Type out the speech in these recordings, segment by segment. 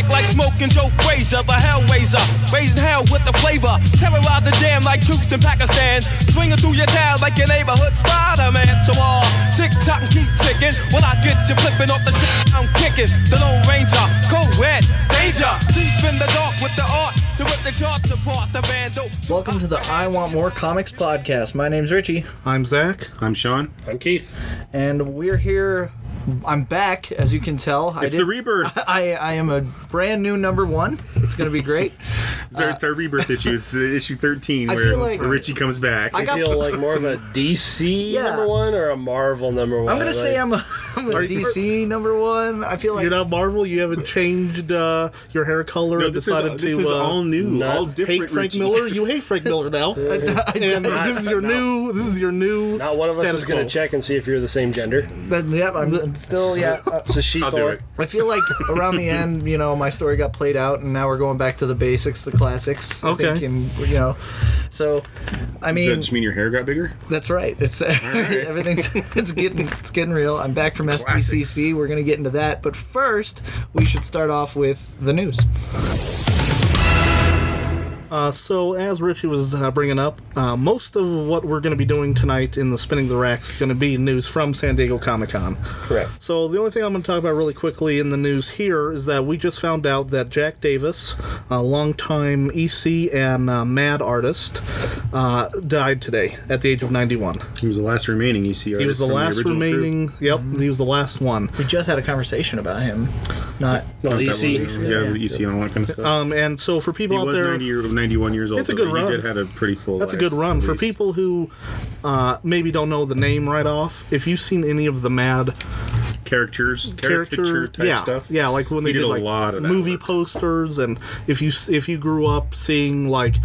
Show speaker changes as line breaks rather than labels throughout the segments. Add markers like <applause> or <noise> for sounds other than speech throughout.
fucking Joe Frazier, the Hellraiser. Raising hell with the flavor. Terrorize the jam like troops in Pakistan. Swinging through your town like your neighborhood Spider Man. So all tick tock and keep ticking. When I get you flipping off the shit I'm kicking. The Lone Ranger, co ed, danger. Deep in the dark with the art. To rip the charts apart, the band
Welcome to the I Want More Comics podcast. My name's Richie,
I'm Zach.
I'm Sean.
I'm Keith.
and we're here. I'm back, as you can tell. I
It's
did-
the
<laughs>
rebirth.
<laughs> I, I am a brand new number one. It's going to be great.
It's our, it's our rebirth issue. It's uh, issue 13
I
where
feel like-
Richie comes back.
I
You
got-
feel like more of a
<laughs>
DC
Yeah.
number one or a Marvel number one?
I'm going to say
Like,
I'm a, I'm a DC number one. I feel like
You're not Marvel. You haven't changed uh, your hair color
No,
and
this is,
decided
this
to
is
uh,
all new,
not
all different.
hate Frank
Richie.
Miller. You hate Frank Miller now, and this is your new. This is your new.
Not one of us
status
is going
quo.
to check and see if you're the same gender.
But, yeah, I'm, I'm still, yeah. uh,
So she
I'll do
Thor.
it.
I feel like around the end, you know, my story got played out, and now we're going back to the basics, the classics. I
Okay.
think, and, you know, so, I
Does that
mean,
just mean your hair got bigger?
That's right. It's <laughs> everything's <laughs> it's getting it's getting real. I'm back from SDCC.
Classics.
We're gonna get into that, but first we should start off with the news.
Uh, so, as Richie was uh, bringing up, uh, most of what we're going to be doing tonight in the Spinning the Racks is going to be news from San Diego Comic Con.
Correct.
So, the only thing I'm going to talk about really quickly in the news here is that we just found out that Jack Davis, a longtime EC and uh, MAD artist, uh, died today at the age of 91.
He was the last remaining EC artist.
He was the
from
last
original crew. Mm-hmm.
remaining. Yep, he was the last one.
We just had a conversation about him. Not
Not that
EC.
one, no. Yeah, the EC and all that kind of stuff.
Um, and so, for people
he
out
was
there.
90 year, 91 years old.
It's a
so
good
he
run.
did had a pretty full.
That's a
life,
good run
at
for
least.
people who uh, maybe don't know the name right off. If you've seen any of the Mad
Characters,
character,
caricature type
yeah,
stuff.
yeah, like when they
He
did,
did a
like
lot of that
movie
work.
posters, and if you s- if you grew up seeing like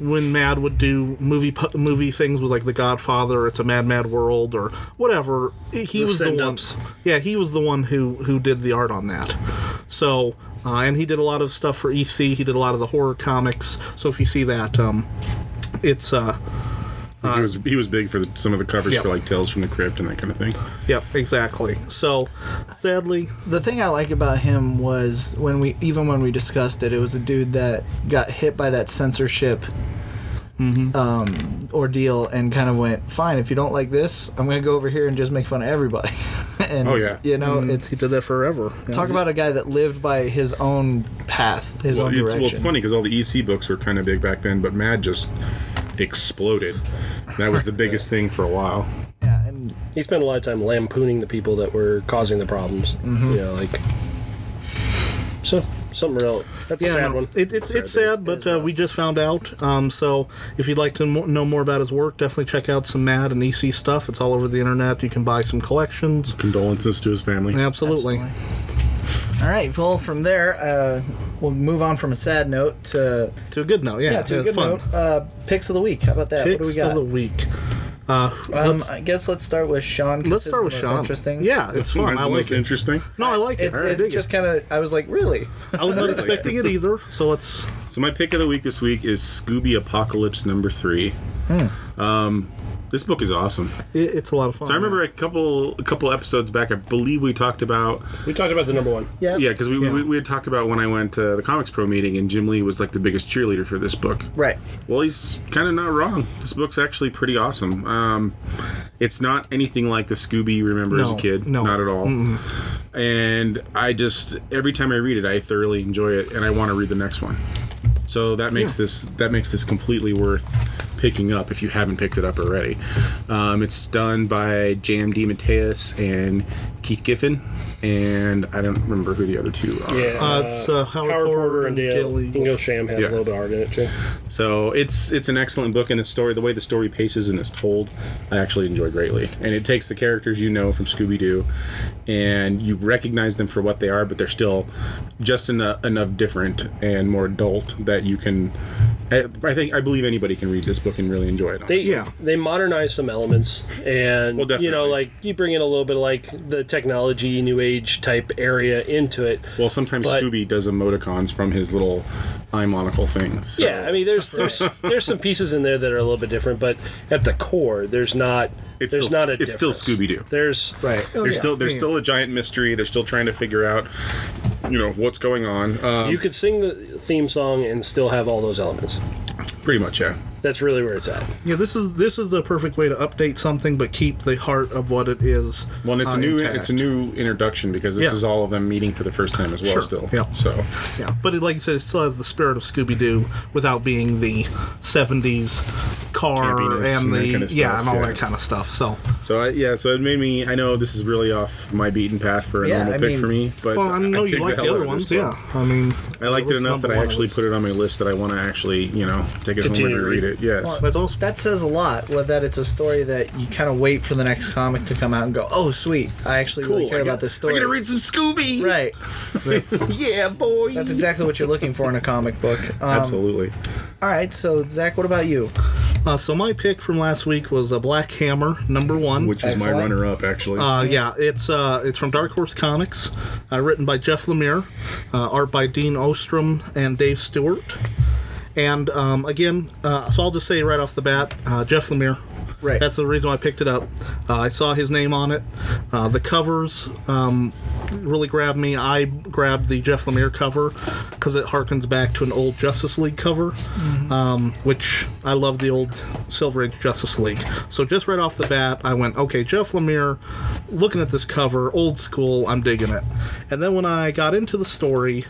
when Mad would do movie po- movie things with like The Godfather, It's a Mad Mad World, or whatever, he was the one.
send-ups.
Yeah, he was the one who who did the art on that. So. Uh, and he did a lot of stuff for EC. He did a lot of the horror comics. So if you see that, um, it's uh,
he was he was big for the, some of the covers
yeah.
for like Tales from the Crypt and that kind of thing.
Yep, exactly. So, sadly,
the thing I like about him was when we even when we discussed it, it was a dude that got hit by that censorship
Mm-hmm.
um, ordeal and kind of went, fine, if you don't like this, I'm gonna go over here and just make fun of everybody. <laughs> and
Oh, yeah.
you know, it's
he did that forever.
Talk about a guy that lived by his own path, his
Well,
own
it's,
direction.
well, it's funny because all the EC books were kind of big back then, but Mad just exploded. That was the biggest thing for a while.
Yeah, and
He spent a lot of time lampooning the people that were causing the problems.
Mm-hmm.
You know, like so something real. That's a
Yeah,
sad
no,
one.
It, it's it's sad, but uh, we just found out. Um, so, if you'd like to mo- know more about his work, definitely check out some Mad and EC stuff. It's all over the internet. You can buy some collections.
Condolences to his family.
Absolutely.
all right, well, from there, uh, we'll move on from a sad note to
To a good note, yeah.
yeah, to a good
fun.
note. Uh, picks of the week. How about that?
Picks
what
of
do
the
we got?
week. Uh,
Um,
let's,
I guess let's start with Sean. 'cause
let's
his
start with
is the most
Sean.
Interesting.
Yeah, it's fun.
Mine's
I
the
like
most
it.
interesting.
No, I like
It,
it. I
it
dig
just oh,
it.
kind of, I was like, really?
I was not expecting it either. So let's.
So my pick of the week this week is Scooby Apocalypse number three.
Hmm.
Um, this book is awesome.
It, it's a lot of fun.
So I remember a couple a couple episodes back. I believe we talked about
We talked about the number one.
Yeah.
yeah because we, we we had talked about when I went to the Comics Pro meeting and Jim Lee was like the biggest cheerleader for this book.
Right.
Well, he's kind of not wrong. This book's actually pretty awesome. Um, it's not anything like the Scooby you remember as
No,
a kid.
no.
Not at all. And I just every time I read it, I thoroughly enjoy it, and I want to read the next one. So that makes this that makes this completely worth picking up if you haven't picked it up already. Um, it's done by J.M.D. Mateus and Keith Giffen, and I don't remember who the other two are.
Yeah.
Uh, it's uh, Howard,
Howard
Porter,
Porter and
and
Dale
Gail Eagles.
Ingelsham had
Yeah.
a little bit of art in it too.
So it's it's an excellent book, and the story, the way the story paces and is told, I actually enjoy greatly. And it takes the characters you know from Scooby Doo, and you recognize them for what they are, but they're still just enough, enough different and more adult that you can. I, I think I believe anybody can read this book and really enjoy it.
They,
honestly.
Yeah.
they modernize some elements, and
Well,
you know,
definitely.
like you bring in a little bit of like the technology, new age type area into it.
well, sometimes
But-
Scooby does emoticons from his little eye monocle thing. So.
Yeah, I mean, there's
<laughs>
there's there's some pieces in there that are a little bit different, but at the core, there's not.
It's
there's
still-
not a.
it's still
difference.
Scooby-Doo.
There's
Right.
there's still there's still a giant mystery. They're still trying to figure out you know what's going on. Um,
you could sing the theme song and still have all those elements.
pretty much, yeah.
That's really where it's at.
Yeah, this is this is the perfect way to update something, but keep the heart of what it is.
Well, and it's a
uh,
new
intact.
it's a new introduction because this
Yeah.
is all of them meeting for the first time as well.
Sure,
Still,
yeah.
So
Yeah, but it, like you said, it still has the spirit of Scooby Doo without being the '70s car
Campiness
and
and
the
that kinda
yeah
stuff,
and all
yeah.
that kind of stuff. So,
so I, yeah, so it made me. I know this is really off my beaten path for a
Yeah,
normal
I
pick
mean-
for me, but
well, I know
dig
you like
hell
the
out
other
of this
ones.
one.
Yeah, I mean,
I liked it enough that I actually put it on my list that I want to actually you know take it
Continue
home
to
and reread
read.
it. Yes.
That's awesome.
That says a lot. Well, that it's a story that you kind of wait for the next comic to come out and go, "Oh, sweet! I actually really care
I
about
got-
this story."
I gotta read some Scooby.
right.
<laughs> Yeah, boy.
That's exactly what you're looking for in a comic book. Um,
Absolutely.
All right. So, Zach, what about you?
Uh, so my pick from last week was a Black Hammer number one.
Which was
Excellent.
my runner up, actually.
Uh, yeah, it's uh, it's from Dark Horse Comics, uh, written by Jeff Lemire, uh, art by Dean Ostrom and Dave Stewart. And um, again, uh, so I'll just say right off the bat, uh, Jeff Lemire.
Right.
That's the reason why I picked it up. Uh, I saw his name on it. Uh, the covers um, really grabbed me. I grabbed the Jeff Lemire cover because it harkens back to an old Justice League cover, um, which I love the old Silver Age Justice League. So just right off the bat, I went, okay, Jeff Lemire, looking at this cover, old school, I'm digging it. And then when I got into the story,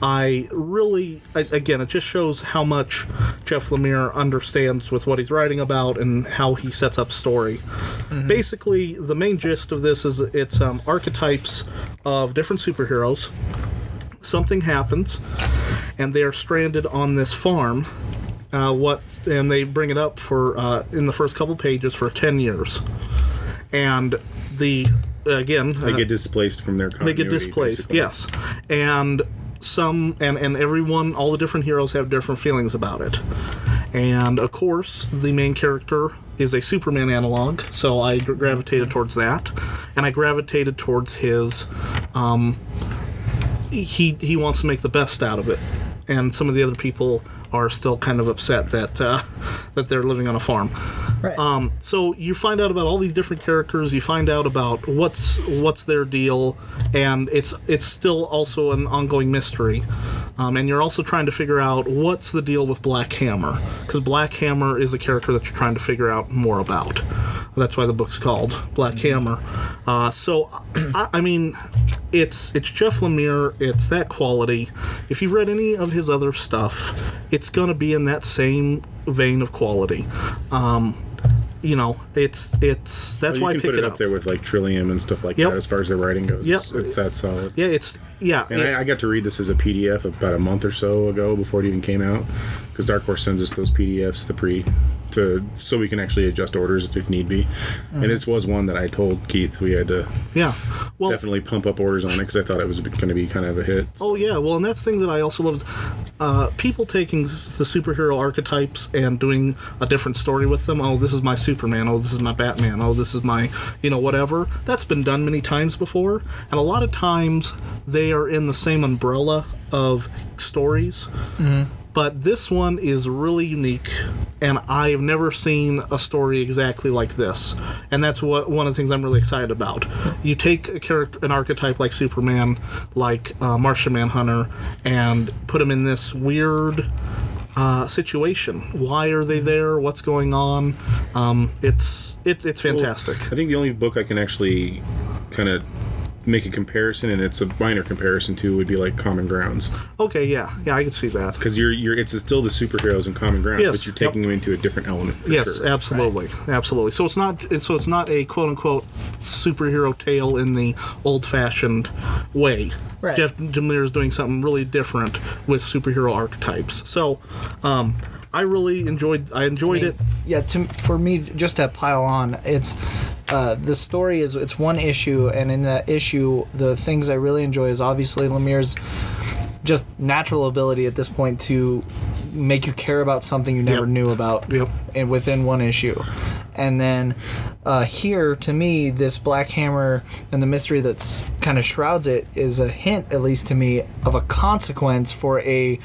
I really, I, again, it just shows how much Jeff Lemire understands with what he's writing about and how he sets up story. Basically, the main gist of this is it's um, archetypes of different superheroes. Something happens, and they are stranded on this farm. Uh, what and they bring it up for uh, in the first couple pages for ten years, and the again
they get displaced from their.
uh, they get
continuity,
displaced
basically.
yes and some and and everyone all the different heroes have different feelings about it and of course the main character is a superman analog so i gr-
Mm-hmm.
gravitated towards that and i gravitated towards his um he he wants to make the best out of it and some of the other people are still kind of upset that uh, <laughs> that they're living on a farm
Right.
um, so you find out about all these different characters. You find out about what's what's their deal, and it's it's still also an ongoing mystery. Um, and you're also trying to figure out what's the deal with Black Hammer because Black Hammer is a character that you're trying to figure out more about. That's why the book's called Black Hammer. Uh, so, I, I mean, it's it's Jeff Lemire. It's that quality. If you've read any of his other stuff, it's gonna be in that same vein of quality. Um, you know, it's it's
Well,
that's
you
why I
can
pick
put it, up there with like Trillium and stuff like
Yep.
that as far as their writing goes.
Yep.
It's, it's that solid.
Yeah, it's yeah.
And
it-
I, I got to read this as a PDF about a month or so ago before it even came out, because Dark Horse sends us those PDFs, the pre, to so we can actually adjust orders if need be. And this was one that I told Keith we had to
yeah. Well,
definitely pump up orders on it because I thought it was going to be kind of a hit.
Oh yeah, well, and that's the thing that I also love is uh, people taking s- the superhero archetypes and doing a different story with them. Oh, this is my Superman. Oh, this is my Batman. Oh, this is my you know whatever. That's been done many times before, and a lot of times they are in the same umbrella of stories. But this one is really unique, and I've never seen a story exactly like this. And that's what one of the things I'm really excited about. You take a character, an archetype like Superman, like uh, Martian Manhunter, and put him in this weird uh, situation. Why are they there? What's going on? Um, it's it's it's fantastic.
I think the only book I can actually kind of make a comparison, and it's a minor comparison to, would be like Common Grounds,
Okay, yeah, yeah, I can see that.
because you're you're it's still the superheroes in Common Grounds,
Yes.
but you're taking them into a different element. For
Yes,
sure.
absolutely, absolutely. So it's not it's- so it's not a quote unquote superhero tale in the old fashioned way.
Right.
Jeff Lemire is doing something really different with superhero archetypes. So, um, I really enjoyed I enjoyed it.
yeah to, for me just to pile on it's uh, the story is it's one issue and in that issue the things i really enjoy is obviously lemire's just natural ability at this point to make you care about something you never
Yep.
knew about
Yep.
and within one issue and then uh, here to me this black hammer and the mystery that's kind of shrouds it is a hint at least to me of a consequence for a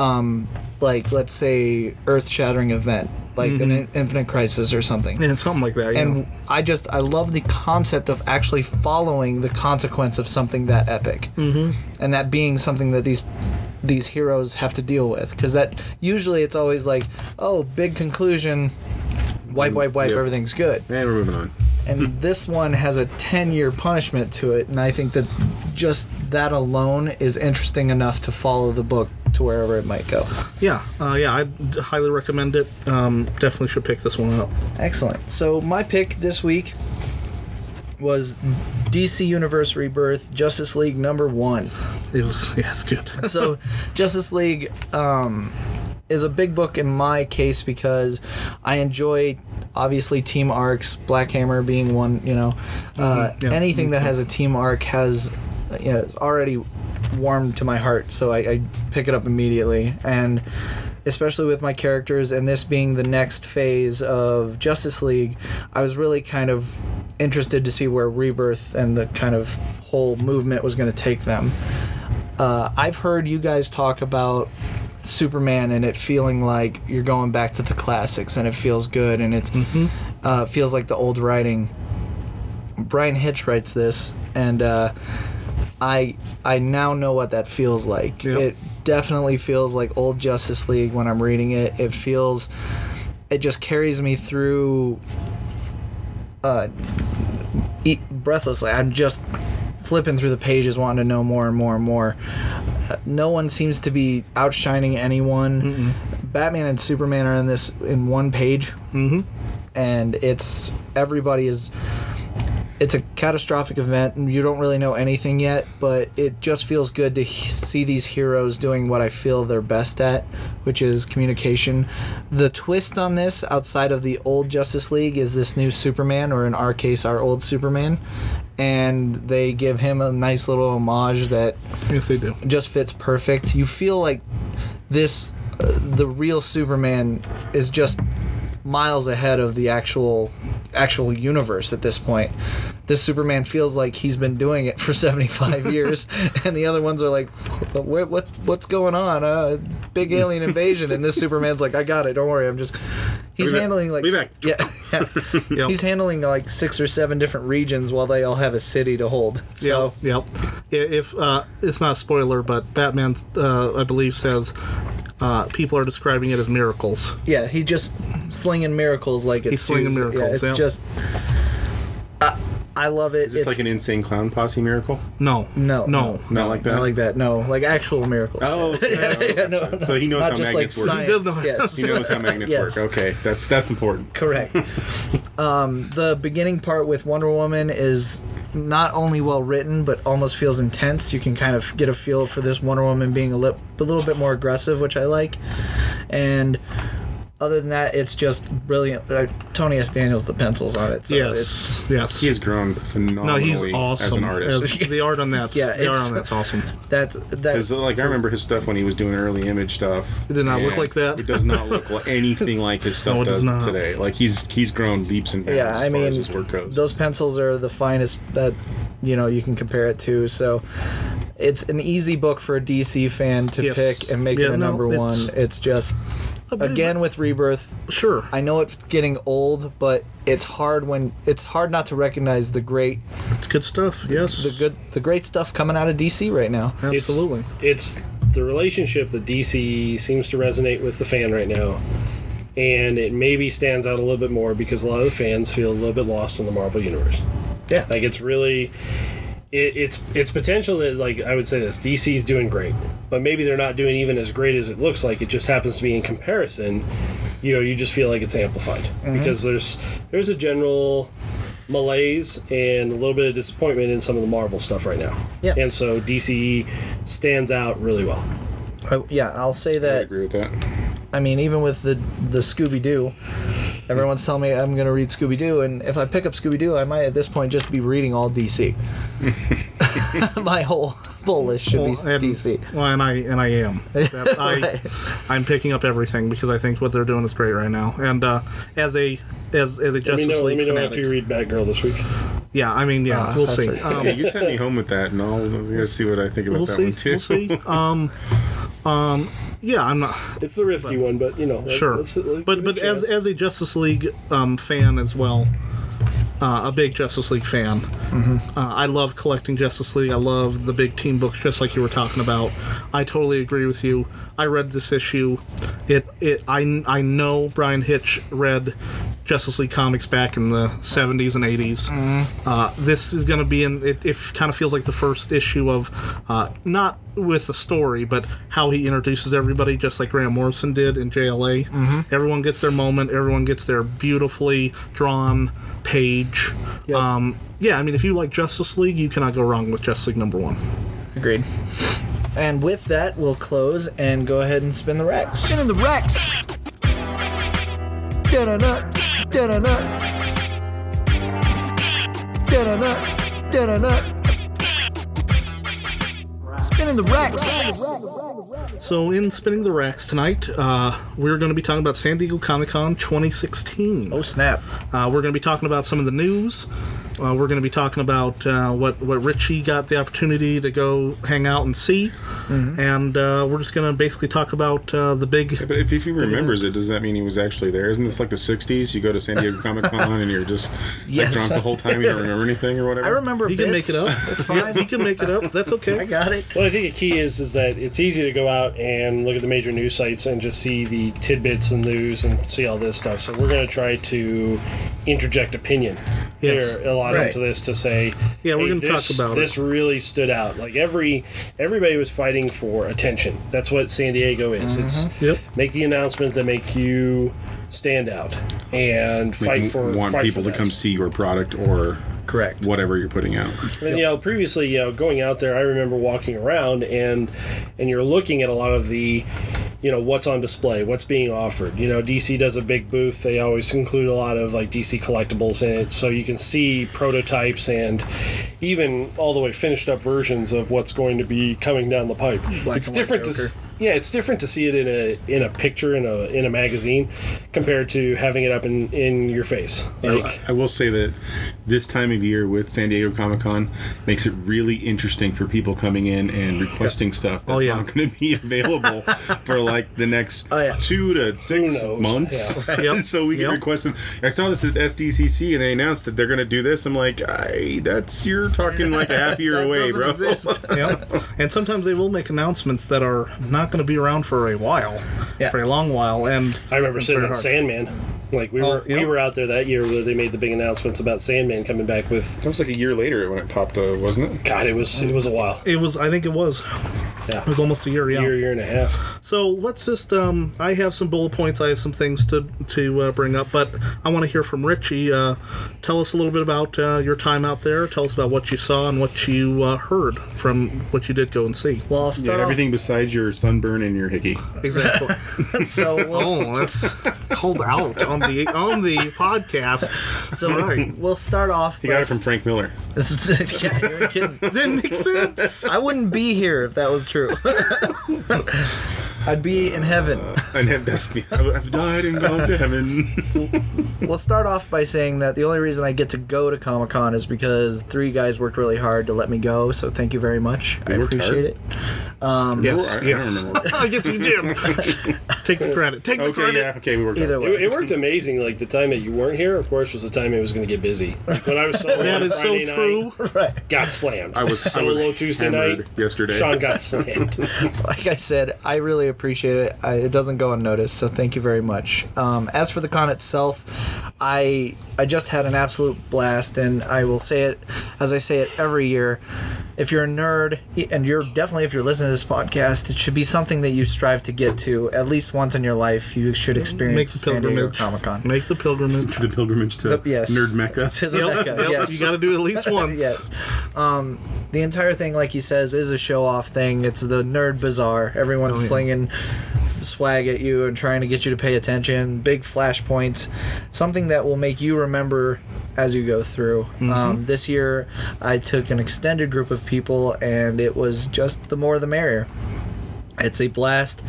um, like let's say earth-shattering event like an Infinite Crisis or something.
Yeah, something like that.
And
And
I just I love the concept of actually following the consequence of something that epic, mm-hmm. and that being something that these these heroes have to deal with. Because that usually it's always like, oh, big conclusion, wipe, wipe, wipe,
Yep.
everything's good.
And we're moving on.
And this one has a ten year punishment to it, and I think that just that alone is interesting enough to follow the book to wherever it might go.
yeah, uh, yeah, I highly recommend it. Um, definitely should pick this one up.
Excellent. So my pick this week was DC Universe Rebirth Justice League number one.
It was yeah, it's good.
<laughs> So Justice League um, is a big book in my case because I enjoy obviously team arcs. Black Hammer being one, you know, uh,
Mm-hmm. yeah,
anything
me
that
too.
has a team arc has, you know, it's already warmed to my heart. So I, I pick it up immediately and. Especially with my characters, and this being the next phase of Justice League, I was really kind of interested to see where Rebirth and the kind of whole movement was going to take them uh, I've heard you guys talk about Superman and it feeling like you're going back to the classics and it feels good and it's uh, feels like the old writing. Brian Hitch writes this, and uh, I I now know what that feels like.
Yep.
It definitely feels like old Justice League when I'm reading it. It feels it just carries me through uh, e- breathlessly. I'm just flipping through the pages, wanting to know more and more and more. Uh, No one seems to be outshining anyone. Batman and Superman are in this in one page, mm-hmm. and it's everybody is. It's a catastrophic event, and you don't really know anything yet, but it just feels good to he- see these heroes doing what I feel they're best at, which is communication. The twist on this, outside of the old Justice League, is this new Superman, or in our case, our old Superman, and they give him a nice little homage that
Yes, they do.
just fits perfect. You feel like this, uh, the real Superman is just miles ahead of the actual actual universe at this point. This Superman feels like he's been doing it for <laughs>
<laughs>
75 years, and the other ones are like, what, what what's going on? Uh, big alien invasion, and this Superman's like, I got it. Don't worry, I'm just. He's
I'll be back.
handling like
I'll be back.
yeah, yeah.
<laughs>
he's handling like six or seven different regions while they all have a city to hold. So
Yep. yep. Yeah, if uh, it's not a spoiler, but Batman, uh, I believe, says uh, people are describing it as miracles.
Yeah, he's just slinging miracles like it's
He's slinging
Tuesday.
miracles,
Yeah, it's
yeah.
just. I, I love it.
Is this
it's
like an insane clown posse miracle?
No.
No,
No.
Not like that.
not like that. No, like actual miracles. <laughs>
<laughs> Oh, okay.
no,
so he knows
not
how
just like
magnets work.
science.
He does know-
yes.
He knows how
<laughs>
magnets
Yes.
work. Okay, that's that's important.
Correct. um, the beginning part with Wonder Woman is not only well written, but almost feels intense. You can kind of get a feel for this Wonder Woman being a, li- a little bit more aggressive, which I like. And other than that, it's just brilliant. Uh, Tony S. Daniels, the pencils on it. So It's,
Yes. Yes.
He has grown
no,
phenomenally
he's awesome.
as an artist.
As- the art on
<laughs>
that's
Yeah,
the art
it's-
on that's awesome.
that's that.
Because like I remember his stuff when he was doing early image stuff.
It did not look
and
like that.
It does not look like anything like his stuff
<laughs> No, it does
does,
not.
today. Like he's he's grown leaps and bounds
yeah,
as
I
far as
mean,
his work goes.
those pencils are the finest that you know you can compare it to. So it's an easy book for a DC fan to
Yes.
pick and make
Yeah,
it a
no,
number
it's-
one. It's just
bit-
again with Rebirth.
Sure.
I know it's getting old, but it's hard when it's hard not to recognize the great,
It's good stuff. Yes.
the good, the great stuff coming out of DC right now.
It's-
Absolutely.
It's, the relationship that DC seems to resonate with the fan right now. And it maybe stands out a little bit more because a lot of the fans feel a little bit lost in the Marvel universe.
Yeah.
Like it's really it, it's it's potential that like I would say this DC is doing great, but maybe they're not doing even as great as it looks like. It just happens to be in comparison, you know, you just feel like it's amplified because there's there's a general malaise and a little bit of disappointment in some of the Marvel stuff right now.
Yeah.
And so DC stands out really well.
I- yeah, I'll say
I
that.
agree with that.
I mean, even with the the Scooby Doo, everyone's telling me I'm gonna read Scooby Doo, and if I pick up Scooby Doo, I might at this point just be reading all DC. <laughs> My whole whole list should be
and,
DC.
well, and I and I
<laughs>
am. That- I,
Right.
I'm picking up everything because I think what they're doing is great right now. And uh, as a as as
Let
a
me
Justice
know, let
League
me know
fanatic,
after you read Batgirl this week.
yeah, I mean, yeah, we'll
Ah, that's
see.
right.
Um,
Yeah, you send me home with that, and I'll, I'll see what I think about
we'll
that
see.
one too.
We'll see. Um, um, yeah, I'm not
It's the risky one, but you know, let-
sure,
let's- let's
but
give
but
it a
as
chance.
as a Justice League um, fan as well, uh, a big Justice League fan. Uh, I love collecting Justice League. I love the big team books, just like you were talking about. I totally agree with you. I read this issue. It it I I know Brian Hitch read Justice League comics back in the 70s and 80s. Uh, this is going to be in. It, it kind of feels like the first issue of uh, not with the story, but how he introduces everybody, just like Graham Morrison did in JLA.
Mm-hmm.
Everyone gets their moment. Everyone gets their beautifully drawn page.
Yep.
Um, yeah, I mean, if you like Justice League, you cannot go wrong with Justice League number one.
Agreed. And with that, we'll close and go ahead and spin the Rex.
Spinning the Rex. Da-da-da, da-da-da. Da-da-da, da-da-da. Spinning the Rex.
So, in Spinning the Racks tonight, uh, we're going to be talking about San Diego Comic Con 2016.
Oh snap!
Uh, we're going to be talking about some of the news. Uh, we're going to be talking about uh, what what Richie got the opportunity to go hang out and see,
Mm-hmm.
and uh, we're just going to basically talk about uh, the big.
But if, if he remembers it, does that mean he was actually there? Isn't this like the '60s? You go to San Diego Comic Con and you're just
Yes.
like drunk the whole time. You don't remember anything or whatever.
I remember.
He can
bits.
make it
<laughs>
up.
It's
Yeah,
fine.
he can make it up. That's
I
okay.
got it.
Well, I think the key is is that it's easy to go out and look at the major news sites and just see the tidbits and news and see all this stuff. So we're going to try to interject opinion
Yes.
here a lot
Right.
into this to say,
Yeah, we're gonna talk
this-
about it."
this really stood out. Like every everybody was fighting for attention. That's what San Diego is. It's
Mm-hmm. Yep.
make the announcements that make you stand out and fight
You
for
want
fight
people
for
to
that.
come see your product or
Correct.
whatever you're putting out.
And you know, previously, you know, going out there, I remember walking around and and you're looking at a lot of the, you know, what's on display, what's being offered. You know, DC does a big booth. They always include a lot of like DC collectibles in it, so you can see prototypes and even all the way finished up versions of what's going to be coming down the pipe. it's
and white
different to. s- Yeah, it's different to see it in a in a picture in a in a magazine, compared to having it up in in your face. Like,
I will say that this time of year with San Diego Comic Con makes it really interesting for people coming in and requesting stuff that's
yeah.
not going to be <laughs> available for like the next
Oh, yeah.
two to six
Who knows?
months.
Yeah.
<laughs>
Yep.
so we can
Yep.
request them. I saw this at SDCC and they announced that they're going to do this. I'm like, I, that's you're talking like a half year
That
away,
doesn't
bro.
exist.
<laughs>
Yeah. And sometimes they will make announcements that are not going to be around for a while,
Yeah.
for a long while. And
I remember sitting
very
on
hard.
Sandman. Like we
Oh,
were
yeah.
we were out there that year where they made the big announcements about Sandman coming back with
It was like a year later when it popped up, wasn't it?
God, it was it was a while.
it was, I think it was,
Yeah.
it was almost a year. Yeah.
Year, year and a half.
So let's just. Um, I have some bullet points. I have some things to to uh, bring up, but I want to hear from Richie. Uh, tell us a little bit about uh, your time out there. Tell us about what you saw and what you uh, heard from what you did go and see.
Well, I'll
Yeah,
start off.
everything besides your sunburn and your hickey.
<laughs> Exactly.
<laughs> So we'll,
oh, that's hold out on the on the podcast.
so we'll start off.
He got it from Frank Miller.
<laughs> yeah, you're kidding.
That makes sense. <laughs>
I wouldn't be here if that was true. <laughs> I'd be in heaven.
And that's me. I've died and gone to heaven.
We'll start off by saying that the only reason I get to go to Comic Con is because three guys worked really hard to let me go. So thank you very much. I
worked
appreciate it.
I- I
Yes.
don't
Yes.
remember.
I guess you did. Take the credit. Take the
Okay,
credit.
yeah, okay, we were
Either
It,
way,
it worked amazing. Like the time that you weren't here, of course, was the time it was going to get busy. Like, when I was solo
<laughs> That
on
is
Friday
so
night,
true. <laughs>
Got slammed. I
was- I
solo
was
Tuesday
hammered
night.
yesterday. <laughs>
Sean got slammed.
like I said, I really appreciate it. I, it doesn't go unnoticed, so thank you very much. Um, as for the con itself, I I just had an absolute blast, and I will say it as I say it every year. If you're a nerd, and you're definitely if you're listening to this podcast, it should be something that you strive to get to at least once in your life. You should
Make
experience
the
San Diego
pilgrimage.
Comic Con.
Make the pilgrimage.
The pilgrimage to
yes.
Nerd Mecca.
<laughs> To the
Yep,
Mecca,
yep,
yes.
You got to do it
<laughs>
at least <laughs> once.
yes. Um, the entire thing, like he says, is a show off thing. It's the nerd bazaar. Everyone's slinging swag at you and trying to get you to pay attention. Big flashpoints. Something that will make you remember as you go through. Um, this year, I took an extended group of people, and it was just the more the merrier. It's a blast,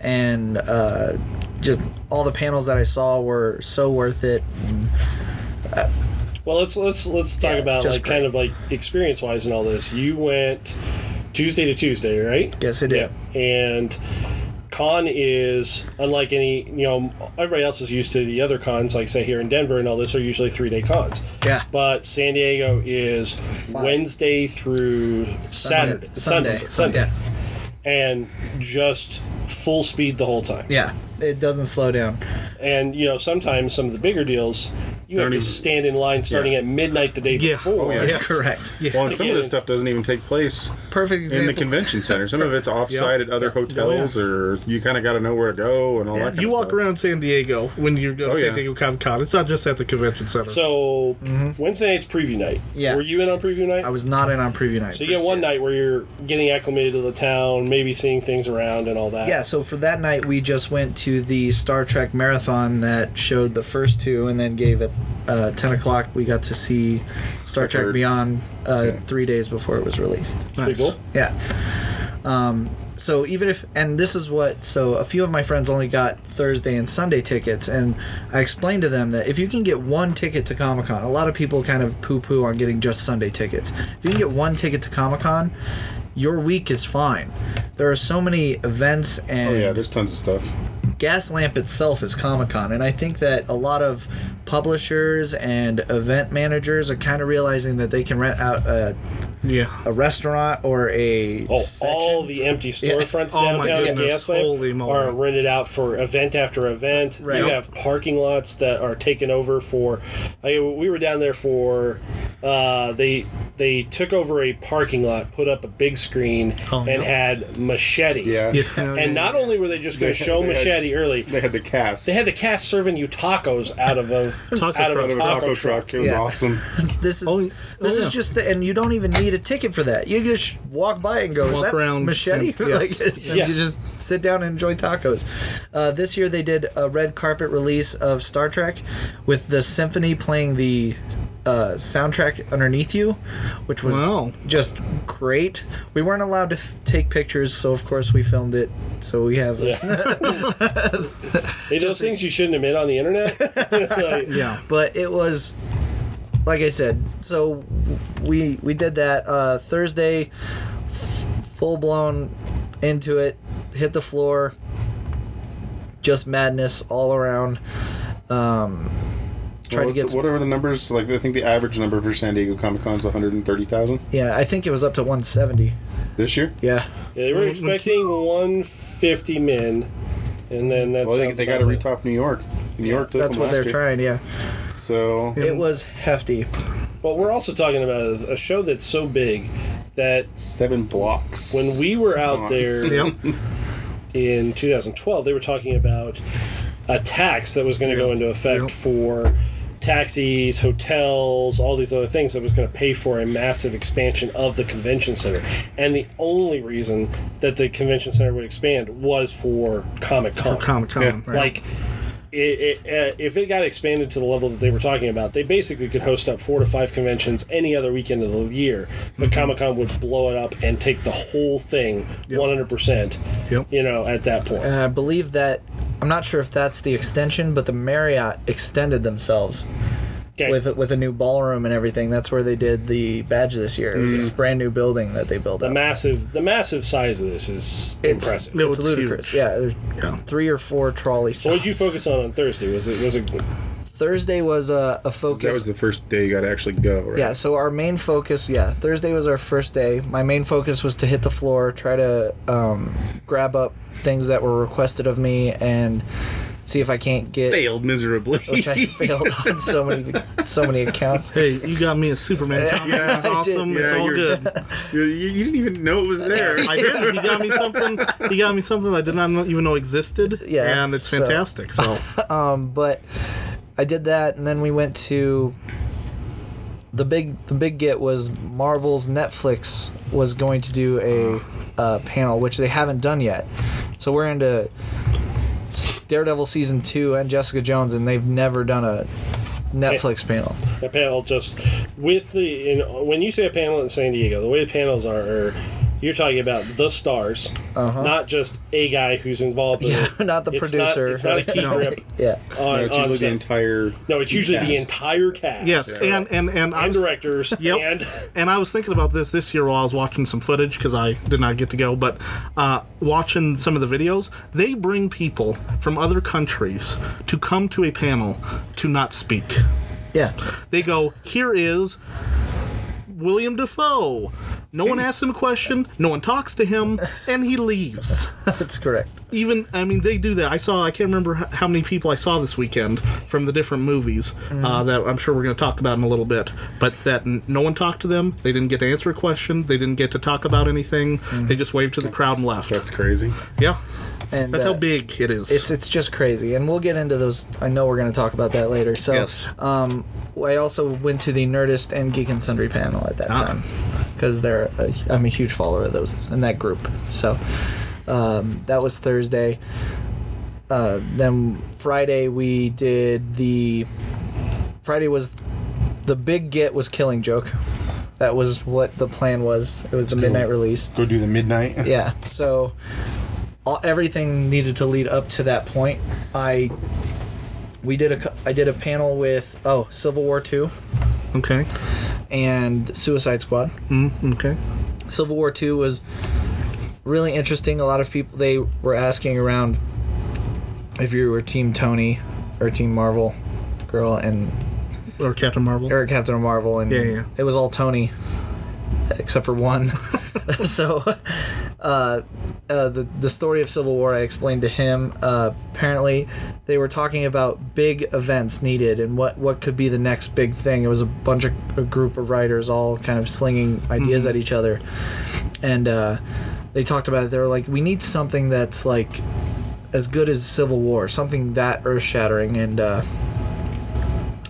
and uh, just all the panels that I saw were so worth it.
Well, let's let's let's talk
Yeah,
about
just
like kind of like experience wise and all this. You went Tuesday to Tuesday, right?
Yes, I did.
And con is unlike any you know everybody else is used to the other cons like say here in denver and all this are usually three day cons
Yeah.
but san diego is wednesday through saturday
Sunday.
sunday sunday, and just full speed the whole time
Yeah. Yeah. It doesn't slow down.
and you know sometimes some of the bigger deals you have
Don't
to
even-
stand in line starting
Yeah.
at midnight the day
Yeah.
before
yeah.
Yes.
Oh, Correct.
Yeah.
Well, and some of
<laughs>
this stuff doesn't even take place
Perfect
in
example.
the convention center. Some of it's offsite at other hotels, or you kind of got to know where to go and all that. Kind
You
of
walk
stuff.
around San Diego when you go to
Oh,
San
yeah.
Diego Comic Con. It's not just at the convention center.
so
Mm-hmm.
wednesday night's preview night
Yeah.
were you in on preview night
I was not in on preview night.
So you get one night where you're getting acclimated to the town, maybe seeing things around and all that.
Yeah, so for that night, we just went to the Star Trek marathon that showed the first two, and then gave at uh, ten o'clock. We got to see Star Trek
third.
Beyond uh, three days before it was released.
Pretty cool.
Yeah. Um, so even if, and this is what, so a few of my friends only got Thursday and Sunday tickets, and I explained to them that if you can get one ticket to Comic Con, a lot of people kind of poo poo on getting just Sunday tickets. If you can get one ticket to Comic Con, your week is fine. There are so many events and
Oh yeah, there's tons of stuff.
Gaslamp itself is Comic Con, and I think that a lot of publishers and event managers are kind of realizing that they can rent out a,
Yeah.
a restaurant or a
Oh,
section.
all the empty storefronts
Oh my
downtown in
goodness, holy
Gaslamp
moly.
are rented out for event after event.
Right.
You
Yep.
have parking lots that are taken over for. I, we were down there for. Uh, they they took over a parking lot, put up a big screen,
Oh,
and
no.
had Machete.
Yeah,
<laughs>
And not only were they just going
They
to
had-
show
they had-
Machete early,
they had the cast.
they had the cast serving you tacos out of a
<laughs> Taco
out of
truck.
out
a
of a
taco,
taco
truck.
truck. It was
Yeah. <laughs>
awesome.
This is
Oh,
this
oh, yeah.
is just the, and you don't even need a ticket for that. You just walk by and go. Is
Walk
that
around,
machete?
Sam.
<laughs>
Yes.
like, and
Yeah.
You just sit down and enjoy tacos. Uh, this year they did a red carpet release of Star Trek, with the symphony playing the uh, soundtrack underneath you, which was
Wow.
just great. We weren't allowed to f- take pictures, so of course we filmed it. So we have
Hey, those things you shouldn't admit on the
<laughs>
internet. Like,
Yeah.
but it was like I said. So we we did that uh, Thursday, full blown into it, hit the floor, just madness all around. Um, tried to
What's-
get some,
what are the numbers? Like I think the average number for San Diego Comic Con is 130,000
yeah, I think it was up to 170.
this year.
Yeah,
yeah, they were expecting 150 men, and then that's
Well, they, they got to retop New York. New York took
that's
them
what
last
they're
year.
trying. Yeah,
So
it was hefty.
But we're also talking about a, a show that's so big that
seven blocks.
when we were out
on. <laughs>
there in 2012, they were talking about a tax that was going to go into effect for taxis, hotels, all these other things that was going to pay for a massive expansion of the convention center. And the only reason that the convention center would expand was for Comic Con.
Comic Con.
Yeah.
right.
Like, it, it, uh, if it got expanded to the level that they were talking about, they basically could host up four to five conventions any other weekend of the year. But Comic Con would blow it up and take the whole thing one hundred percent.
Yep.
You know, at that point.
And I believe that I'm not sure if that's the extension, but the Marriott extended themselves.
Okay.
with a, with a new ballroom and everything. That's where they did the badge this year. It was this brand new building that they built.
the
up.
massive, the massive size of this is
It's-
impressive.
No,
It's
it's
ludicrous.
huge.
Yeah, there's
Yeah.
three or four trolley
So what
stops.
did you focus on on Thursday? Was it was it
Thursday was a, a
that
focus.
was the first day you got to actually go. Right?
yeah, so our main focus, yeah, Thursday was our first day. My main focus was to hit the floor, try to um, grab up things that were requested of me, and see if I can't get. <laughs>
Failed miserably.
Which I failed on so many, so many accounts.
Hey, you got me a Superman comic.
Yeah.
That's
I did.
awesome. It's
Yeah,
all
you're-
good.
you, you you didn't even know it
<laughs>
was there.
I did. He got me something. He got me something I did not know- even know existed.
Yeah,
and it's
so-
<laughs>
fantastic. So
but I did that, and then we went to the big the big get was Marvel's Netflix was going to do a uh, panel, which they haven't done yet. So we're into Daredevil season two and Jessica Jones, and they've never done a Netflix panel.
a panel just with the in, when you say a panel in San Diego, the way the panels are, are You're talking about the stars, not just a guy who's involved. In
Uh-huh. Yeah, <laughs>
it.
not the
It's
producer.
Not, it's not
<laughs>
a key
No.
grip.
Yeah.
On,
No,
no,
it's usually the
entire.
entire.
Oh, No, it's usually the
cast.
entire cast.
Yes, and and and I
And
was,
directors.
Yep.
And
and I was thinking about this this year while I was watching some footage because I did not get to go, but uh, watching some of the videos, they bring people from other countries to come to a panel to not speak.
Yeah. <laughs>
They go, here is William Defoe. No one asks him a question, no one talks to him, and
<laughs>
he leaves
That's correct.
even I mean they do that. I saw I can't remember h- how many people I saw this weekend from the different movies
Mm.
uh, that I'm sure we're going to talk about in a little bit. But that n- no one talked to them. They didn't get to answer a question. They didn't get to talk about anything.
Mm.
They just waved to the crowd and left.
That's crazy.
yeah,
And
that's
uh,
how big it is.
It's it's just crazy, and we'll get into those. I know we're going to talk about that later. So,
Yes.
um, I also went to the Nerdist and Geek and Sundry panel at that
Ah.
time because they're a, I'm a huge follower of those and that group. So, um, that was Thursday. Uh, then Friday we did the Friday was the big get was Killing Joke. That was what the plan was. It was the midnight release
Go do the midnight. <laughs>
yeah so all, everything needed to lead up to that point i we did a cou- i did a panel with oh civil war 2
okay,
and suicide squad
okay,
Civil War II was really interesting. A lot of people they were asking around if you were Team Tony or Team Marvel girl and
or Captain Marvel.
Eric Captain Marvel and
Yeah, yeah.
it was all Tony except for
<laughs>
one. <laughs> so uh, uh, the the story of Civil War I explained to him. Uh, apparently, they were talking about big events needed and what what could be the next big thing. It was a bunch of a group of writers all kind of slinging
Mm-hmm.
ideas at each other, and uh, they talked about it. They were like, we need something that's like as good as Civil War, something that earth shattering and. Uh,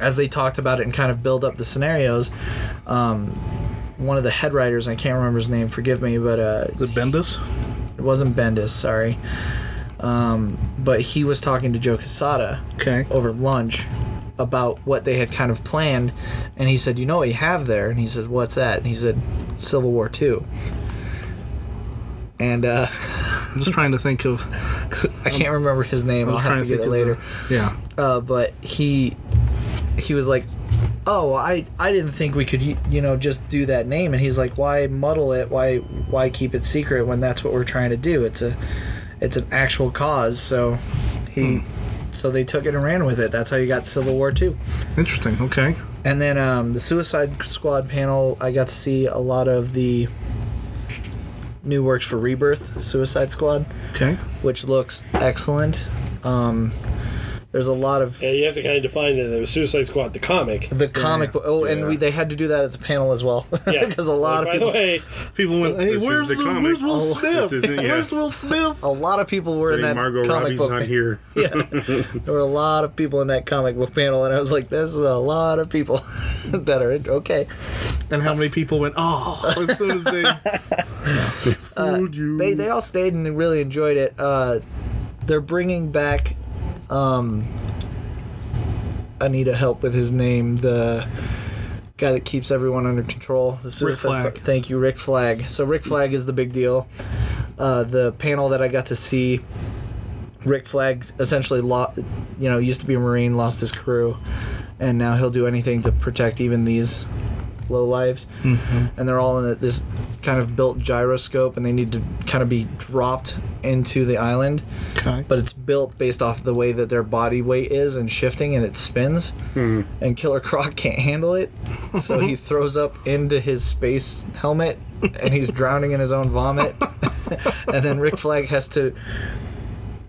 as they talked about it and kind of build up the scenarios, um, one of the head writers, I can't remember his name, forgive me, but uh,
Is it Bendis?
it wasn't Bendis, sorry. Um, but he was talking to Joe Casada
Okay.
over lunch about what they had kind of planned, and he said, "You know what you have there?" And he said, "What's that?" And he said, "Civil War Two. And uh, <laughs>
I'm just trying to think of.
I can't remember his name.
I'm
I'll have
Um, trying
to get it
of
later.
The, yeah.
uh, but he he was like oh I, I didn't think we could y- you know just do that name and he's like why muddle it why why keep it secret when that's what we're trying to do it's a it's an actual cause so he so they took it and ran with it that's how you got civil war 2
Interesting. Okay.
and then um, the Suicide Squad panel, I got to see a lot of the new works for Rebirth Suicide Squad,
Okay.
which looks excellent. Um, there's a lot of
yeah, you have to kind of define that it was Suicide Squad,
<laughs>
the comic.
The comic book. Oh, and we, they had to do that at the panel as well. <laughs>
Yeah,
Because a lot
Like,
of people,
By the
<laughs>
way,
People went. Hey,
This is
where's
the
the
comic.
where's Will
Oh, this
Smith?
isn't- yeah.
Where's Will Smith?
a lot of people were in that
Margot
comic
Robbie's
book.
not
pan-
here.
Yeah, there were a lot of people in that comic book panel, and I was like, "This is a lot of people <laughs> that are in- okay."
And how many people went? Oh, as soon as they. Fooled you.
They they all stayed and really enjoyed it. Uh, they're bringing back. Um, I need a help with his name. The guy that keeps everyone under control. The Suicide
Flag.
Squad- Thank you, Rick Flag. So Rick Flag is the big deal. Uh, the panel that I got to see, Rick Flag essentially lost. You know, used to be a Marine, lost his crew, and now he'll do anything to protect even these low lives and they're all in a, this kind of built gyroscope and they need to kind of be dropped into the island
Okay.
but it's built based off the way that their body weight is and shifting and it spins and killer croc can't handle it so he throws up into his space helmet and he's drowning in his own vomit <laughs> and then rick flag has to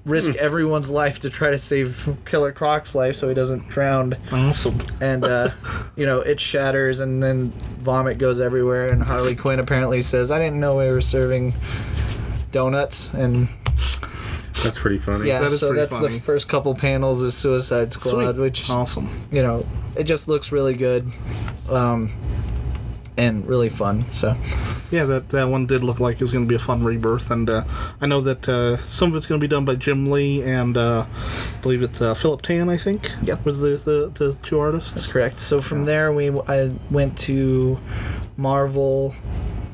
risk everyone's life to try to save killer croc's life so he doesn't drown
Awesome.
and uh, you know it shatters and then vomit goes everywhere and harley quinn apparently says i didn't know we were serving donuts and
That's pretty funny.
yeah
That is
so
pretty
that's
funny.
the first couple panels of suicide squad
Sweet. Oh.
which
awesome.
you know it just looks really good um, and really fun so
Yeah, that, that one did look like it was going to be a fun rebirth, and uh, I know that uh, some of it's going to be done by Jim Lee and uh, I believe it's uh, Philip Tan. I think.
Yep.
Was the the, the two artists.
correct so from there we i went to marvel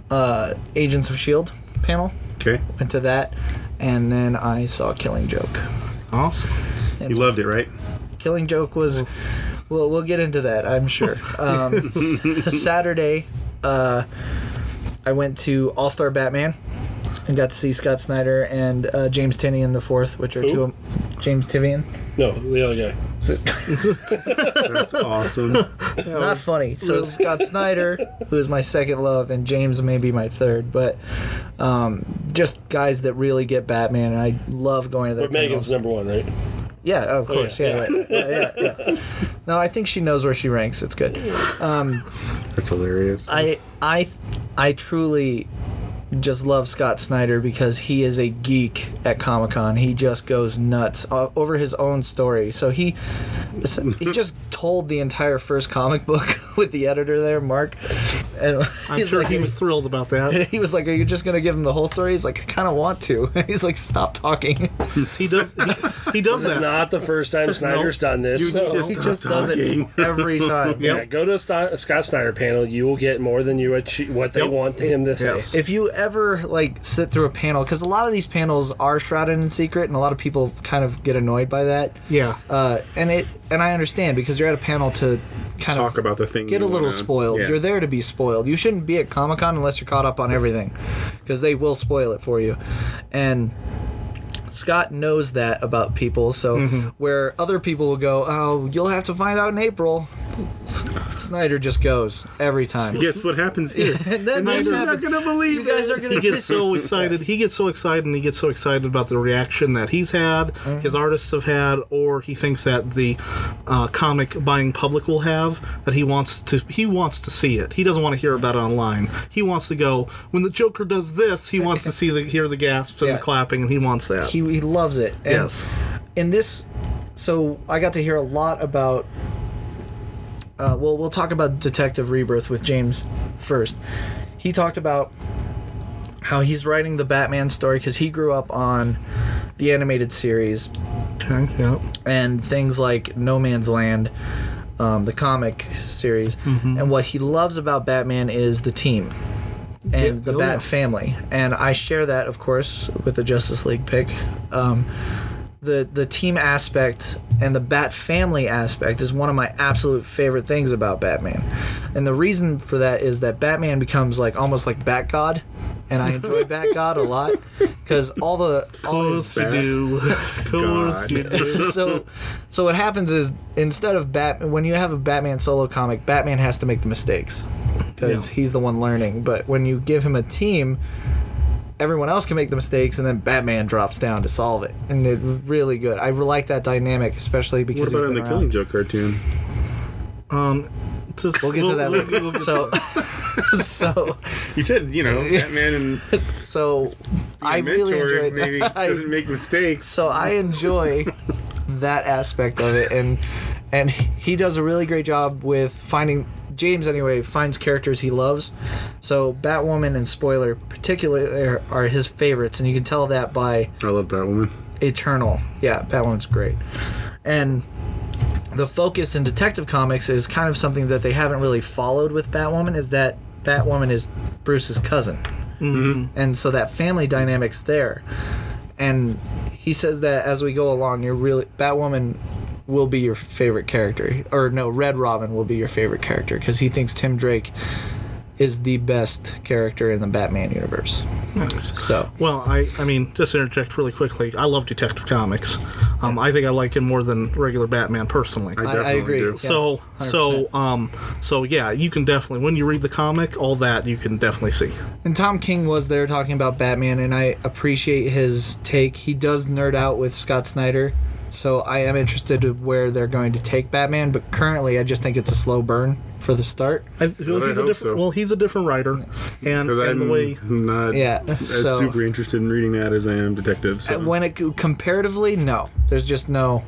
uh, agents of shield panel.
Okay.
Went to that, and then I saw Killing Joke.
Awesome.
You loved it, right?
Killing Joke was. Well, we'll get into that, I'm sure. Um, s- Saturday, uh, I went to All Star Batman and got to see Scott Snyder and uh, James Tinian the Fourth, which are two of James Tivian.
No, the other guy.
<laughs>
That's awesome.
Not funny. So Scott Snyder, who is my second love, and James may be my third, but um, just guys that really get Batman, and I love going to their
But Megan's
panels.
number one, right?
Oh, Yeah, of course.
yeah,
yeah, right. yeah, yeah, <laughs> yeah. No, I think she knows where she ranks. It's good.
That's hilarious.
I I I truly just love Scott Snyder because he is a geek at Comic Con. He just goes nuts o- over his own story. So he
<laughs>
he just told the entire first comic book <laughs> with the editor there, Mark. And <laughs>
I'm sure he was thrilled about that.
He was like, "Are you just gonna give him the whole story?" He's like, "I kind of want to." <laughs> He's like, "Stop talking."
He does. He, he does
It's
that.
not the first time Snyder's done this.
You need to
he
stop
just does it
talking.
<laughs>
every time.
Yeah, go to a, Sti- a Scott Snyder panel. You will get more than you achie- what they
Yep.
want him to say.
Yes.
if you ever like sit through a panel because a lot of these panels are shrouded in secret and a lot of people kind of get annoyed by that
Yeah.
uh, and it and i understand because you're at a panel to kind
Talk
of
about the thing.
get
you
a little
wanna-
spoiled
yeah.
you're there to be spoiled you shouldn't be at comic-con unless you're caught up on everything because they will spoil it for you and Scott knows that about people, so
Mm-hmm.
where other people will go, oh, you'll have to find out in April. S- Snyder just goes every time.
Guess what happens here?
<laughs> And then
You're
this
not <laughs>
happens.
gonna believe
You guys
it.
are gonna <laughs>
he gets so excited. He gets so excited, and he gets so excited about the reaction that he's had,
Mm-hmm.
his artists have had, or he thinks that the uh, comic buying public will have. That he wants to. He wants to see it. He doesn't want to hear about it online. He wants to go when the Joker does this. He wants to see the hear the gasps and
Yeah.
the clapping, and he wants that.
he, he loves it. And
yes.
in this so i got to hear a lot about uh, well we'll talk about detective rebirth with james first he talked about how he's writing the batman story because he grew up on the animated series
Okay. Yeah.
and things like no man's land um, the comic series
Mm-hmm.
and what he loves about batman is the team and the
oh,
bat
yeah.
family and i share that of course with the justice league pick um, the the team aspect and the Bat family aspect is one of my absolute favorite things about Batman, and the reason for that is that Batman becomes like almost like Bat God, and I enjoy Bat God a
<laughs>
lot because all the all his,
Course you do. <laughs> Course you do.
<laughs> so so what happens is instead of Bat when you have a Batman solo comic, Batman has to make the mistakes because
Yeah.
he's the one learning. But when you give him a team. Everyone else can make the mistakes, and then Batman drops down to solve it, and it's really good. I like that dynamic, especially because he's
What about in
been
the
around.
Killing Joke cartoon?
Just-
We'll get to that
Um, <laughs> we'll-
later.
we'll get to
so, <laughs> so,
You said you know
<laughs>
Batman and being
so, I
a mentor
really enjoyed that. <laughs>
maybe
I-
doesn't make mistakes.
so I enjoy that aspect of it, and and he does a really great job with finding James anyway finds characters he loves. So Batwoman and Spoiler particularly are, are his favorites, and you can tell that by
I love Batwoman.
Eternal. Yeah, Batwoman's great, and. The focus in Detective Comics is kind of something that they haven't really followed with Batwoman. Is that Batwoman is Bruce's cousin? and so that family dynamic's there and he says that as we go along you're really batwoman will be your favorite character or no red robin will be your favorite character because he thinks tim drake is the best character in the batman universe so
Well, I, I mean, just to interject really quickly. I love Detective Comics. Um, I think I like him more than regular Batman personally.
I
I
definitely
agree.
do.
Yeah.
so,
100%.
so, um, so yeah, you can definitely when you read the comic, all that you can definitely see.
and tom king was there talking about batman and i appreciate his take he does nerd out with scott snyder so i am interested to where they're going to take batman but currently i just think it's a slow burn for the start
I, well,
I
he's a
hope
different.
so.
Well, he's a different writer, and,
Because
and the
I'm
way
not
Yeah,
as
so-
super interested in reading that as I am detectives. So.
Uh, when it comparatively no there's just no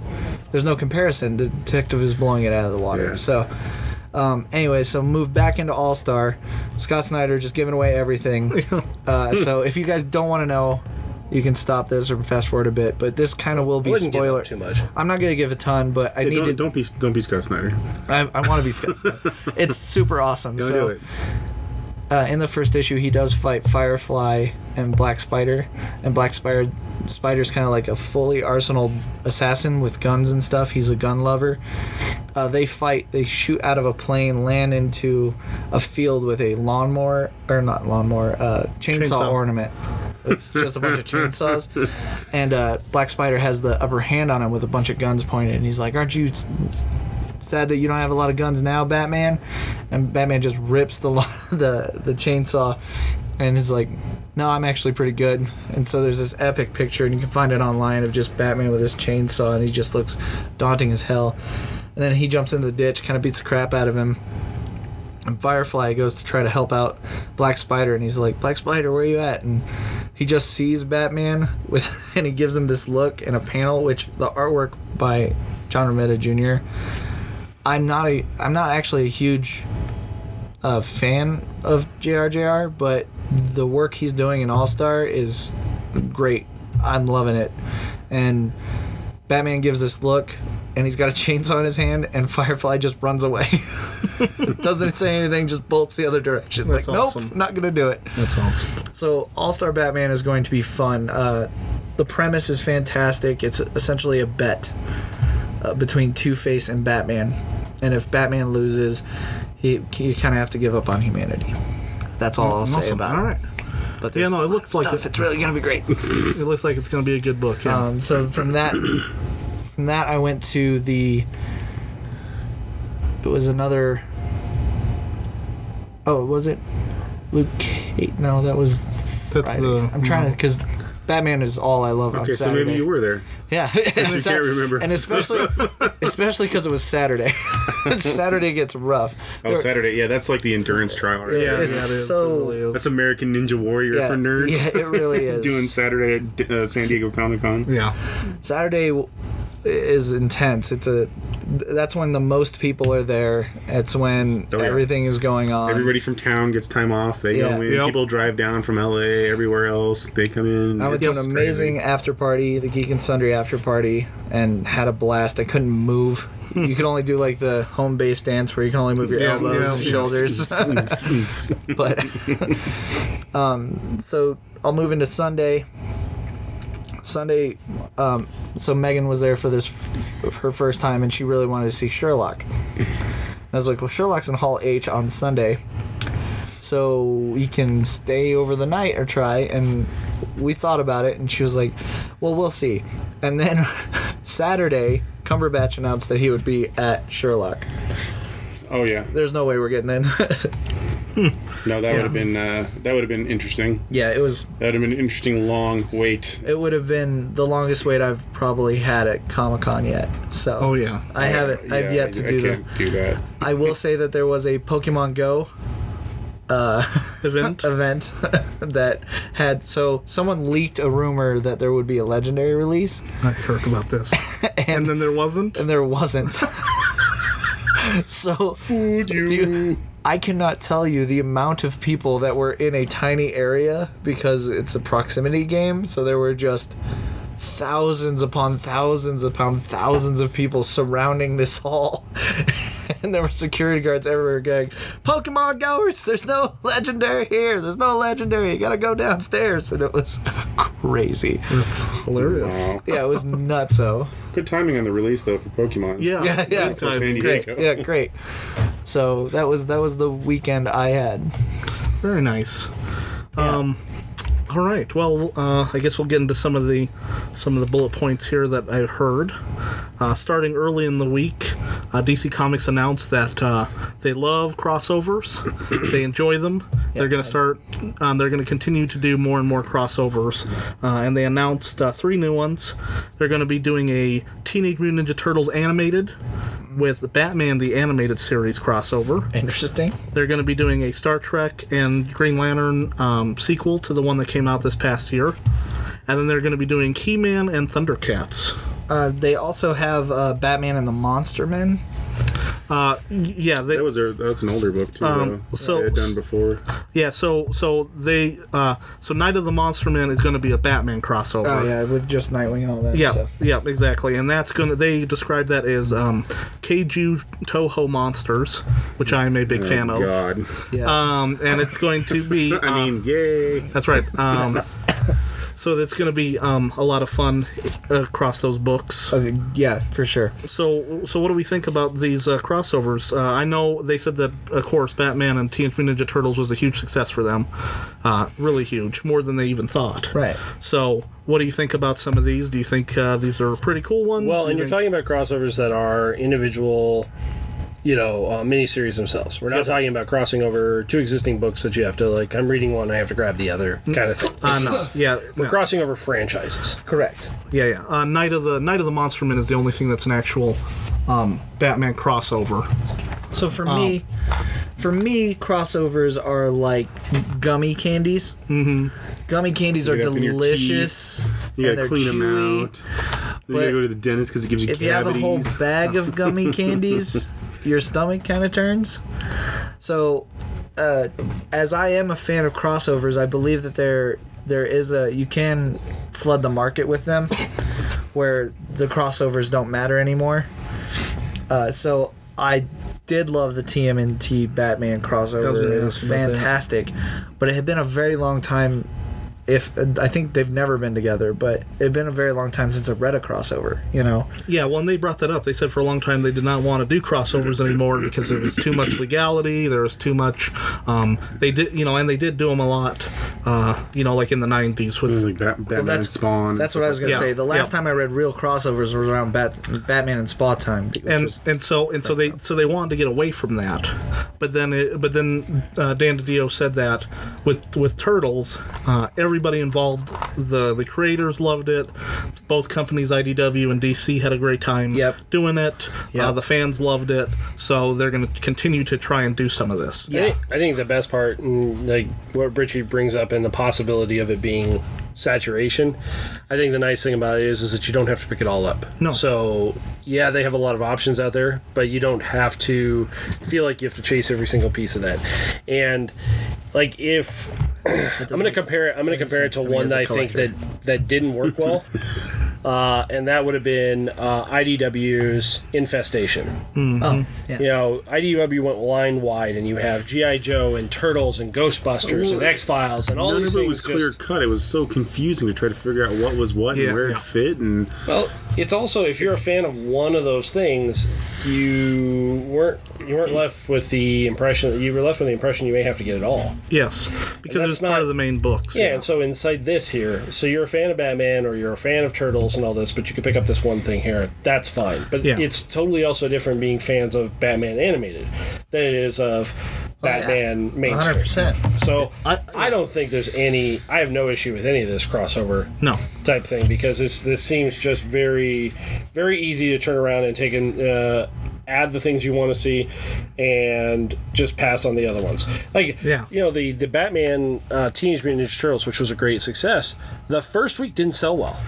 there's no comparison detective is blowing it out of the water
Yeah.
so um, anyway so move back into all star scott snyder just giving away everything
<laughs>
uh, so if you guys don't want to know you can stop this or fast forward a bit but this kind of will be
Wouldn't give
spoiler
up too much.
i'm not gonna give a ton but i
Hey,
need
don't,
to
don't be don't be Scott Snyder. <laughs>
i, I want to be scott Snyder. it's super awesome
Don't
so
do it.
uh, in the first issue, he does fight Firefly and Black Spider, and Black Spider Spider's kind of like a fully arsenal assassin with guns and stuff. He's a gun lover. Uh, they fight. They shoot out of a plane, land into a field with a lawnmower or not lawnmower, uh, chainsaw,
Chainsaw.
ornament. It's just a bunch of
<laughs>
chainsaws, and uh, Black Spider has the upper hand on him with a bunch of guns pointed, and he's like, "Aren't you s- sad that you don't have a lot of guns now, Batman. And Batman just rips the lo- <laughs> the the chainsaw, and is like, "No, I'm actually pretty good." And so there's this epic picture, and you can find it online of just Batman with his chainsaw, and he just looks daunting as hell. And then he jumps in the ditch, kind of beats the crap out of him. And Firefly goes to try to help out Black Spider, and he's like, "Black Spider, where you at?" And he just sees Batman with, <laughs> and he gives him this look in a panel, which the artwork by John Romita Jr. I'm not a I'm not actually a huge uh, fan of JRJR, but the work he's doing in All Star is great. I'm loving it. And Batman gives this look, and he's got a <laughs> chainsaw in his hand, and Firefly just runs away. <laughs> Doesn't say anything, just bolts the other direction.
That's
like,
awesome.
nope, not gonna do it.
That's awesome.
So All Star Batman is going to be fun. Uh, the premise is fantastic. It's essentially a bet uh, between Two Face and Batman, and if Batman loses, he you kind of have to give up on humanity. That's all I'll say
Mm, Awesome.
about
All
it.
right.
But
Yeah,
there's
no, it
a lot
looks
of
like
stuff.
it.
It's really gonna be great.
It looks like it's going to be a good book. Yeah.
Um, so from that, from that, I went to the. It was another. Oh, was it Luke Cage? No, that was.
That's
Friday.
the. mm,
I'm trying to because Batman is all I love on
Okay,
Saturday.
so maybe you were there.
Yeah,
<laughs>
I <laughs>
can't remember.
And
<laughs>
especially, especially because it was Saturday. <laughs> Saturday gets rough.
Oh, Saturday. Yeah, that's like the endurance trial. Right?
Yeah,
Yeah,
yeah,
it's
it is.
so-
It really is.
that's American Ninja Warrior
Yeah,
for nerds.
yeah,
<laughs>
it really is.
Doing Saturday at uh, San Diego Comic Con.
Yeah.
Saturday w- is intense. It's a that's when the most people are there. It's when
Oh, yeah.
everything is going on.
Everybody from town gets time off. They
Yeah.
go in.
Yep.
People drive down from LA, everywhere else. They come in.
I went to an
It's
amazing
crazy.
after party, the Geek and Sundry after party, and had a blast. I couldn't move. you can only do like the home base dance where you can only move your
Yeah,
elbows
yeah.
and shoulders. <laughs> but um, so I'll move into Sunday. Sunday, um, so Megan was there for this f- her first time, and she really wanted to see Sherlock. And I was like, "Well, Sherlock's in Hall H on Sunday, so we can stay over the night or try." And we thought about it, and she was like, "Well, we'll see." And then <laughs> Saturday, Cumberbatch announced that he would be at Sherlock.
<laughs> oh yeah.
There's no way we're getting in. <laughs>
No, that would have been uh, that would have been interesting.
yeah, it was
That would have been an interesting long wait.
it would have been the longest wait I've probably had at Comic Con yet. So
Oh, yeah.
I haven't. I've
Yeah,
yet to
I
do
can't
that.
do that.
I will say that there was a Pokemon Go <laughs>
Event.
event that had so someone leaked a rumor that there would be a legendary release,
I heard about this. and, then there wasn't.
and there wasn't. so dude, I cannot tell you the amount of people that were in a tiny area because it's a proximity game. So there were just thousands upon thousands upon thousands of people surrounding this hall. <laughs> and there were security guards everywhere going, Pokemon goers, there's no legendary here. There's no legendary. You gotta go downstairs. And it was <laughs> crazy.
That's
<laughs>
hilarious.
Wow.
Yeah, it was nutso.
Good timing on the release though for Pokemon.
Yeah.
Yeah, yeah.
big
For
time.
San
Great.
Diego.
Yeah, great. So that was that was the weekend I had.
Very nice. Um, all right. Well, uh, I guess we'll get into some of the some of the bullet points here that I heard. Uh, starting early in the week, uh, DC Comics announced that uh, they love crossovers. they enjoy them. they're going to start. Um, they're going to continue to do more and more crossovers. Uh, and they announced uh, three new ones. They're going to be doing a Teenage Mutant Ninja Turtles animated with Batman the animated series crossover
Interesting.
they're going to be doing a Star Trek and Green Lantern um, sequel to the one that came out this past year. And then they're going to be doing He Man and Thundercats.
Uh, they also have uh, Batman and the Monster Men.
Uh, y- yeah, they,
That was a, that's an older book too.
Um,
though.
so-
they had done before.
yeah. So so they uh, so Night of the Monster Man is going to be a Batman crossover.
Oh yeah, with just Nightwing and all that.
Yeah,
stuff.
yeah, exactly, and that's gonna. They describe that as um, Keiju Toho monsters, which I am a big fan
Oh,
of.
God.
Um, and it's going to be.
<laughs> I
uh,
mean, yay.
That's right. Um, so that's going to be um, a lot of fun uh, across those books.
Okay, yeah, for sure.
So, so what do we think about these uh, crossovers? Uh, I know they said that, of course, Batman and Teenage Mutant Ninja Turtles was a huge success for them, uh, really huge, more than they even thought.
Right.
So, what do you think about some of these? Do you think uh, these are pretty cool ones?
Well,
Do
and
you
you're
think-
talking about
<laughs>
crossovers that are individual, you know, uh, miniseries themselves. We're not talking about crossing over two existing books that you have to like. I'm reading one, I have to grab the other kind of thing.
Uh,
<laughs>
no. Yeah.
We're
no.
crossing over franchises.
Correct.
Yeah, yeah. Uh, Night of the Night of the Monster Men is the only thing that's an actual um, Batman crossover.
So for
Um,
me, for me, crossovers are like gummy candies. Mm-hmm. Gummy candies are
it up in your
delicious
You
and
gotta
they're
clean them
chewy.
out. Then you
but
gotta go to the dentist because it gives you
If you have a
cavities.
whole bag of
<laughs>
gummy candies, your stomach kind of turns. So, uh, as I am a fan of crossovers, I believe that there there is a you can flood the market with them, where the crossovers don't matter anymore. Uh, so I did love the TMNT Batman
was
crossover.
gonna
It was
ask about that.
fantastic, but it had been a very long time. If I think they've never been together, but it had been a very long time since I read a crossover. You know,
Yeah, well, and they brought that up. They said for a long time they did not want to do crossovers anymore because there was too much legality. There was too much. Um, they did, you know, and they did do them a lot. Uh, you know, like in the '90s
It's
with
like Bat- Batman
Well,
and Spawn.
That's what I was gonna
Yeah,
say. The last
yeah.
time I read real crossovers was around Bat- Batman and Spawn time. which
and
was-
and so and so they so they wanted to get away from that, but then it, but then uh, Dan DiDio said that with with Turtles, uh, everybody involved the the creators loved it. Both companies, IDW and DC, had a great time
Yep.
doing it. Uh,
Yep.
the fans loved it, so they're going to continue to try and do some of this.
I think, I think the best part, mm, like what Richie brings up, and the possibility of it being saturation. I think the nice thing about it is, is that you don't have to pick it all up.
No.
So yeah, they have a lot of options out there, but you don't have to feel like you have to chase every single piece of that. And like if I'm gonna compare it, I'm gonna compare it
sense
to
to me
one
as
that
a
I think
collector.
that that didn't work
<laughs>
well. Uh, and that would have been uh, IDW's Infestation.
oh, yeah.
You know, IDW went line wide, and you have GI Joe and Turtles and Ghostbusters and
Well,
X Files and all
None
these
of it
things.
was clear
just-
cut. It was so confusing to try to figure out what was what
Yeah,
and where
yeah.
it fit. And
well, it's also if you're a fan of one of those things, you weren't you weren't left with the impression you were left with the impression you may have to get it all.
Yes, because
that's
it was part
not-
of the main books.
Yeah, and so inside this here, so you're a fan of Batman or you're a fan of Turtles and all this, but you can pick up this one thing here. That's fine. But
Yeah.
it's totally also different being fans of Batman animated than it is of Batman mainstream.
100%.
So I,
I-
don't think there's any. I have no issue with any of this crossover
No.
type thing because this this seems just very very easy to turn around and take and uh, add the things you want to see and just pass on the other ones. Like
Yeah.
you know the the Batman uh, Teenage Mutant Ninja Turtles, which was a great success. The first week didn't sell well.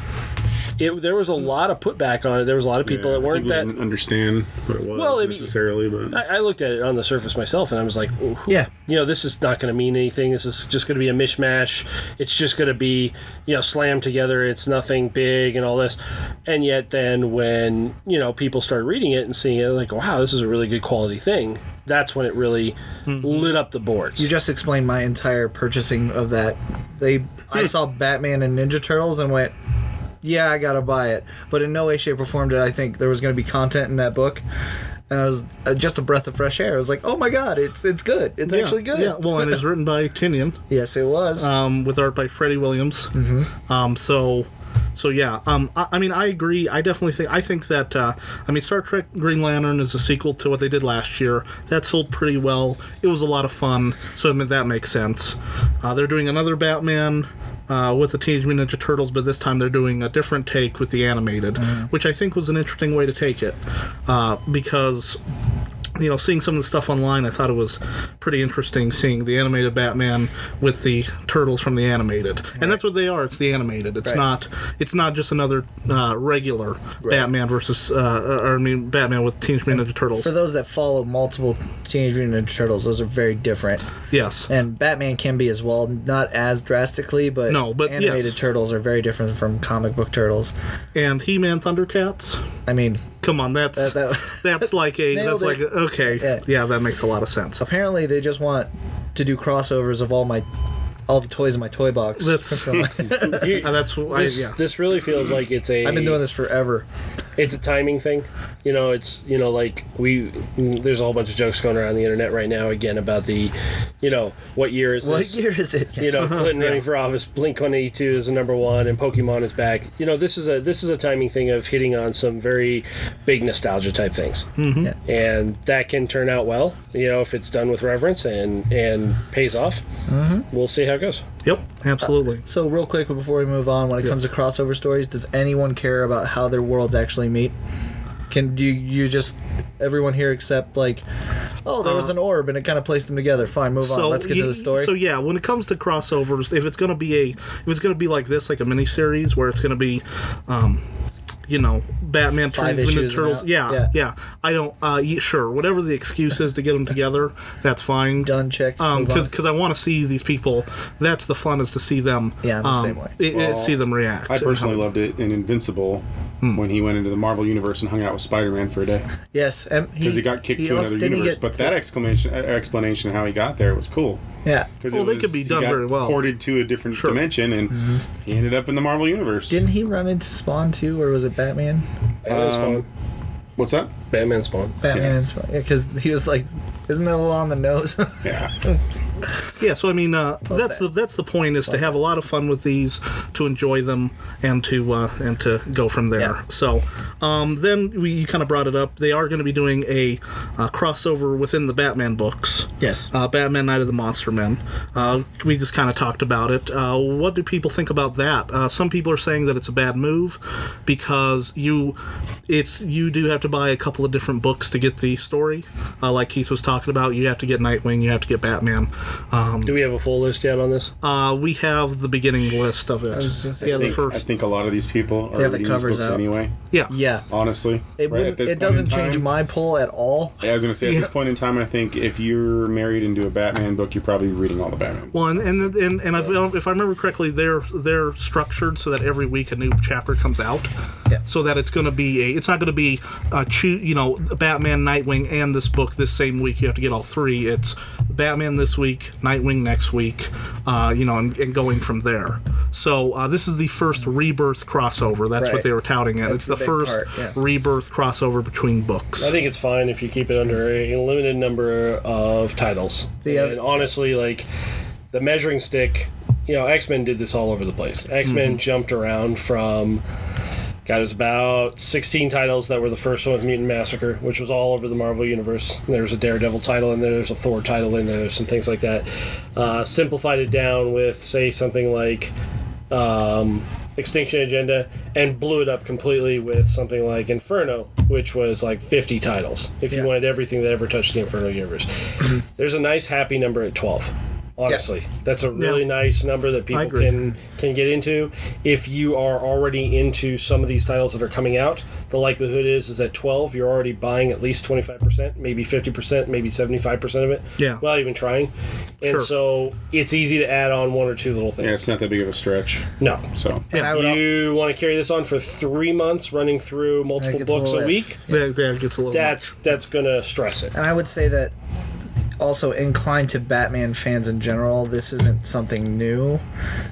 It, there was a lot of putback on it. There was a lot of people
Yeah, I
that
think
weren't
we
that.
didn't understand what it was
Well, I mean-
necessarily, but
I, I looked at it on the surface myself, and I was like, "Ooh, who-
Yeah.
you know, this is not going to mean anything. This is just going to be a mishmash. It's just going to be, you know, slammed together. It's nothing big and all this." And yet, then when you know people start reading it and seeing it, like, "Wow, this is a really good quality thing." That's when it really lit up the boards.
Mm-hmm. You just explained my entire purchasing of that. They,
Hmm.
I saw Batman and Ninja Turtles and went, "Yeah, I gotta buy it." But in no way, shape, or form did I think there was gonna be content in that book. And I was uh, just a breath of fresh air. I was like, "Oh my god, it's it's good. It's
Yeah,
actually good."
Yeah, well, and it was written by
<laughs>
Tinian,
yes, it was.
um, with art by Freddie Williams. Um, so, so yeah. Um, I, I mean, I agree. I definitely think. I think that. Uh, I mean, Star Trek Green Lantern is a sequel to what they did last year. That sold pretty well. It was a lot of fun. So I mean, that makes sense. Uh, they're doing another Batman. Uh, with the Teenage Mutant Ninja Turtles, but this time they're doing a different take with the animated, which I think was an interesting way to take it, uh, because you know, seeing some of the stuff online, I thought it was pretty interesting seeing the animated Batman with the turtles from the animated, and that's what they are. It's the animated. It's
Right.
not. It's not just another uh, regular Batman versus, uh, or I mean, Batman with Teenage Mutant Ninja Turtles.
For those that follow multiple Teenage Mutant Ninja Turtles, those are very different.
yes.
And Batman can be as well, not as drastically, but
No, but
animated
yes.
turtles are very different from comic book turtles.
and He-Man Thundercats.
I mean,
Come on, that's
That- that-
<laughs> that's like a
Nailed
that's
it.
like a, okay,
Yeah.
yeah. that makes a lot of sense.
apparently they just want to do crossovers of all my all the toys in my toy box. <laughs>
That's
From-
You-
uh, that's I,
this,
yeah.
this really feels like it's a.
I've been doing this forever.
it's a timing thing. You know, it's you know like we there's a whole bunch of jokes going around the internet right now again about the, you know, what year is
What
this?
year is it?
You know, Clinton running for office, Blink One Eighty Two is the number one, and Pokemon is back. You know, this is a this is a timing thing of hitting on some very big nostalgia type things, mm-hmm.
Yeah.
and that can turn out well. You know, if it's done with reverence and and pays off, we'll see how it goes.
Yep, absolutely.
So real quick before we move on, when it comes to crossover stories, does anyone care about how their worlds actually meet? Can do you, you just everyone here except like, oh, there was an orb and it kind of placed them together. Fine, move on. Let's get to
ye-
the story.
Uh, So yeah, when it comes to crossovers, if it's going to be a, if it's going to be like this, like a miniseries where it's going to be, um, you know, Batman
Five
turns into
issues and
turtles.
out.
Yeah,
Yeah.
yeah, I don't. Uh, ye- sure, whatever the excuse is to get them together, that's fine.
Done. Check.
Um,
move on.
because I want to see these people. That's the fun is to see them.
Yeah, I'm the
um,
same way.
i- i- see them react.
I personally loved it in Invincible when he went into the Marvel universe and hung out with Spider-Man for a day
yes, um, because
because he got kicked to another universe. But that exclamation uh, explanation of how he got there was cool.
yeah.
'Cause
Well,
it
they
was-
could be
he
done
got
very well.
Ported to a different dimension, and he ended up in the Marvel universe.
Didn't he run into Spawn too, or was it Batman?
Batman Spawn.
What's that?
Batman Spawn.
Batman
Yeah.
and Spawn. Yeah, because he was like, isn't that a little on the nose? <laughs>
Yeah.
Yeah, so I mean, uh, that's
that.
the that's the point is to have a lot of fun with these, to enjoy them, and to uh, and to go from there.
Yeah.
So um, then we, you kind of brought it up. They are going to be doing a uh, crossover within the Batman books.
Yes.
uh, Batman: Night of the Monster Men. Uh, we just kind of talked about it. Uh, what do people think about that? Uh, some people are saying that it's a bad move because you, it's you do have to buy a couple of different books to get the story. Uh, like Keith was talking about, you have to get Nightwing, you have to get Batman. Um,
Do we have a full list yet on this?
uh, we have the beginning list of it.
was gonna say-
yeah,
I
the
think, I
first.
think a lot of these people are
have the
reading these
covers
books
out.
anyway.
Yeah.
yeah.
Honestly,
It,
right?
wouldn't
At this
it
point in
doesn't change
time-
my poll at all.
Yeah, I was gonna say at
Yeah.
this point in time, I think if you're married into a Batman book, you're probably reading all the Batman. Books.
Well, and and and, and I've, if I remember correctly, they're they're structured so that every week a new chapter comes out.
Yeah.
So that it's going to be a, it's not going to be uh, choo- you know Batman, Nightwing, and this book this same week. You have to get all three. It's Batman this week, Nightwing next week, uh, you know, and, and going from there. So uh, this is the first rebirth crossover. That's
Right.
what they were touting it. it's
the
the,
big
first
part, yeah.
rebirth crossover between books.
I think it's fine if you keep it under a limited number of titles.
The oth-
and honestly, like the measuring stick, you know, X Men did this all over the place. X Men jumped around from. God, it was about 16 titles that were the first one with Mutant Massacre, which was all over the Marvel Universe. There's a Daredevil title in there, there's a Thor title in there, there's some things like that. Uh, simplified it down with, say, something like um, Extinction Agenda and blew it up completely with something like Inferno, which was like 50 titles if you
Yeah.
wanted everything that ever touched the Inferno universe. There's a nice happy number at 12. Honestly, that's a really
Mm-hmm. Yeah.
nice number that people
agree.
can can get into. If you are already into some of these titles that are coming out, the likelihood is is at 12 you're already buying at least 25%, maybe 50%, maybe 75% of it.
Yeah.
Without even trying. And
Sure.
so it's easy to add on one or two little
Yeah, it's
things.
not that big of a stretch.
no.
So
And I would al-
You want to carry this on for three months, running through multiple
gets a
books a,
little iff.
week.
that, that gets a little.
That's that's gonna stress it.
And I would say that also inclined to Batman fans in general, this isn't something new.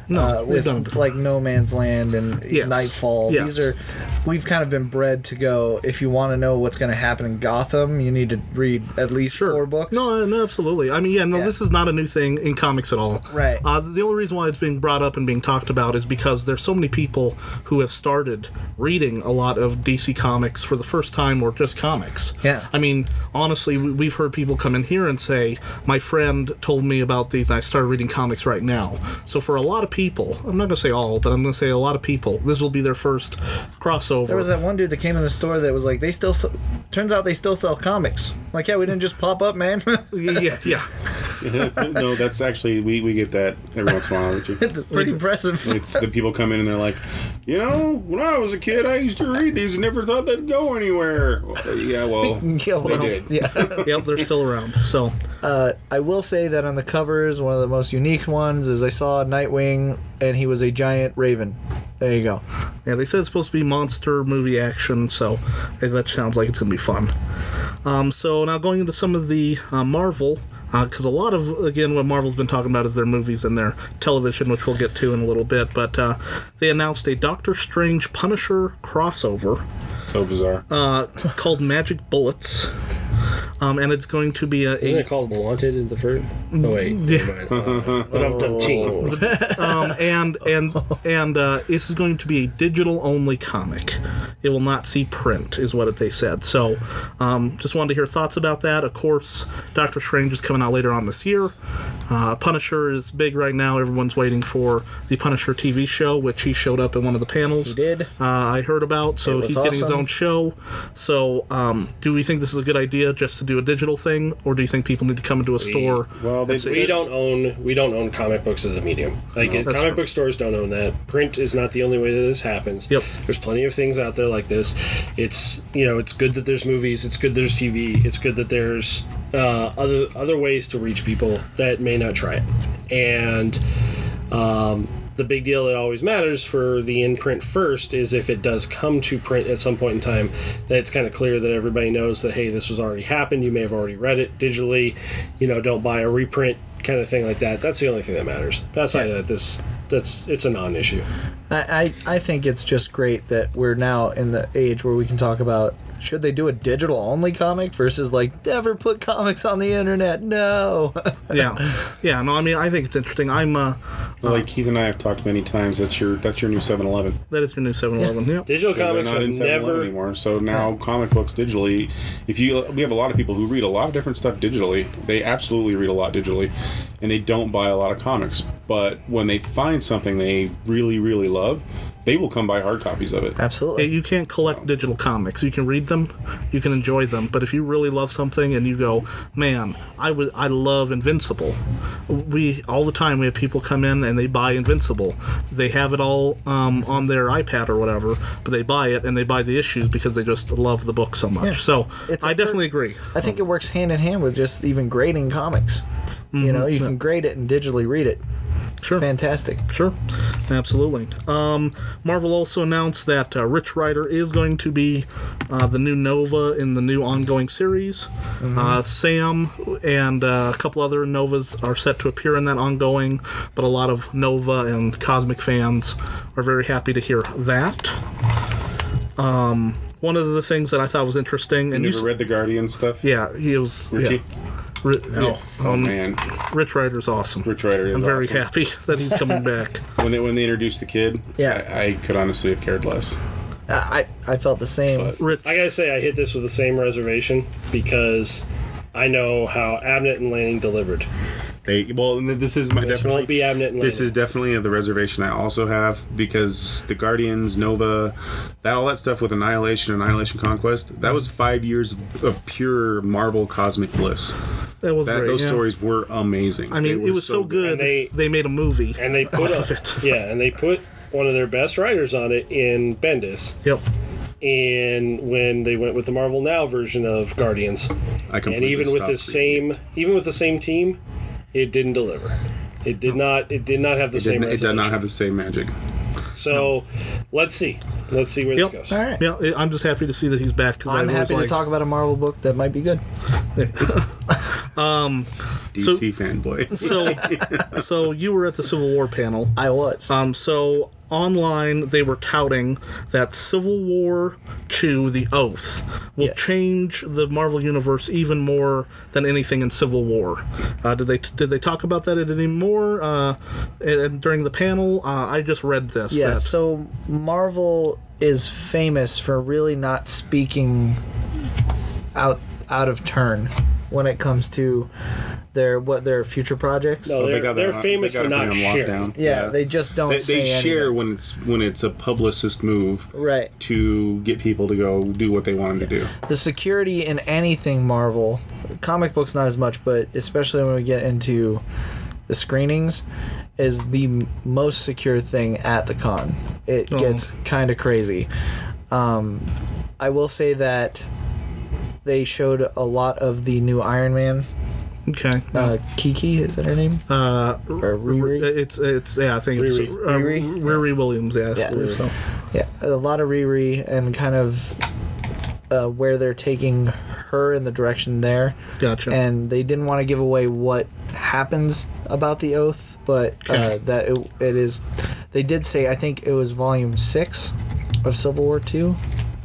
no,
Uh,
we've
with
done it before.
like No Man's Land and
Yes.
Nightfall,
Yes.
these are we've kind of been bred to go. If you want to know what's going to happen in Gotham, you need to read at least four books.
No, uh, no, absolutely. I mean, yeah, no,
Yeah.
this is not a new thing in comics at all.
Right.
Uh, the only reason why it's being brought up and being talked about is because there's so many people who have started reading a lot of DC comics for the first time or just comics.
Yeah.
I mean, honestly, we, we've heard people come in here and say, say, my friend told me about these and I started reading comics right now. So for a lot of people, I'm not going to say all, but I'm going to say a lot of people, this will be their first crossover.
There was that one dude that came in the store that was like, they still, s turns out they still sell comics. Like, yeah, we didn't just pop up, man.
<laughs>
<laughs>
yeah, yeah.
<laughs> no, that's actually we, we get that every once in a while. Richie.
<laughs> It's pretty
<laughs>
impressive.
It's the people come in and they're like, you know, when I was a kid, I used to read these and never thought they'd go anywhere. Well, yeah, well,
<laughs> Yeah, well,
they did.
yeah. Uh,
yep, they're still around. So
I will say that on the covers, one of the most unique ones is I saw Nightwing, and he was a giant raven. There you go.
Yeah, they said it's supposed to be monster movie action, so that sounds like it's going to be fun. Um, so now going into some of the uh, Marvel, because a lot of again what Marvel's been talking about is their movies and their television, which we'll get to in a little bit. But uh, they announced a Doctor Strange Punisher
<laughs>
crossover
so bizarre.
uh, called Magic Bullets, um, and it's going to be a,
Isn't
a <laughs>
it called Wanted in the first? Oh
<laughs>
wait, never mind. Uh, but I'm dumb cheating.
um, and
<laughs>
and and uh, this is going to be a digital only comic. It will not see print, is what they said. So, um, just wanted to hear thoughts about that. Of course, Doctor Strange is coming out later on this year. Uh, Punisher is big right now. Everyone's waiting for the Punisher TV show, which he showed up in one of the panels. He
did.
Uh, I heard about. So
was
he's getting his
awesome.
own show. So, um, do we think this is a good idea just to do a digital thing, or do you think people need to come into a store?
well, they
We
said,
don't own we don't own comic books as a medium. Like comic
true.
book stores don't own that. Print is not the only way that this happens.
Yep.
There's plenty of things out there like this. It's you know it's good that there's movies. It's good there's TV. It's good that there's uh, other other ways to reach people that may not try it. And um, the big deal that always matters for the in print first is if it does come to print at some point in time, that it's kind of clear that everybody knows that hey, this was already happened. You may have already read it digitally. You know, don't buy a reprint kind of thing like that. That's the only thing that matters. Outside of that, this that's it's a non-issue.
I, I, I think it's just great that we're now in the age where we can talk about should they do a digital only comic versus like never put comics on the internet? No. <laughs>
yeah, yeah. No, I mean I think it's interesting. I'm. Uh,
like Keith and I have talked many times. That's your that's your new 7-Eleven.
That is your new 7-Eleven. Yeah.
Digital
They're
comics
not
have
in 7-Eleven
never
anymore. So now comic books digitally, if you we have a lot of people who read a lot of different stuff digitally. They absolutely read a lot digitally, and they don't buy a lot of comics. But when they find something they really really love, they will come buy hard copies of it.
Yeah,
Absolutely.
You can't collect digital comics. You can read them, you can enjoy them, but if you really love something and you go, "Man, I would I love Invincible." We all the time we have people come in and they buy Invincible. They have it all um, on their iPad or whatever, but they buy it and they buy the issues because they just love the book so much.
Yeah.
So,
It's a
I
per-
definitely agree.
I think it works hand in hand with just even grading comics. You know, you can grade it and digitally read it.
Mm-hmm. Sure.
Fantastic.
Sure, absolutely. Um, Marvel also announced that uh, Rich Rider is going to be uh, the new Nova in the new ongoing series.
Mm-hmm.
Uh, Sam and uh, a couple other Novas are set to appear in that ongoing, but a lot of Nova and Cosmic fans are very happy to hear that. Um, one of the things that I thought was interesting, and
You ever
you, s-
read the Guardian stuff?
yeah, he was
Richie?
yeah. Ri- yeah.
Oh
Um,
man,
Rich Rider's awesome.
Rich Rider is
I'm very
awesome.
happy <laughs> that he's coming back.
when they when they introduced the kid,
Yeah.
I, I could honestly have cared less.
I, I I felt the same.
Rich,
I gotta say, I hit this with the same reservation because I know how Abnett and Lanning delivered.
They well, and this is my
This
definitely
won't be Abnett and Lanning.
This is definitely the reservation I also have because the Guardians, Nova, that all that stuff with Annihilation, Annihilation Conquest, that was five years of pure Marvel cosmic bliss.
that was
That,
great.
those
yeah.
stories were amazing.
I mean,
They
it
were
was so good.
And they-
they made a movie.
and
<laughs>
they put
off
a-
of it.
yeah, and they put one of their best writers on it in Bendis,
Yep.
and when they went with the Marvel Now version of Guardians,
I
and
completely
even with
stopped
the same, even with the same team, it didn't deliver. It did not. It did not have the
reading
same.
it. It, did- it did not
resonance.
have the same magic.
So, let's see. Let's see where
Yep.
this goes.
All right.
Yeah, I- I'm just happy to see that he's back because
I'm happy to talk about a Marvel book that might be good. <laughs>
DC fanboy.
So, so you were at the Civil War panel.
I was.
Um, so online they were touting that Civil War to the Oath will
Yes.
change the Marvel universe even more than anything in Civil War. Uh, did they did they talk about that at any more uh, and during the panel? Uh, I just read this.
Yeah,
that-
so Marvel is famous for really not speaking out out of turn when it comes to about their what their future projects.
No, they're,
Oh, got
they're
that-
famous
got
for not
everything on
sharing.
lockdown.
yeah, they just don't
They,
say
they share
anything.
when it's when it's a publicist move
Right.
to get people to go do what they want them to do.
the security in anything Marvel, comic books not as much, but especially when we get into the screenings, is the m- most secure thing at the con. It gets kind of crazy. Um, I will say that they showed a lot of the new Iron Man.
Okay.
Uh, Kiki is that her name? Uh, or Riri?
It's it's yeah I think it's
Riri.
uh,
Riri?
Riri Williams yeah,
Yeah.
I believe so.
Yeah, a lot of Riri and kind of uh, where they're taking her in the direction there.
Gotcha.
And they didn't want to give away what happens about the oath, but uh,
Okay.
that it, it is. They did say I think it was volume six of Civil War two.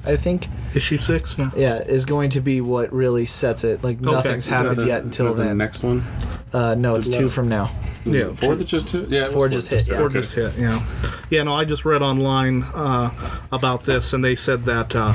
I think
Issue six yeah.
yeah is going to be what really sets it. Like nothing's
Is that
happened
Another-
yet until
another
then.
next one.
Uh, no, it's two
luck.
from now.
Yeah.
Four that just hit. Yeah, it was
Four
four
just
that
hit. Yeah.
Or just hit, yeah. Yeah, no, I just read online uh, about this, and they said that uh,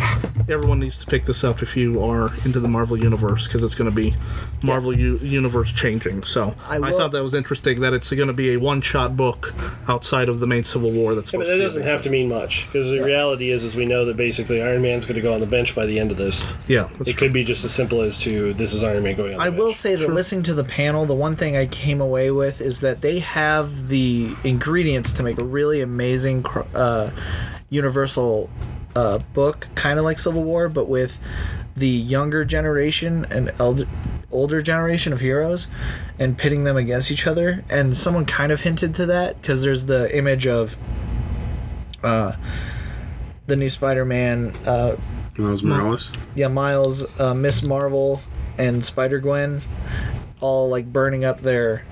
everyone needs to pick this up if you are into the Marvel Universe, because it's going to be Marvel U- Universe changing. So
I
I,
will-
thought that was interesting that it's going to be a one shot book outside of the main Civil War that's
Yeah, but
supposed
that
to
doesn't
be.
have to mean much because the reality is, is we know that basically Iron Man's going to go on the bench by the end of this.
Yeah, that's
It
true.
could be just as simple as to this is Iron Man going on. The
I
bench.
will say that listening to the panel, the one thing I came away with is that they have the ingredients to make a really amazing cr- uh, Universal uh, book, kind of like Civil War, but with the younger generation and elder, older generation of heroes and pitting them against each other. And someone kind of hinted to that because there's the image of. Uh, the new Spider-Man uh,
Miles Morales.
yeah, Miles, uh, Miss Marvel, and Spider Gwen, all like burning up their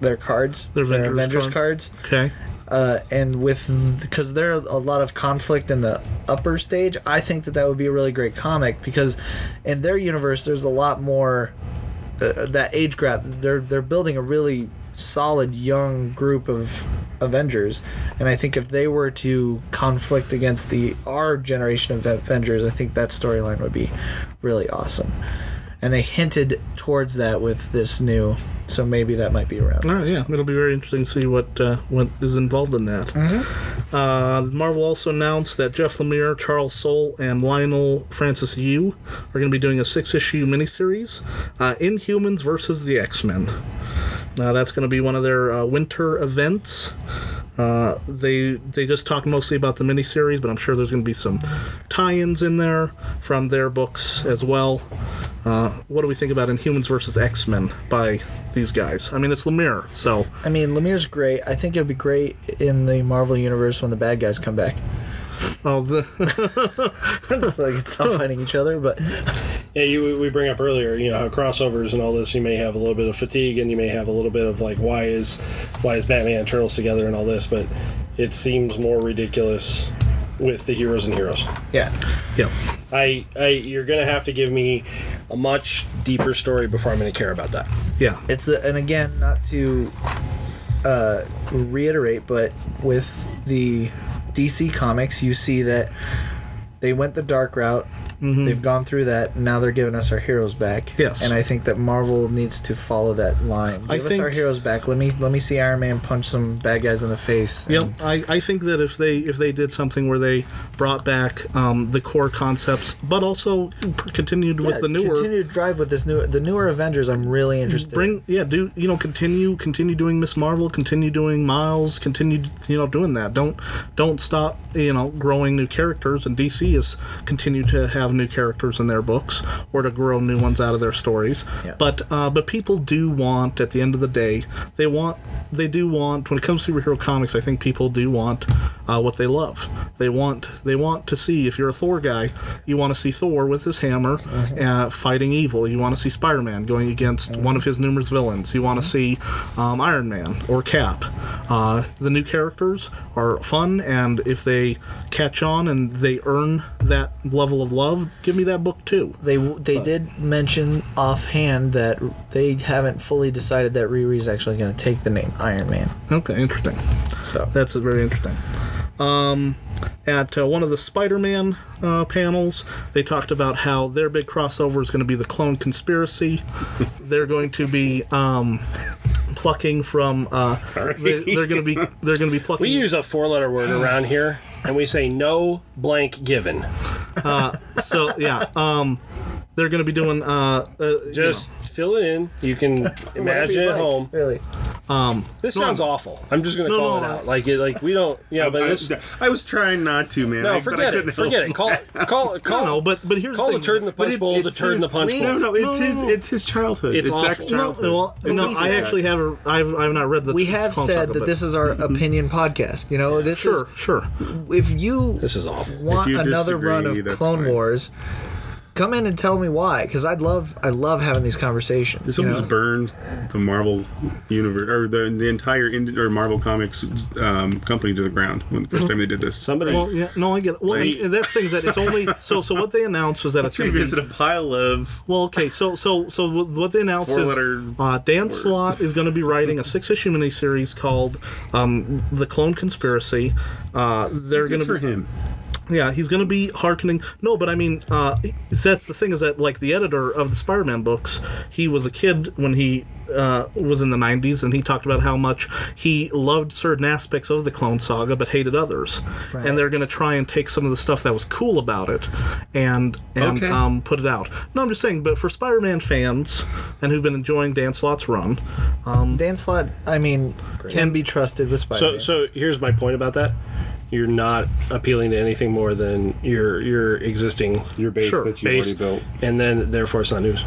their cards,
Their Avengers
Avengers
card.
cards,
Okay.
uh, and with because there are a lot of conflict in the upper stage. I think that that would be a really great comic because in their universe, there's a lot more uh, that age gap. They're they're building a really solid young group of Avengers, and I think if they were to conflict against the our generation of Avengers, I think that storyline would be really awesome. And they hinted towards that with this new, so maybe that might be around.
All right, yeah, it'll be very interesting to see what uh, what is involved in that. Uh, Marvel also announced that Jeff Lemire, Charles Soule, and Lionel Francis Yu are going to be doing a six-issue miniseries, uh, Inhumans versus the X-Men. Now that's going to be one of their uh, winter events. Uh, they they just talk mostly about the miniseries, but I'm sure there's going to be some tie-ins in there from their books as well. Uh, what do we think about Inhumans versus X-Men by these guys? I mean, it's Lemire, so
I mean, Lemire's great. I think it'd be great in the Marvel universe when the bad guys come back. <laughs>
oh, the, <laughs>
it's like it's not fighting each other, but
Yeah, you, we bring up earlier, you know, how crossovers and all this, you may have a little bit of fatigue and you may have a little bit of like, why is why is Batman and Turtles together and all this, but it seems more ridiculous with the heroes and heroes.
yeah,
yeah,
I, I you're gonna have to give me a much deeper story before I'm gonna care about that.
yeah,
it's a, and again, not to uh, reiterate, but with the DC comics, you see that they went the dark route. They've gone through that. Now they're giving us our heroes back.
Mm-hmm. Yes.
and I think that Marvel needs to follow that line. Give
I
us
think-
our heroes back. Let me let me see Iron Man punch some bad guys in the face. and-
yep. I, I think that if they if they did something where they brought back um, the core concepts, but also p- continued with
Yeah,
the newer.
continue to drive with this new the newer Avengers. I'm really interested. in.
Bring yeah, do you know? Continue, continue doing Miss Marvel, continue doing Miles, continue you know doing that. Don't don't stop you know growing new characters. And DC is continue to have new characters in their books or to grow new ones out of their stories.
Yeah.
But uh, but people do want at the end of the day they want they do want when it comes to superhero comics. I think people do want uh, what they love. They want they want to see if you're a Thor guy, you want to see Thor with his hammer uh, fighting evil. You want to see Spider Man going against one of his numerous villains. You want to see um, Iron Man or Cap. Uh, the new characters are fun, and if they catch on and they earn that level of love, give me that book too.
They they did mention offhand that they haven't fully decided that Riri's actually going to take the name Iron Man.
Okay, interesting.
So
That's very interesting. Um, at uh, one of the Spider-Man uh, panels, they talked about how their big crossover is going to be the clone conspiracy. they're going to be um, plucking from. Uh, They, are going to be. They're going to be plucking.
We use a four letter word around here and we say no blank given.
so yeah. Um, they're going to be doing. Uh, uh,
Just fill it in. You can
Whatever
imagine
you
at
like,
home.
Really.
This sounds awful. I'm just gonna
No,
call
no,
it
no.
out. Like it like we don't yeah, but this
I, I was trying not to, man. I-
No,
but I
forget
couldn't
it.
help
Forget it. Call <laughs> call call
no, no, but but here's
call
the
the
thing.
turd in the
But
punch bowl, the turd in the punch
No,
bowl.
no, it's
No, no,
his.
no.
It's his childhood.
It's
It's,
awful.
Zach's
No,
No,
childhood.
well, no,
we
I
said-
actually have. a- I've I've not read the.
We have
clone
said
cycle,
that
but- Mm-hmm.
this is our opinion podcast. You know, this
Sure, sure.
is if you
This is awful.
want
you
another run
disagree,
of
that's
Clone
fine.
Wars, come in and tell me why, because I'd love I love having these conversations. you
Someone's
know?
burned the Marvel universe or the, the entire Indi- or Marvel Comics um, company to the ground when the first time they did this.
Somebody
Well, yeah, no, I get it. Well, and, and that's the thing is that it's only so. So what they announced was that
Let's
it's going to be
revisit a pile of
Well, okay, so so so what they announced is
Four-letter
uh, Dan
word.
Slott is going to be writing a six-issue miniseries called um, "The Clone Conspiracy." Uh, they're going
good
to
for him.
yeah, he's going to be hearkening. No, but I mean, uh, that's the thing is that like the editor of the Spider-Man books, he was a kid when he uh, was in the '90s, and he talked about how much he loved certain aspects of the Clone Saga, but hated others. And they're going to try and take some of the stuff that was cool about it, and and
Okay.
um, put it out. No, I'm just saying, but for Spider-Man fans and who've been enjoying Dan Slott's run, um,
Dan Slott, I mean, can be trusted with Spider.
So, so here's my point about that. You're not appealing to anything more than your your existing
Your base
Sure.
that you
base,
already built.
and then therefore it's not news.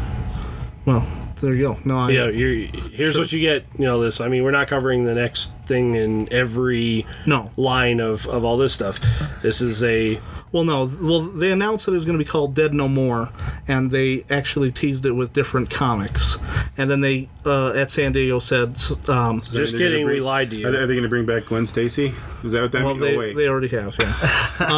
well, there you go. No, I,
Yeah, you here's what you get. You know this. I mean, we're not covering the next thing in every
No.
line of of all this stuff. This is a
Well, no. Well, they announced that it was going to be called Dead No More, and they actually teased it with different comics. And then they uh, at San Diego said, s- um,
Just
Are they gonna
kidding, we
bring-
lied to you.
Are they, going to bring back Gwen Stacy? Is that what that
"Well,
means?
they,
oh, wait.
they already have."
<laughs>
Yeah.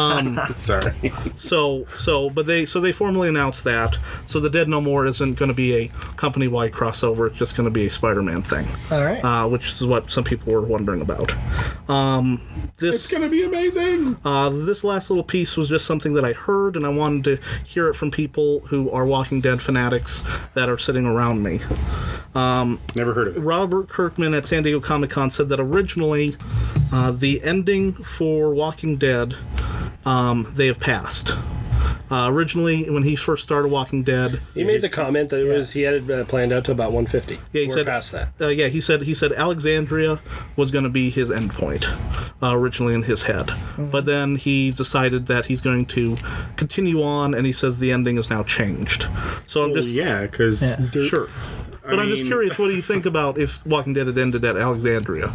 Sorry.
so, so, but they so they formally announced that. So the Dead No More isn't going to be a company-wide crossover. It's just going to be a Spider-Man thing,
All right.
uh, which is what some people were wondering about. Um, this
it's going to be amazing.
Uh, this last little piece was just something that I heard, and I wanted to hear it from people who are Walking Dead fanatics that are sitting around me.
Never heard of it.
Robert Kirkman at San Diego Comic Con said that originally uh, the ending for Walking Dead, um, they have passed. Uh, originally, when he first started Walking Dead,
he made the comment that it was he had it uh, planned out to about 150.
Yeah, he
we're
said-
past that.
uh, yeah, he said he said Alexandria was going to be his endpoint uh, originally in his head, but then he decided that he's going to continue on, and he says the ending is now changed. So I'm
Well,
just
yeah, because
sure, but I'm just
mean-
curious. What do you think about if Walking Dead had ended at Alexandria?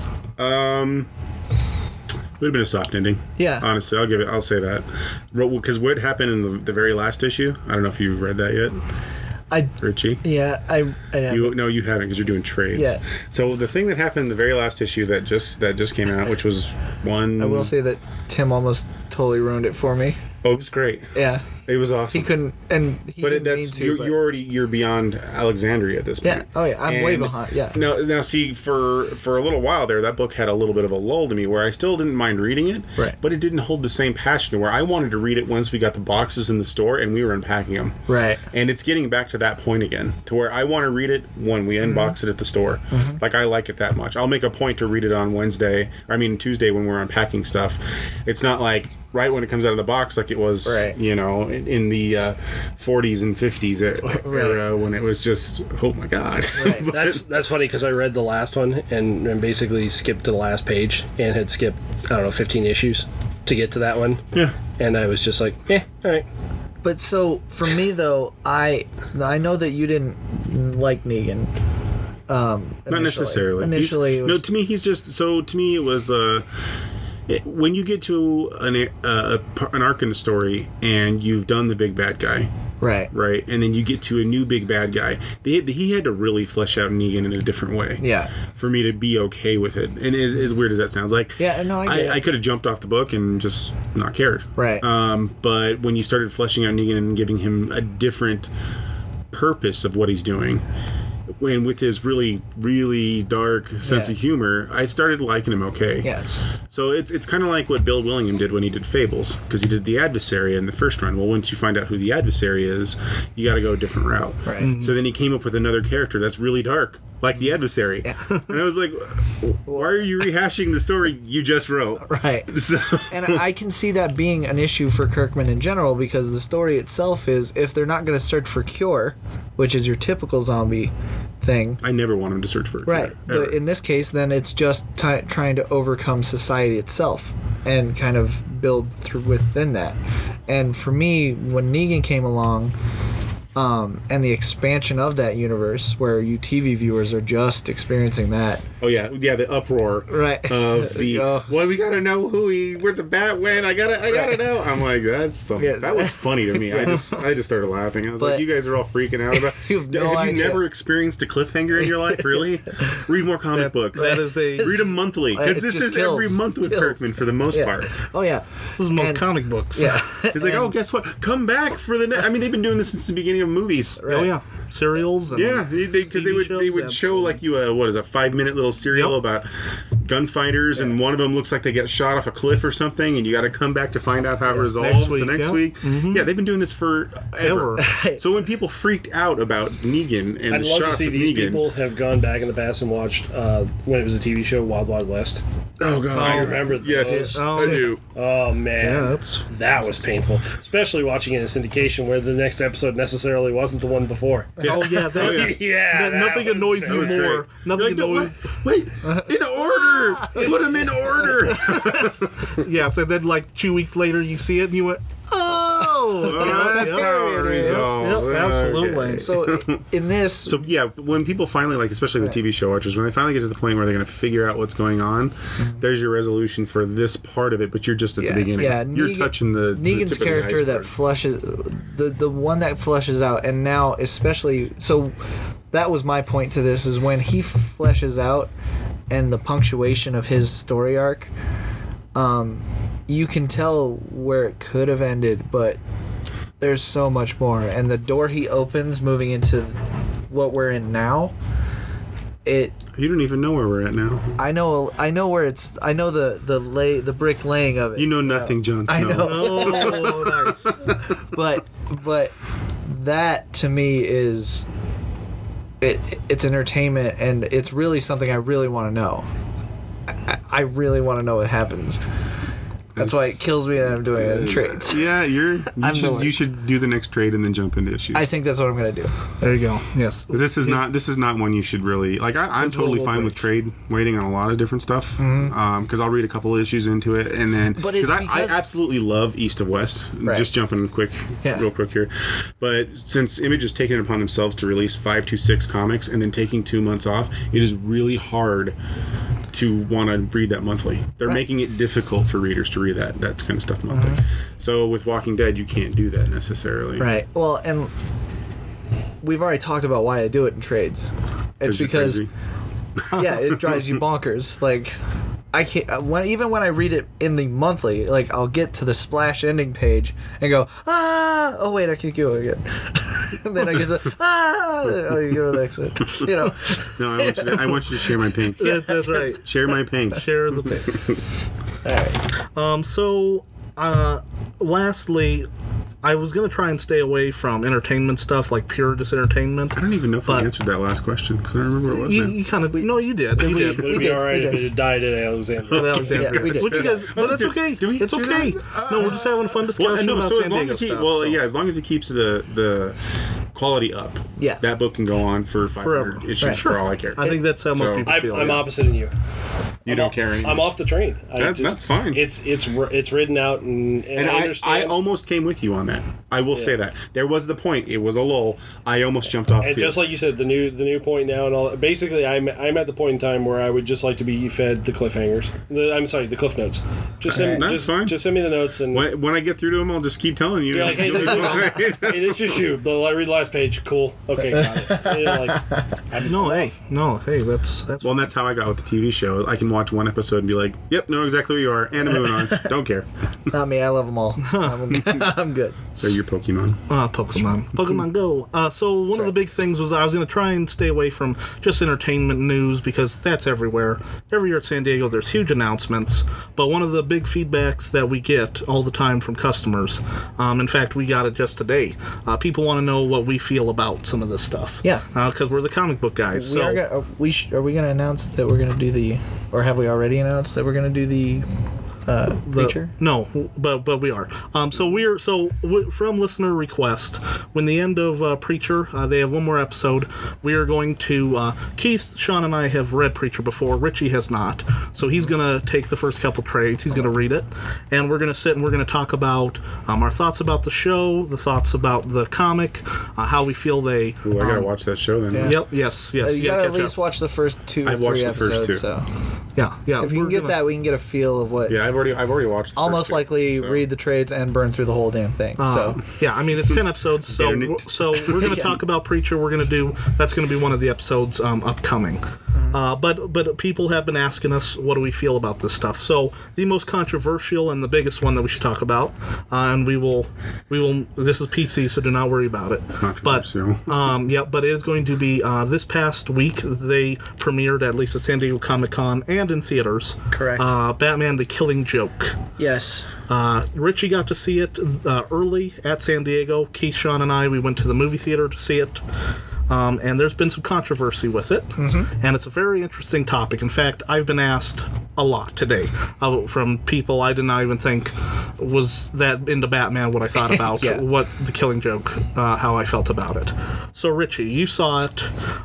Would have been a soft ending.
Yeah.
Honestly, I'll give it. I'll say that. Because what happened in the, the very last issue? I don't know if you've read that yet,
I
Richie.
yeah I, I
You no, you haven't because you're doing trades.
Yeah.
So the thing that happened in the very last issue that just that just came out, which was one.
I will say that Tim almost totally ruined it for me.
Oh, it was great.
Yeah,
It was awesome.
he couldn't, and he
But it,
didn't mean
that's
to.
you're,
but-
you're already you're beyond Alexandria at this point.
Yeah. Oh, yeah. I'm way behind. Yeah.
Now, now see for for a little while there, that book had a little bit of a lull to me, where I still didn't mind reading it,
Right.
But it didn't hold the same passion. Where I wanted to read it once we got the boxes in the store and we were unpacking them,
Right.
And it's getting back to that point again, to where I want to read it when we
Mm-hmm.
unbox it at the store. Like I like it that much. I'll make a point to read it on Wednesday. I mean Tuesday when we're unpacking stuff. It's not like right when it comes out of the box like it was
Right.
you know in, in the uh, 40s and 50s e- era when it was just oh my god
Right.
That's that's funny because I read the last one and, and basically skipped to the last page and had skipped I don't know 15 issues to get to that one.
yeah
And I was just like, eh, all right.
But so for me though, I I know that you didn't like Negan. Um,
<laughs> not necessarily
Initially,
He's-
it was,
no to me he's just so to me it was uh it- when you get to an a, a, an arc in a story and you've done the big bad guy
right.
right? And then you get to a new big bad guy. They, he had to really flesh out Negan in a different way.
Yeah.
For me to be okay with it. And as, as weird as that sounds, like,
Yeah, no, I get it.
I, could have jumped off the book and just not cared.
Right.
Um, but when you started fleshing out Negan and giving him a different purpose of what he's doing, and with his really, really dark sense
Yeah.
of humor, I started liking him okay.
Yeah, it's
So it's, it's kind of like what Bill Willingham did when he did Fables, because he did the adversary in the first run. Well, once you find out who the adversary is, you got to go a different route.
Right. Mhm.
So then he came up with another character that's really dark, like the adversary. <laughs> And I was like, why are you rehashing the story you just wrote?
<laughs> right.
So
and I can see that being an issue for Kirkman in general because the story itself is if they're not going to search for cure, which is your typical zombie thing,
I never want him to search for a
right?
cure, ever.
But in this case, then it's just ty trying to overcome society itself and kind of build through within that. And for me, when Negan came along. Um, and the expansion of that universe, where you TV viewers are just experiencing that,
Oh yeah, yeah, the uproar
Right.
of
<laughs>
the
Yeah.
well, we gotta know who he, where the bat went. I gotta, I gotta
Right.
know. I'm like, that's
<laughs>
something
Yeah.
that was funny to me. I just, I just started laughing. I was like,
But-
you guys are all freaking out about.
<laughs> You have no
you
idea.
never experienced a cliffhanger in your
<laughs>
life? Really? Read more comic books.
that is a
Read them monthly
uh, It
because this
just
is
kills.
every month with
Kills.
Kirkman for the most
Yeah.
part.
Oh yeah,
This is most
And-
comic books. <laughs>
yeah.
He's like, oh, guess what? Come back for the. Ne-. I mean, they've been doing this since the beginning of movies.
Oh yeah, serials. And
Yeah, because they, 'cause they
TV
would they
shows,
would show like you a what is a five minute little serial
Yep.
about gunfighters, and one of them looks like they get shot off a cliff or something, and you got to come back to find out how it resolves the
week,
next
yeah. Mm-hmm.
week. Yeah, they've been doing this for ever. <laughs> so when people freaked out about Negan and
I'd
the
love to
shots
see
with
these
Negan,
people have gone back in the past and watched uh, when it was a TV show, Wild Wild West.
oh god,
I remember those.
Yes,
Oh,
I
yeah.
do.
Oh man,
Yeah, that's-
that was painful, especially watching it in syndication, where the next episode necessarily wasn't the one before.
<laughs> Oh yeah, that,
yeah.
Yeah,
that-
that
nothing
was
annoys
bad.
you
was
more.
great.
Nothing
Like, no,
annoys.
wait, in order, put them in order.
<laughs> Yeah, so then like two weeks later, you see it and you went, oh,
Well, that's
Yep.
how
it
it
is.
resolves.
Yep, absolutely.
Okay.
So in this,
So yeah, when people finally like, especially the TV show watchers, when they finally get to the point where they're going to figure out what's going on, there's your resolution for this part of it, but you're just
Mm-hmm.
at
Yeah,
the beginning.
yeah,
you're
Negan-
touching the
Negan's
the tip of the
character that
iceberg.
flushes the the one that flushes out, and now especially so that was my point to this is when he fleshes out and the punctuation of his story arc, um, you can tell where it could have ended, but there's so much more, and the door he opens moving into what we're in now, it
you don't even know where we're at now.
I know I know where it's I know the the lay the brick laying of it.
You know nothing, Jon Snow.
I know.
oh, nice.
but but that to me is it, it's entertainment and it's really something I really want to know. I, I really want to know what happens. That's why it kills me that I'm doing it in trades.
Yeah, you're. You
<laughs> I'm the
should
one.
you should do the next trade and then jump into issues.
I think that's what I'm gonna do.
There you go. Yes.
this is not this is not one you should really like. I, I'm
This one
totally
will
fine with
break.
trade waiting on a lot of different stuff because I'll read a couple issues into it and then
Mm-hmm. But it's
I,
because-
I absolutely love East of West.
Right.
Just jumping quick,
Yeah.
real quick here, but since Image has taken it upon themselves to release five to six comics and then taking two months off, it is really hard to want to read that monthly. They're making it difficult for readers to read that that kind of stuff monthly. So with Walking Dead, you can't do that necessarily.
Mm-hmm. Right. Well, and we've already talked about why I do it in trades. It's
you're
because
crazy.
yeah, it drives you bonkers. Like I can't uh, when even when I read it in the monthly, like I'll get to the splash ending page and go ah oh wait I can't go again. <laughs> and then I get to ah oh you go to the next one. You know,
No, I want you to, I want you to
<laughs>
share my pain.
That, that's right.
Share my pain.
Share the pic. Um. So, uh, lastly, I was gonna try and stay away from entertainment stuff like pure disentertainment.
I don't even know if I
But-
answered that last question because I don't remember what it was.
You,
now.
you kind of no, you did. You did.
Would it
<laughs>
did,
be all right
we
if
did.
it had died at Alexandria?
Yeah, we did.
What you guys? But that's okay.
Do we
it's
do
okay.
that?
no, we're just having a fun discussion
Well, no,
about
so as
San
long
Diego
as he,
stuff.
well,
so.
yeah, as long as he keeps the the quality up,
Yeah.
that book can go on for 500
Forever.
issues
Right.
for all I care.
<laughs> I think that's how most
So-
people
I,
feel.
I'm
yeah.
opposite in you.
you don't care anymore.
I'm off the train. I
That- that's fine.
It's it's ri- it's written out, and, and,
and
I
I,
understand.
I almost came with you on that. I will say that there was the point. It was a lull. I almost jumped off.
and
too.
just like you said, the new the new point now and all. Basically, I'm I'm at the point in time where I would just like to be fed the cliffhangers. The, I'm sorry, the cliff notes. Just send
That's
just,
fine.
just send me the notes and.
when, when I get through to him, I'll just keep telling you.
You're
<laughs>
like, hey, this is, <laughs> hey, this is you. But I read last page. Cool.
<laughs>
Okay, got it. And you're like,
No, hey, no, hey, that's that's
Well, and that's how I got with the TV show. I can watch one episode and be like, "Yep, know exactly who you are," and I'm moving on. Don't care.
Not me. I love them all. I'm, I'm good. <laughs>
So your Pokemon.
Uh, Pokemon. Pokemon Go. Uh, so one of the big things was I was going to try and stay away from just entertainment news because that's everywhere. Every year at San Diego, there's huge announcements. But one of the big feedbacks that we get all the time from customers, um, in fact, we got it just today. Uh, people want to know what we feel about some of this stuff.
Yeah.
Because we're the comic book guys.
we
so
are, go- are we sh- are we going to announce that we're going to do the, or have we already announced that we're going to do the, uh,
the-
feature?
No, but but we are. Um, so we're so w- from listener request. When the end of uh, Preacher, uh, they have one more episode. We are going to uh, Keith, Sean, and I have read Preacher before. Richie has not, so he's gonna take the first couple trades. He's gonna read it, and we're gonna sit and we're gonna talk about um, our thoughts about the show, the thoughts about the comic, uh, how we feel they.
Ooh, I gotta
um,
watch that show then.
Yeah.
Yep. Yes. Yes.
Uh, you gotta at
catch up.
least watch the first two or
I've watched
three
the first
episodes.
two.
So
Yeah. Yeah.
if you
we're
can get
gonna-
that, we can get a feel of what.
Yeah, I've already I've already watched. the
Almost
first two,
likely
so-
read the trades and burn through the whole damn thing. so
Yeah, I mean it's ten episodes, so
Internet.
we're- so we're gonna talk about Preacher. We're gonna do that's gonna be one of the episodes um, upcoming. Uh, but but people have been asking us what do we feel about this stuff. So the most controversial and the biggest one that we should talk about, uh, and we will we will this is PC, so do not worry about it. But
Controversial.
um, yeah, but it is going to be uh, this past week. They premiered at least at San Diego Comic Con and in theaters.
Correct.
Uh, Batman: The Killing Joke.
Yes.
Uh, Richie got to see it uh, early at San Diego. Keith, Sean, and I, we went to the movie theater to see it. Um, and there's been some controversy with it.
Mm-hmm.
And it's a very interesting topic. In fact, I've been asked a lot today uh, from people I did not even think was that into Batman what
<laughs>
I thought about,
Yeah.
what the killing joke, uh, how I felt about it. So, Richie, you saw it.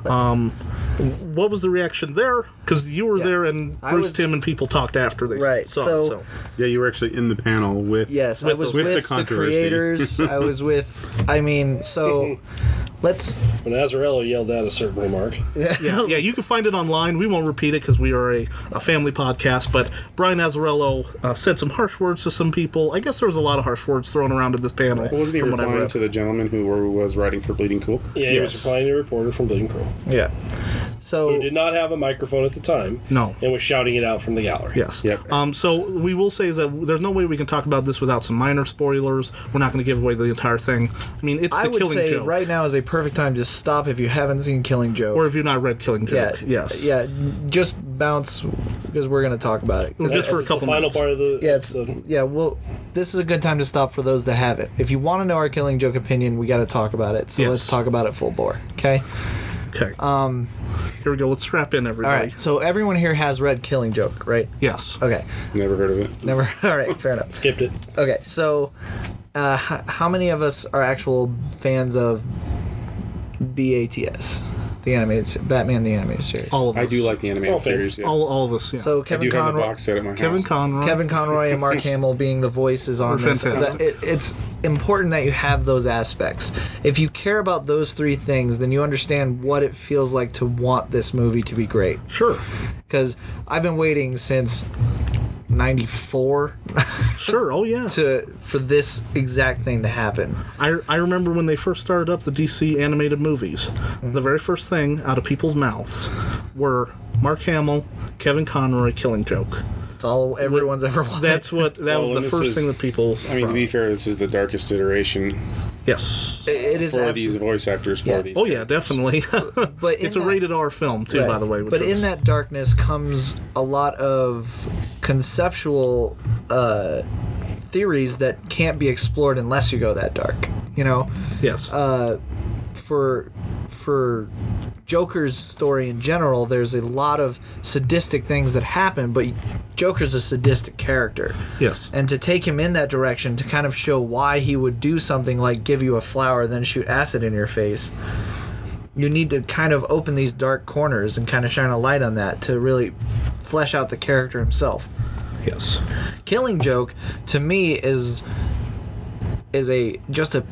Um, what was the reaction there? Because you were there and
I
Bruce,
was-
Tim, and people talked after they
Right,
saw
so-
it. So.
yeah, you were actually in the panel with.
Yes, I
with
was
the-
with,
with the
the,
controversy.
<laughs>
creators. I was with. I mean, so let's.
When Azarello yelled out a certain remark,
yeah, yeah, you can find it online. We won't repeat it because we are a, a family podcast. But Brian Azarello uh, said some harsh words to some people. I guess there was a lot of harsh words thrown around at this panel.
Wasn't he
from what I
replying
read.
to the gentleman who were- was writing for Bleeding Cool?
yeah, he was
Yes.
replying to a reporter from Bleeding Crow,
Yeah.
who
So
did not have a microphone at the time.
No.
and was shouting it out from the gallery.
Yes.
Yep.
Um, so we will say is that there's no way we can talk about this without some minor spoilers. We're not going to give away the entire thing. I mean, it's
I
the
would
Killing
say
Joke,
right now is a perfect time to stop if you haven't seen Killing Joke.
or if you've not read Killing
yeah.
Joke, yes,
Yeah. Just bounce because we're gonna talk about it. 'Cause
Just for a
It's
couple
the final
minutes.
part of the
Yeah, it's,
the-
yeah. Well, this is a good time to stop for those that have it. If you want to know our Killing Joke opinion, we got to talk about it. So let's
Yes.
talk about it full bore. Okay.
Okay. Um, here we go. Let's strap in,
All
everybody.
right. Uh, So everyone here has read Killing Joke, right?
Yes.
Okay.
Never heard of it.
Never. <laughs> All right. Fair enough.
skipped it.
Okay, so uh, h- how many of us are actual fans of BATS, the animated se- Batman the animated series?
All of us.
I do like the animated
Okay.
series. Yeah.
all, all of us. Yeah.
so
I do
Oh, Kevin
have the
Conroy,
box set at my
Kevin
house.
Conroy.
Kevin Conroy, and
<laughs>
Mark Hamill being the voices on
We're
this.
fantastic.
That- it- it's important that you have those aspects. If you care about those three things, then you understand what it feels like to want this movie to be great.
Sure.
Because I've been waiting since '94
Sure. Oh
<laughs>
yeah.
to for this exact thing to happen.
I, I remember when they first started up the DC animated movies,
Mm-hmm.
the very first thing out of people's mouths were Mark Hamill, Kevin Conroy, Killing Joke.
It's all everyone's ever wanted.
That's what that
Well,
was
and
the
this
first
is-
thing that people.
I mean, to be
from-
fair, this is the darkest iteration
yes.
<laughs> it is
for
absolutely-
these voice actors. For
Yeah.
these.
Oh yeah,
<laughs>
definitely.
But in
<laughs> it's a
that-
rated R film too,
Right.
by the way. Which
but
is,
in that darkness comes a lot of conceptual uh, theories that can't be explored unless you go that dark. You know,
yes,
uh,
for for Joker's story in general, there's a lot of sadistic things that happen, but Joker's a sadistic character.
yes,
And to take him in that direction to kind of show why he would do something like give you a flower, then shoot acid in your face, you need to kind of open these dark corners and kind of shine a light on that to really flesh out the character himself.
yes.
Killing Joke to me is is a just a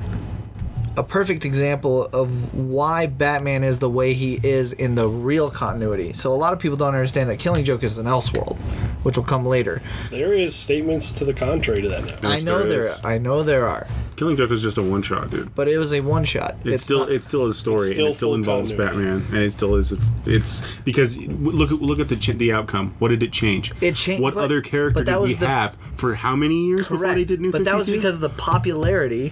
a perfect example of why Batman is the way he is in the real continuity. So a lot of people don't understand that Killing Joke is an Elseworld, which will come later.
There is statements to the contrary to that now.
Yes,
I know
there
there,
is.
I know there are.
Killing Joke is just a one shot, dude.
but it was a one shot.
It's, still
not-
it's still a story,
It's still
and it still
full
involves
continuity.
Batman, and it still is. A, it's because w- look at look at the ch- the outcome. What did it change?
It changed-
What
but-
other character
but that
did
was
we
the-
have for how many years before they
correct.
did New
but that was
52?
because of the popularity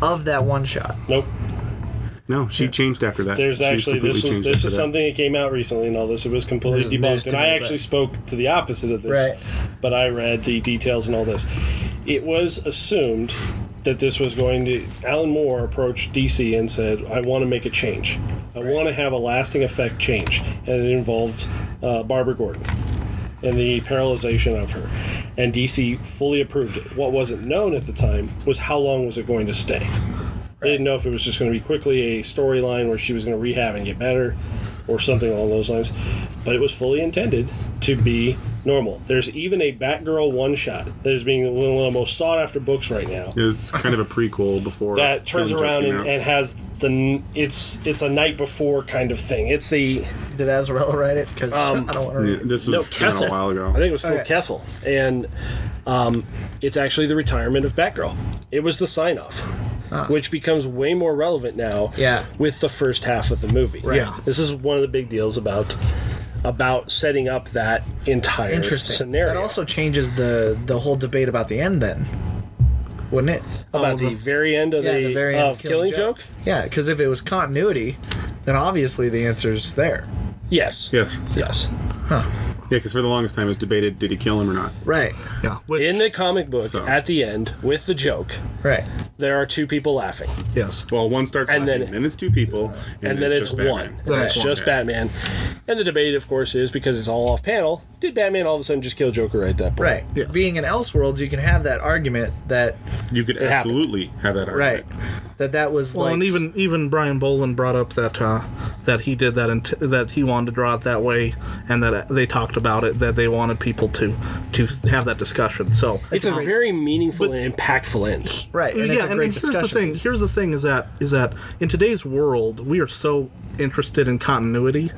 of that one shot.
Nope.
no, she changed after that.
There's
She was
actually this
completely
was
changed
this
after
is
that.
something that came out recently and all this. It was
This
completely
is news
debunked.
to
And
me,
I
but-
actually spoke to the opposite of this.
Right.
But I read the details and all this. It was assumed that this was going to Alan Moore approached DC and said, I want to make a change. I want to have a lasting effect change. And it involved uh, Barbara Gordon and the paralyzation of her. And DC fully approved it. What wasn't known at the time was how long was it going to stay. They didn't know if it was just going to be quickly a storyline where she was going to rehab and get better or something along those lines. But it was fully intended to be normal. There's even a Batgirl one shot that is being one of the most sought after books right now.
It's kind of a prequel before
That
Killing
turns
Joke
around
came
and,
out.
<laughs>
and has the n- it's it's a night before kind of thing. It's the
Did Azrael write it? Because I don't want to read
Yeah,
it.
this was
Um, no
came out
Kessel.
a while ago.
I think it was Phil
Okay.
Kessel, and um, it's actually the retirement of Batgirl. It was the sign off, which becomes way more relevant now.
Ah. Yeah.
with the first half of the movie.
Yeah.
this is one of the big deals about about setting up that entire
Interesting.
scenario
That also changes the the whole debate about the end then. Wouldn't it?
about the very end of
um, Yeah,
the,
the very end
of Killing, Joke.
Yeah, because if it was continuity, then obviously the answer's there.
Yes.
yes, yeah,
Yes.
because for the longest time it was debated did he kill him or not.
Right.
Yeah, which,
In the comic book,
So.
at the end, with the joke,
Right.
there are two people laughing.
yes.
Well, one starts
And
and
then-
then, and then it's two people,
and, then it's,
just
one.
Batman.
And it's
Right.
just
Okay.
Batman. And the debate, of course, is because it's all off panel. Did Batman all of a sudden just kill Joker right at that point?
Right.
Yes.
Being in Elseworlds, you can have that argument that
You could
happened.
absolutely have that
right
argument.
that that was
Well,
like
and even even Brian Boland brought up that uh, that he did that and t- that he wanted to draw it that way, and that uh, they talked about it that they wanted people to to have that discussion. So
It's a very meaningful and impactful end.
right. And it's a great discussion.
Here's the thing. Here's the thing: is that is that in today's world, we are so interested in continuity.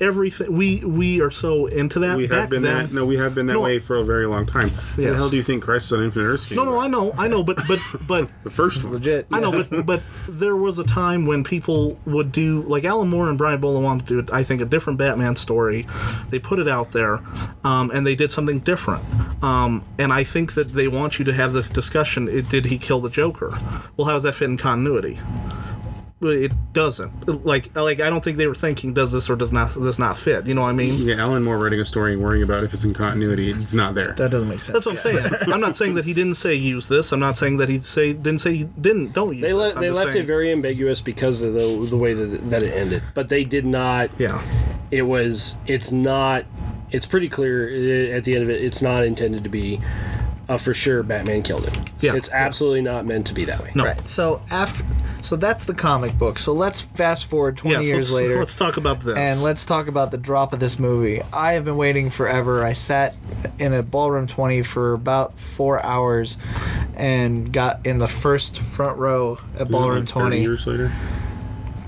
Everything we we are so into that.
We have
Back
been
then-
that. No, we have been that
No.
way for a very long time. What
Yes.
the hell do you think Crisis on Infinite Earths? Came
No, no,
about?
I know, I know, but but but
The first one.
Legit.
I know, but but there was a time when people would do like Alan Moore and Brian Boland wanted to do, I think, a different Batman story. They put it out there, um, and they did something different. Um, and I think that they want you to have the discussion: it, Did he kill the Joker? Well, how does that fit in continuity? Well, It doesn't. Like, like I don't think they were thinking, does this or does not this not fit? You know what I mean?
Yeah, Alan Moore writing a story and worrying about if it's in continuity, it's not there.
That doesn't make sense.
That's what I'm saying. I'm not saying that he didn't say use this. I'm not saying that he say didn't say he didn't don't use
They,
this.
le-
I'm
they
just
left
saying-
it very ambiguous because of the, the way that, that it ended. But they did not.
yeah.
It was. It's not. It's pretty clear i- at the end of it. It's not intended to be. Uh, for sure, Batman killed him.
Yeah.
It's absolutely not meant to be that way.
No.
Right. So after, so that's the comic book. So let's fast forward
Yeah,
twenty
so
years
<laughs> let's,
later,
Let's talk about this.
and let's talk about the drop of this movie. I have been waiting forever. I sat in a ballroom twenty for about four hours, and got in the first front row at
Isn't it
ballroom
like 30
twenty.
years later,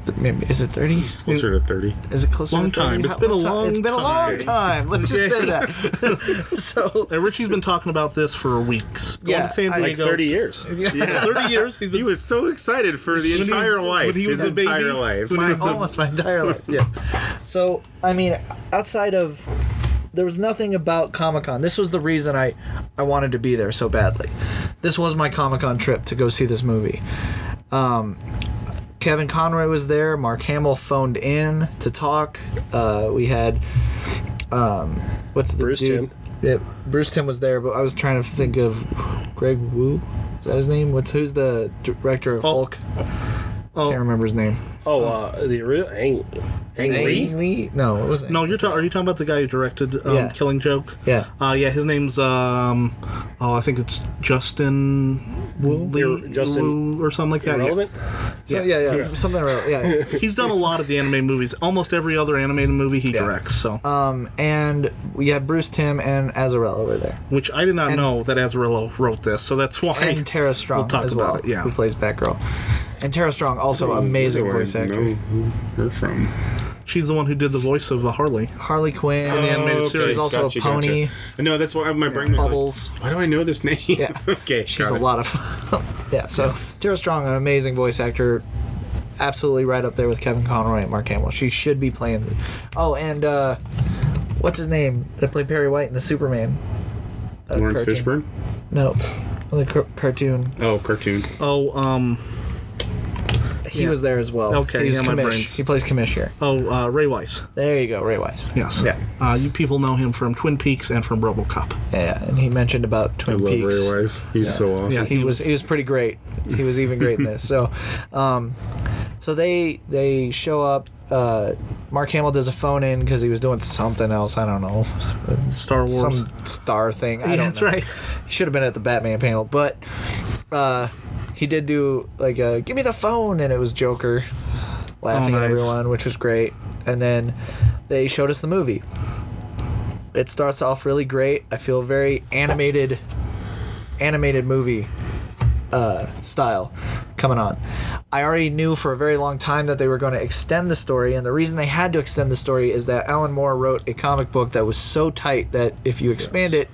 Th- maybe- Is it thirty?
closer to thirty.
Is it closer?
Long
to 30?
time. It's
How-
been a
what ti-
long
It's been a long
time.
time. Let's just say that. <laughs>
<laughs>
so
and Richie's been talking about this for weeks. Going
Yeah,
to San
I- Like
Like
Diego.
thirty years.
Yeah, 30 years. He's
He
been,
was so excited for the
When he was-
entire life.
when he was
his
a baby,
entire life.
when he
my,
was a-
almost my entire life. Yes. So I mean, outside of there was nothing about Comic Con. This was the reason I I wanted to be there so badly. This was my Comic Con trip to go see this movie. Um, Kevin Conroy was there. Mark Hamill phoned in to talk. Uh, we had. Um, what's the
Bruce
dude?
Timm.
Yeah, Bruce Tim was there, but I was trying to think of Greg Wu. Is that his name? What's who's the director of
Oh.
Hulk? Can't remember his name.
Oh, uh, the real Ang, Ang Lee?
Lee? No, it wasn't.
no, you're ta- are you talking about the guy who directed um,
Yeah.
Killing Joke?
Yeah.
Uh, yeah, his name's, um, oh, I think it's Justin Wu, Lee,
Justin
Wu or something like that. Yeah.
Relevant?
So, yeah, yeah, something around.
<laughs>
Yeah.
He's done a lot of the anime movies. Almost every other animated movie he directs, so.
um, and we had Bruce Tim and Azarello were there,
Which I did not
and-
know that Azarello wrote this, so that's why.
and Tara Strong
We'll talk
as well,
about it, yeah.
who plays Batgirl. And Tara Strong, also amazing
Who I
voice actor.
Know who you're from?
She's the one who did the voice of uh, Harley.
Harley Quinn.
the animated
Oh, Okay,
series.
She's also
gotcha,
a pony.
Gotcha. No, that's why my brain was
Bubbles.
like, why do I know this name?
Yeah.
<laughs> okay,
She's
got
a
it.
lot of. <laughs> Yeah, so Tara Strong, an amazing voice actor, absolutely right up there with Kevin Conroy and Mark Hamill. She should be playing. Oh, and uh, what's his name that played Perry White in the Superman? uh,
Lawrence
cartoon.
Fishburne.
No, the car- cartoon.
Oh, cartoon.
Oh, um,
He was there as well.
Okay,
he's
yeah, my brain's-
commish. He plays commish here.
oh, uh, Ray Weiss.
There you go, Ray Wise.
Yes.
Yeah.
Uh, you people know him from Twin Peaks and from RoboCop.
Yeah, and he mentioned about
I
Twin
love Ray
Peaks.
Wise. He's so awesome.
Yeah.
he, was, he was pretty great. He was even
<laughs>
great in this. So, um, so they they show up. Uh, Mark Hamill does a phone in because he was doing something else. I don't know,
Star Wars.
some star thing. I
yeah,
don't
that's
know.
right.
He should have been at the Batman panel, but uh, he did do like a "Give me the phone," and it was Joker laughing
Oh,
at
nice.
everyone, which was great. And then they showed us the movie. It starts off really great. I feel very animated, animated movie uh, style coming on. I already knew for a very long time that they were going to extend the story, and the reason they had to extend the story is that Alan Moore wrote a comic book that was so tight that if you expand it,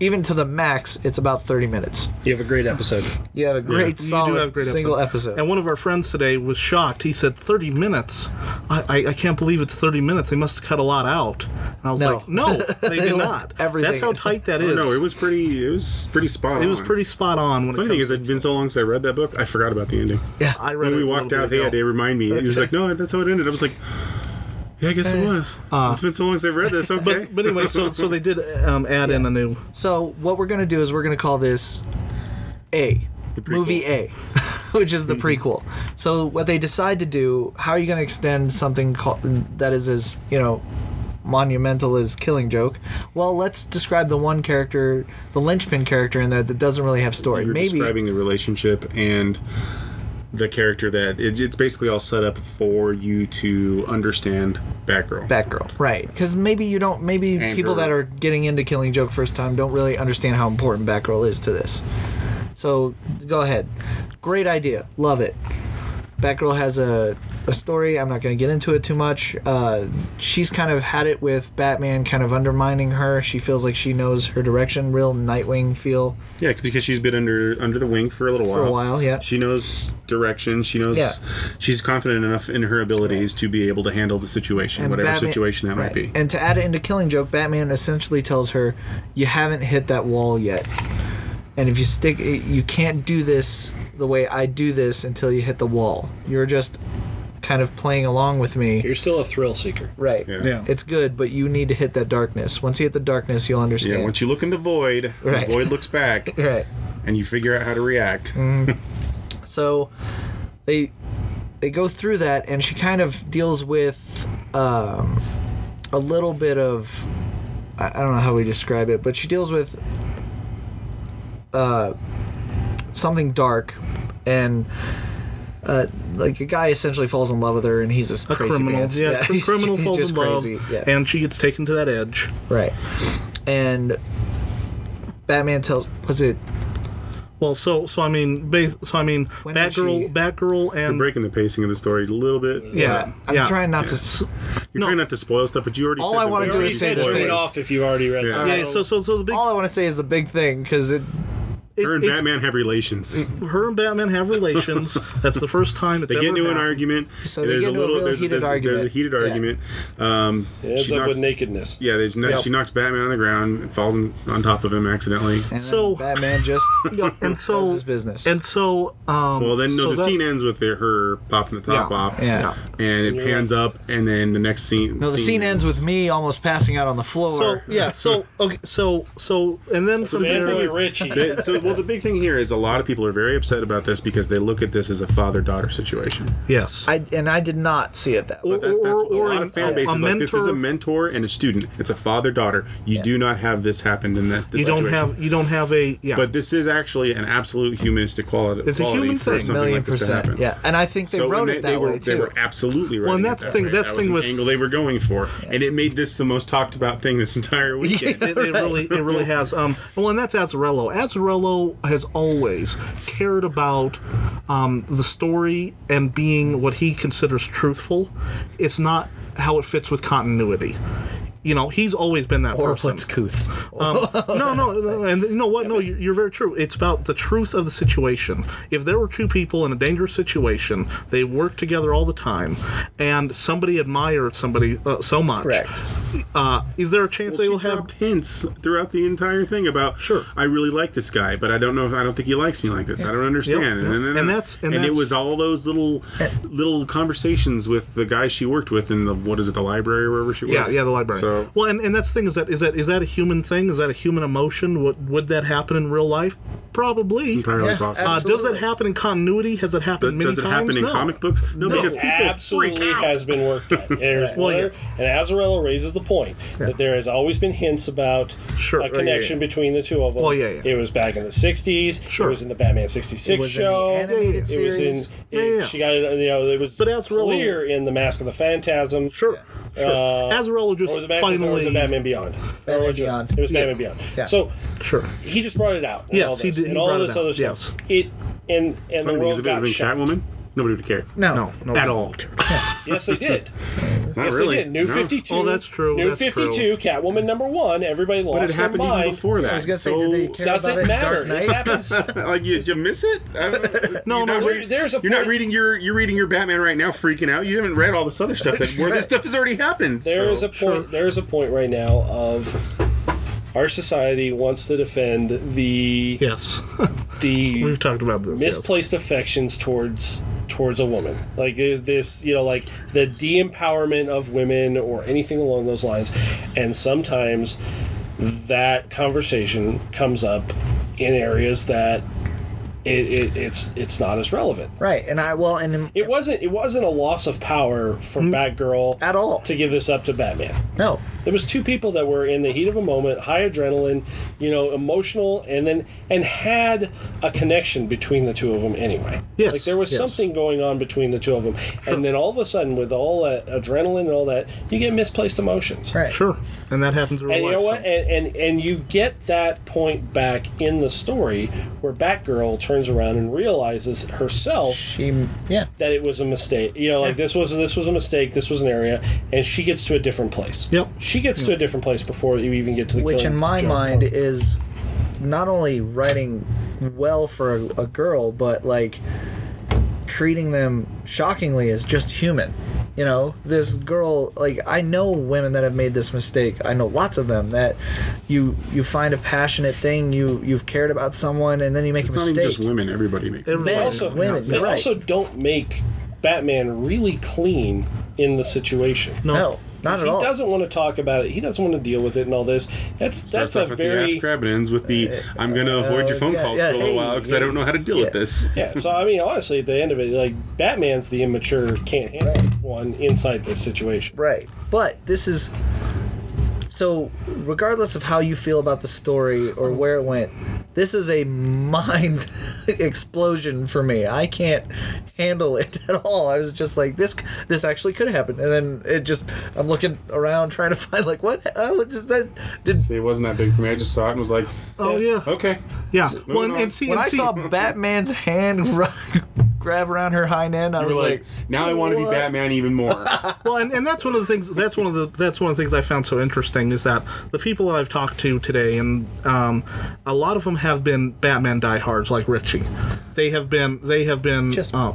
even to the max, it's about 30 minutes.
You have a great episode.
You have a great,
You do
solid
have great
single
episodes.
episode.
And one of our friends today was shocked. He said, 30 minutes? I, I, I can't believe it's 30 minutes. They must have cut a lot out. And I was
No. <laughs>
like, no, they did
left
not.
everything
That's how
in.
tight that
Oh,
is.
no, it was pretty. It was pretty spot.
It was
on.
pretty spot on when it
Funny thing
comes
is, it's been so long since I read that book, I forgot about the ending.
yeah.
I read
When we
it a
walked
little
out,
bit
they had
ago.
to remind me. He was
<laughs>
like, "No, that's how it ended." I was like, "Yeah, I guess it was." it's been so long since I read this. Okay,
Uh, <laughs> But, but anyway, so, so they did um, add in a new.
So what we're gonna do is we're gonna call this A movie A, <laughs> which is the prequel. So what they decide to do, how are you gonna extend something called that is as you know monumental as Killing Joke? Well, let's describe the one character, the linchpin character in there that doesn't really have story.
<laughs> you're
Maybe
describing the relationship and the character that it, it's basically all set up for you to understand Batgirl.
Batgirl, right? Because maybe you don't. Maybe
And
people
her-
that are getting into Killing Joke first time don't really understand how important Batgirl is to this. So go ahead, great idea, love it. Batgirl has a, a story. I'm not going to get into it too much. Uh, she's kind of had it with Batman, kind of undermining her. She feels like she knows her direction. Real Nightwing feel.
Yeah, because she's been under under the wing for a little
For a
while.
while, yeah.
She knows direction. She knows
Yeah.
she's confident enough in her abilities to be able to handle the situation, whatever
Batman-
situation that might
right.
be.
And to add it into Killing Joke, Batman essentially tells her, "You haven't hit that wall yet, and if you stick, you can't do this the way I do this until you hit the wall. You're just kind of playing along with me,
You're still a thrill seeker.
right?
Yeah.
It's good, but you need to hit that darkness. Once you hit the darkness, you'll
yeah,
understand.
once you look in the void,
Right.
the void looks
<laughs>
back,
right. Mm-hmm.
and you figure out how to react.
So they they go through that, and she kind of deals with um, a little bit of I I don't know how we describe it, but she deals with uh, something dark, and uh, like a guy essentially falls in love with her, and he's a,
A
crazy
criminal,
pants.
yeah,
<laughs>
cr-
he's-
criminal
he's
falls
just
in love,
crazy, yeah.
and she gets taken to that edge.
right, and Batman tells was it
Well, so so I mean, bas- so I mean,
When was she-
Batgirl, Batgirl, and
Breaking the pacing of the story a little bit.
yeah,
uh, I'm
yeah.
trying not to s-
You're trying not to spoil stuff, but you already.
All
said
I
the
wanna
big
do
You
is say
said
the
turn
thing.
it off if you've already read
Yeah.
it.
Yeah, so so so the big
all I want to say is the big thing because it
it-
Her and
it's-
Batman have relations.
Mm-hmm.
her and Batman
<laughs>
have relations. That's the first time it's
They get
ever
into an
happened.
argument.
So they
there's
get
a
into a
little
real
there's,
heated
there's, There's a
argument.
heated
Yeah.
argument. Um,
It ends
she
up with
knocks-
nakedness.
Yeah, there's no,
Yep.
she knocks Batman on the ground and falls in, on top of him accidentally.
And
So-
so Batman
<laughs>
just <laughs>
and so
does his business.
And so, um,
Well, then no,
so
the
that-
scene ends with their, her popping the top
Yeah.
off,
Yeah.
and it pans up, and then the next scene.
no, the scene ends with me almost passing out on the
So
floor.
yeah, so okay, so so, and then from there,
Fanboy Richie.
They- so, well, the big thing here is a lot of people are very upset about this because they look at this as a father-daughter situation.
yes,
I and I did not see it that way.
or,
That's, that's
or,
a
or
lot
an-
of fan bases
a
like this is a
mentor-
mentor and a student. It's a father-daughter. You do not have this happen in this. this
You don't
situation.
have you don't have a yeah.
But this is actually an absolute humanistic quality.
It's a
quality
human
for
thing.
something
Million
like this to
percent.
happen.
Yeah, and I think they
So
wrote
and
it that
they were,
way
They
too.
were absolutely right.
and that's the thing- that's
that
the
was
thing
an
with-
angle they were going for, and it made this the most talked about thing this
<laughs>
entire weekend.
it, it really it really has um well and that's Azzarello. Azzarello has always cared about um, the story and being what he considers truthful. It's not how it fits with continuity. You know, he's always been that
Or
person.
Blitzkooth.
Um, no, no, no, and you know what? No, you're, you're very true. It's about the truth of the situation. If there were two people in a dangerous situation, they worked together all the time, and somebody admired somebody uh, so much.
Correct.
Uh, is there a chance they
She
will have?
dropped hints throughout the entire thing about
Sure.
I really like this guy, but I don't know if I don't think he likes me like this. I don't understand.
Yep, yep.
And,
And that's- and
it
that's-
was all those little little conversations with the guy she worked with in the what is it the library or wherever she
Yeah,
worked.
yeah, the library.
So
Well, and, and that's the thing is that is that is that a human thing? Is that a human emotion? Would would that happen in real life? Probably.
entirely
Yeah,
possible.
Uh, does that
Absolutely.
happen in continuity? Has it happened many
Does it
times?
happen in
no.
comic books? No, because people freak
absolutely
out.
has been worked on.
<laughs>
And, there's
Well,
other- and Azarello raises the point that there has always been hints about
Sure,
a
right, yeah,
connection between the two of them.
Well, yeah, yeah.
It was back in the 60s.
Sure.
It was in the Batman 66
It was in the
show.
animated
it was in.
series.
it-
Yeah, yeah.
She got it, you know, it was
But Azarello-
clear in The Mask of the Phantasm.
Sure. Sure. Azarello
Uh, Or was
just
it Batman, or was
finally.
it Batman Beyond? Or
Batman
was it-
Beyond.
It was
Yeah.
Batman Beyond.
Yeah.
So
Sure.
he just brought it out. with
Yes,
all
he
this
did- he
and all
brought it
this
out,
other stuff. It and and
Funny
the
because
world
if it
got
was
shot.
Catwoman, nobody would care.
No.
No. no
At all.
Yes,
<laughs>
they did.
Not
yes,
really.
they did. New
No.
52.
Oh, that's true,
New
that's
52,
true.
Catwoman number one. Everybody lost
But it
their
happened
mind.
even before that.
I was gonna say,
so,
did they care
Doesn't
about it?
matter.
Dark
This
Knight. <laughs>
<laughs>
happens.
like you, you miss it? I-
No,
you're
no,
not
there-
reading-
<laughs> there's a
You're not
point-
reading your. You're reading your Batman right now, freaking out. You haven't read all this other stuff that, where this stuff has already happened.
There is
so.
a point. There is a point right now of our society wants to defend the
Yes. <laughs>
the
We've talked about this. yes.
misplaced affections towards towards a woman like uh, this you know like the de-empowerment of women or anything along those lines and sometimes that conversation comes up in areas that it, it, it's it's not as relevant
Right, and I well, and
it wasn't it wasn't a loss of power from batgirl
at all.
to give this up to batman
no,
there was two people that were in the heat of a moment high adrenaline you know emotional and then and had a connection between the two of them anyway
Yes,
like there was
yes.
something going on between the two of them and then all of a sudden with all that adrenaline and all that you get misplaced emotions
right.
Sure. And that happens in real
and you
life.
know what
so-
and, and and you get that point back in the story where batgirl turns around and realizes herself
She, yeah,
that it was a mistake. You know, like this was this was a mistake. This was an area, and she gets to a different place.
Yep.
She gets to a different place before you even get to the
which
killing
in my
joke.
mind is not only writing well for a, a girl, but like treating them shockingly as just human. You know, this girl, like I know women that have made this mistake. I know lots of them that you you find a passionate thing, you you've cared about someone, and then you make
It's
a
not even
mistake.
just women. Everybody makes.
Every-
They
Men,
also,
women,
they
you're right.
also don't make Batman really clean in the situation.
No.
no, not at
he
all.
doesn't want to talk about it. He doesn't want to deal with it and all this. That's
Starts
that's a
off with the
very
ass grab and ends with the I'm going to avoid your phone
Uh, yeah,
calls
yeah,
for a little
hey,
while because I don't know how to deal with this.
<laughs> yeah. So I mean, honestly, at the end of it, like Batman's the immature, can't handle one inside this situation.
Right. But this is so regardless of how you feel about the story or where it went, this is a mind <laughs> explosion for me. I can't handle it <laughs> at all. I was just like this this actually could happen and then it just I'm looking around trying to <laughs> find like what oh what is that did
It wasn't that big for me. I just saw it and
<laughs>
was like,
Oh, yeah.
okay.
Yeah. Well, and,
on.
and see,
when
and
I
see-
<laughs> saw Batman's hand <laughs> ru- grab around her hind end, I
I
was
was
like,
like, now I want to be
what?
Batman even more.
well, and, and that's one of the things. That's one of the that's one of the things I found so interesting is that the people that I've talked to today, and um, a lot of them have been Batman diehards like Richie. They have been. They have been.
Just-
uh,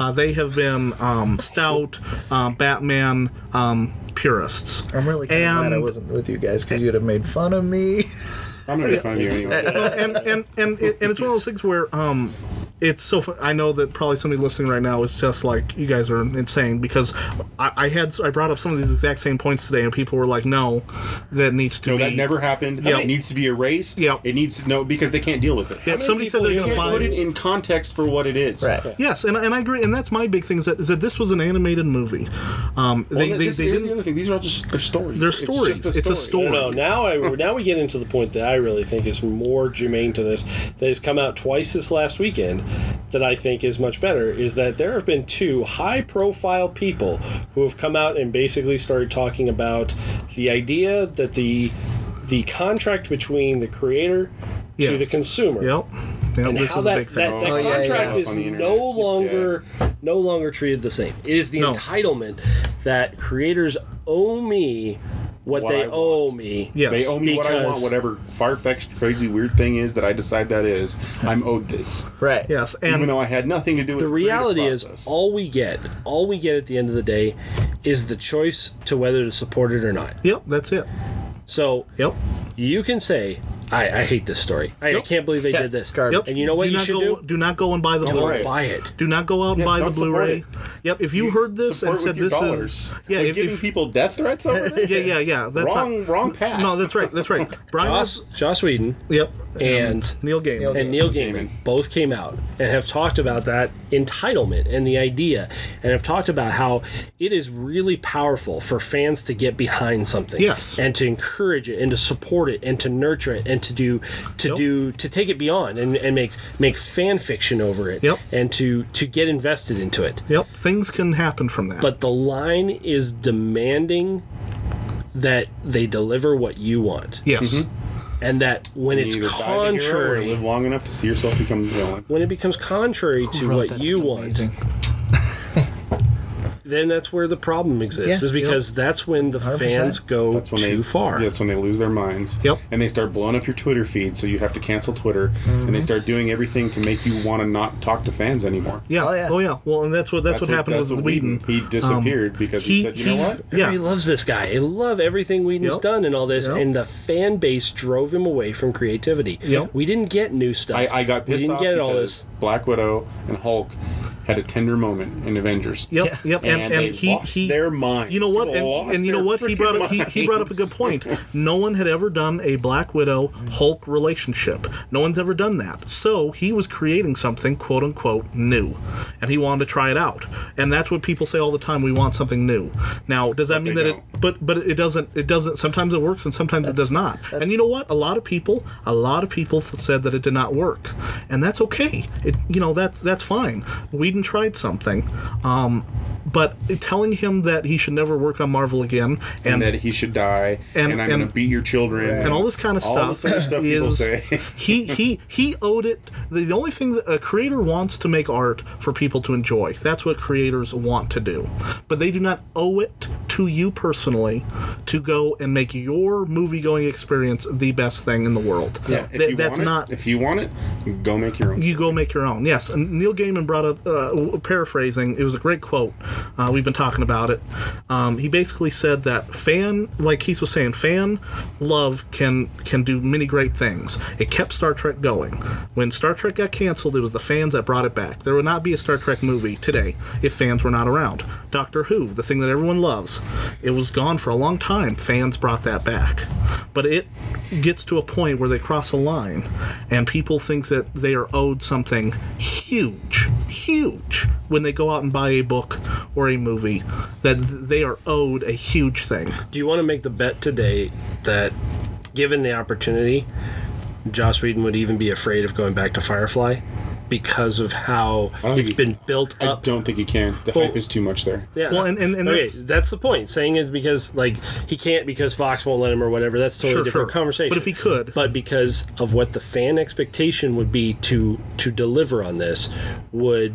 uh, they have been um, stout um, Batman um, purists.
I'm really kinda glad I
And-
wasn't with you guys because you'd have made fun of me. <laughs>
I'm not going to find you anyway.
Well, and and and it, and it's one of those things where um, it's so. Fun. I know that probably somebody listening right now is just like you guys are insane because I, I had I brought up some of these exact same points today and people were like, no, that needs to
No,
be.
that never happened. It needs to be erased.
Yeah.
It needs no because they can't deal with it.
Yeah, somebody said they're
You
going to
can't put it
buy.
in context for what it is.
Right.
Yes, and, and I agree, and that's my big thing is that, is that this was an animated movie. Um, they,
Well,
they,
this-
they
here's the
didn't.
other thing. These are all just their stories.
They're
It's just
stories. It's a story.
No, no. Now I now we get into the point that I really think is more germane to this. That has come out twice this last weekend. That I think is much better is that there have been two high-profile people who have come out and basically started talking about the idea that the the contract between the creator to the
Yes.
consumer
Yep. Yep.
and
This
how
is
that,
a big
that,
thing.
that
Oh, yeah,
contract
yeah.
is
On the internet.
no longer no longer treated the same. It is the
No.
entitlement that creators owe me what
what
they
I want.
owe me.
Yes.
They owe me what I want,
Because-
whatever far fetched, crazy, weird thing is that I decide that is. I'm owed this.
Right.
Yes,
Even
and
though I had nothing to do with
The reality is,
all
all we get, all we get at the end of the day, is the choice to whether to support it or not.
yep, that's it.
So
Yep.
you can say, "I, I hate this story. I, I
Yep.
can't believe they
Yeah,
did this."
garbage.
Yep.
And you know what
do
you
not
should
go,
do?
Do not go and buy the
Don't
Blu-ray.
buy
Buy it.
Do not go out and
Yeah,
buy the
don't support
Blu-ray.
it.
Yep. If you heard this and said this is yeah,
We're
if,
giving
if-
people death threats over this.
<laughs> yeah, yeah, yeah. That's
wrong,
not,
wrong path.
No, that's right. That's
<laughs>
right. Brian
Joss,
was
Joss Whedon
yep.
and
Neil Gaiman.
Neil
and Neil Gaiman both came out and have talked about that entitlement and the idea, and have talked about how it is really powerful for fans to get behind something,
Yes.
and to encourage it and to support it and to nurture it and to do to
Yep.
do to take it beyond and, and make make fan fiction over it,
Yep.
and to to get invested into it.
Yep. Things can happen from that.
But the line is demanding that they deliver what you want,
yes.
Mm-hmm.
and that when it's
You either die the hero or
contrary.
live long enough to see yourself become the villain.
when it becomes contrary to
Wrote
what
that,
you
that's
want,
amazing.
then that's where the problem exists.
Yeah.
is because that's when the
100%.
fans go
That's when
too
they,
far.
That's when they lose their minds.
Yep.
And they start blowing up your Twitter feed, so you have to cancel Twitter, and
Mm-hmm.
they start doing everything to make you want to not talk to fans anymore.
Yeah.
Oh,
Oh
yeah.
yeah. Well, and that's what that's, what, happened
that's
with
what
Whedon. Um,
He disappeared because he,
he-
said, you know what?
Yeah.
Everybody loves this guy. They love everything Whedon's
Yep.
done and all this,
Yep.
and the fan base drove him away from creativity.
Yep.
We didn't get new stuff.
I, I got
We
pissed
didn't
off
get
because
all this.
Black Widow and Hulk had a tender moment in Avengers.
Yep,
Yeah.
yep,
And
and, and,
they
he,
lost
he
their minds.
You know what?
People lost
And, and you know
their
what? He brought up he,
freaking
he brought up a good
minds. <laughs>
point. No one had ever done a Black Widow Hulk relationship. No one's ever done that. So he was creating something quote unquote new, and he wanted to try it out. And that's what people say all the time. We want something new. Now, does that mean
they
that
don't.
it? But but it doesn't. It doesn't. Sometimes it works, and sometimes it does not. And you know what? A lot of people, a lot of people said that it did not work, and that's okay. It you know that's that's fine. Whedon tried something. Um, but telling him that he should never work on Marvel again
And
and
that he should die, and,
And-
I'm going to
and-
beat your children,
and all this kind of
all
stuff,
this other stuff people
is
say.
<laughs> he he he owed it. The, the only thing that a creator wants to make art for people to enjoy. That's what creators want to do, but they do not owe it to you personally to go and make your movie going experience the best thing in the world.
Yeah, if
That-
you
that's
want it-
not
If you want it, go make your own.
you go make your own. Yes, and Neil Gaiman brought up uh, w- paraphrasing. It was a great quote. Uh, we've been talking about it. Um, he basically said that fan, like Keith was saying, fan love can can do many great things. It kept Star Trek going. When Star Trek got canceled, it was the fans that brought it back. There would not be a Star Trek movie today if fans were not around. Doctor Who, the thing that everyone loves, it was gone for a long time. Fans brought that back, but it gets to a point where they cross a line and people think that they are owed something huge, huge when they go out and buy a book or a movie that th- they are owed a huge thing.
Do you want to make the bet today that, given the opportunity, Joss Whedon would even be afraid of going back to Firefly because of how
don't think
it's
he-
been built
I
up?
don't think you can. The
Well-
hype is too much there.
Yeah.
Well, and- and- and
okay, that's,
that's-
the point. Saying it because like he can't because Fox won't let him or whatever. That's totally
Sure,
different
sure.
conversation.
But if he could.
but because of what the fan expectation would be to to deliver on this, would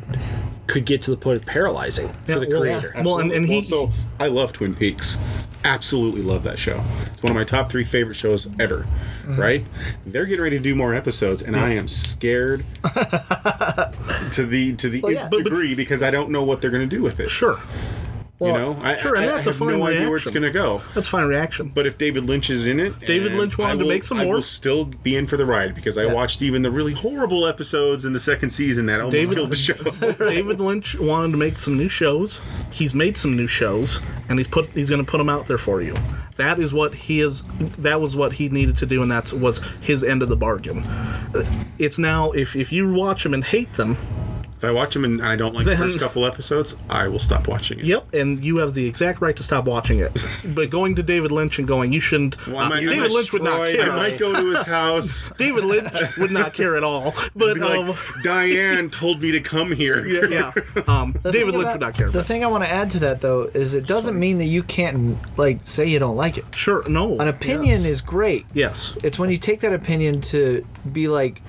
could get to the point of paralyzing for the
well,
creator.
yeah. Well, and- and he-
so I love Twin Peaks. Absolutely love that show. It's one of my top three favorite shows ever.
Mm-hmm.
Right? They're getting ready to do more episodes, and I am
<laughs>
scared to the to the
Well,
nth
yeah.
But- but-
degree because I don't know what they're going to do with it.
Sure,
you know, I,
sure, and
I- I
that's a
have
fine
no idea where it's
reaction.
going to go.
that's fine reaction. But
But if David Lynch is in it,
David
and
Lynch
I
wanted to
will-
make some
I
more.
will still be in for the ride because I watched even the really horrible episodes in the second season that almost
David-
killed
<laughs>
the show.
David Lynch wanted to make some new shows. He's made some new shows, and he's put he's going to put them out there for you. That is what he is. That was what he needed to do, and that was his end of the bargain. Uh, It's now if if you watch them and hate them,
If I watch them and I don't like the
Then-
first couple episodes, I will stop watching it.
Yep, and you have the exact right to stop watching it. But going to David Lynch and going, you shouldn't.
Well, I
uh,
might- I
David
might
Lynch would not
destroy
care.
I might go to his house.
<laughs> David Lynch would not care
<laughs>
at all. But
Be
um,
like, Diane told me to come here.
<laughs> yeah, um,
The thing
David Lynch
about-
would not care.
The
But
thing I want to add to that though is it doesn't mean that you can't like say you don't like it.
sure, no.
An opinion
Yes.
is great.
yes,
It's when you take that opinion to be like,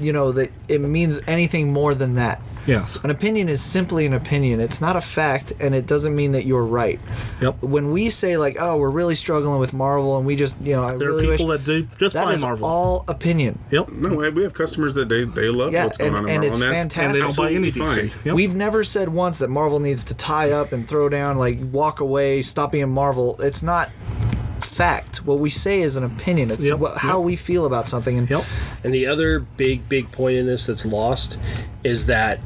you know, that it means anything more than that.
Yes.
An opinion is simply an opinion. It's not a fact, and it doesn't mean that you're right.
Yep.
When we say like, "Oh, we're really struggling with Marvel," and we just, you know, I
There
really
are people
wish
that do just
that
buy
is
Marvel.
all opinion.
<laughs>
yep.
No, we have customers that they, they love
Yeah,
what's going
and-
on in
and
Marvel,
it's fantastic.
And they don't buy any
absolutely
DC. Yep.
We've never said once that Marvel needs to tie up and throw down, like walk away, stop being Marvel. It's not fact. What we say is an opinion. It's
Yep,
what, how we feel about something. And
Yep.
And the other big, big point in this that's lost is that,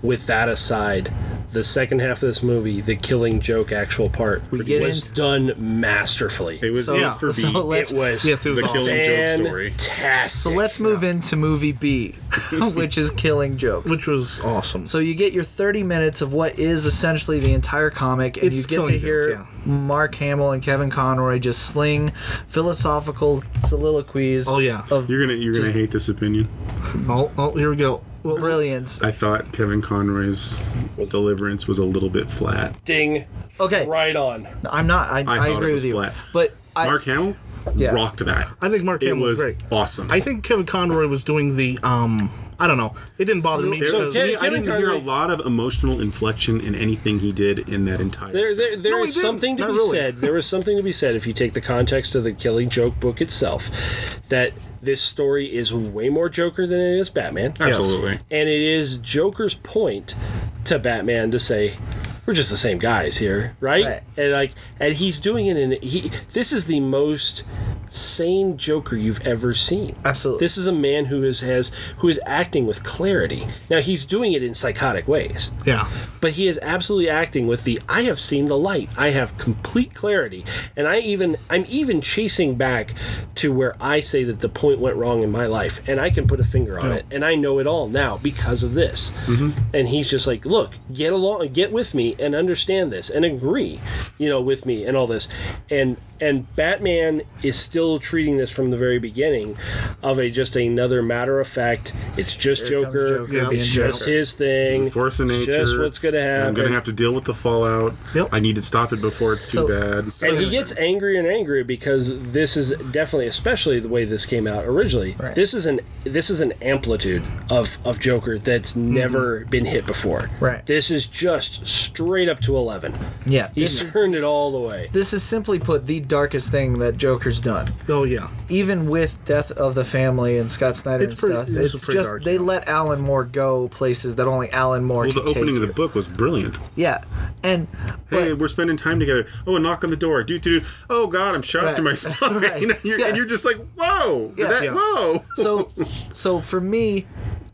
with that aside, the second half of this movie, the killing joke actual part,
get
was
into-
done masterfully.
It was
so,
yeah, for
so
beat.
let's
It was
Yes, it was
the
awesome.
killing joke story.
fantastic.
so let's move into movie B, <laughs> which is Killing Joke.
Which was awesome.
So you get your 30 minutes of what is essentially the entire comic, and
It's
you get
Killing
to
Joke,
hear
yeah.
Mark Hamill and Kevin Conroy just sling philosophical soliloquies.
Oh, yeah.
of
You're gonna you're gonna hate this opinion.
oh, oh, here we go. Well,
brilliance.
I thought Kevin Conroy's deliverance was a little bit flat.
ding
Okay,
right on.
I'm not. I,
I
I,
thought it
agree
was
with you,
flat.
but I,
Mark Hamill
Yeah.
rocked that.
I think Mark
it
Hamill was
was
great.
awesome.
I think Kevin Conroy was doing the um. I don't know. It didn't bother me.
There-
because-
to me,
Kevin-
I didn't
Kevin
hear a
Conroy-
lot of emotional inflection in anything he did in that entire.
There, there, there
No,
is
he didn't.
something to
Not
be
really.
said. There is something to be said if you take the context of the Killing Joke book itself, that this story is way more Joker than it is Batman.
Absolutely.
And it is Joker's point to Batman to say, "We're just the same guys here, right?"
Right.
And like, and he's doing it in he. This is the most sane Joker you've ever seen.
Absolutely.
This is a man who is has who is acting with clarity. Now he's doing it in psychotic ways
yeah.
but he is absolutely acting with the I have seen the light. I have complete clarity. And I even I'm even chasing back to where I say that the point went wrong in my life and I can put a finger on it and I know it all now because of this. And he's just like, "Look, get along get with me and understand this and agree, you know, with me and all this." And and Batman is still treating this from the very beginning of a just another matter of fact. It's just
comes
Joker.
Joker being
It's just
Joker.
his thing.
The force of nature.
Just what's gonna happen.
I'm gonna have to deal with the fallout.
Yep.
I need to stop it before it's
So-
too bad.
and he gets angrier and angrier because this is definitely, especially the way this came out originally.
Right.
This is an this is an amplitude of of Joker that's never been hit before.
Mm-hmm. Right.
This is just straight up to eleven.
yeah,
He's
this is,
turned it all the way.
this is simply put the darkest thing that Joker's done.
Oh yeah.
Even with Death of the Family and Scott Snyder
It's
and
pretty-
stuff,
this is
it's
pretty
just
dark,
they
yeah.
let Alan Moore go places that only Alan Moore
Well, the
could
opening
take
of the
you.
book was brilliant.
Yeah, and but
hey, we're spending time together. Oh, a knock on the door. Dude, dude. Oh God, I'm shot
Right.
through my spine. <laughs>
Right.
And, you're,
Yeah.
and you're just like, whoa.
Yeah.
that,
Yeah.
Whoa.
so so for me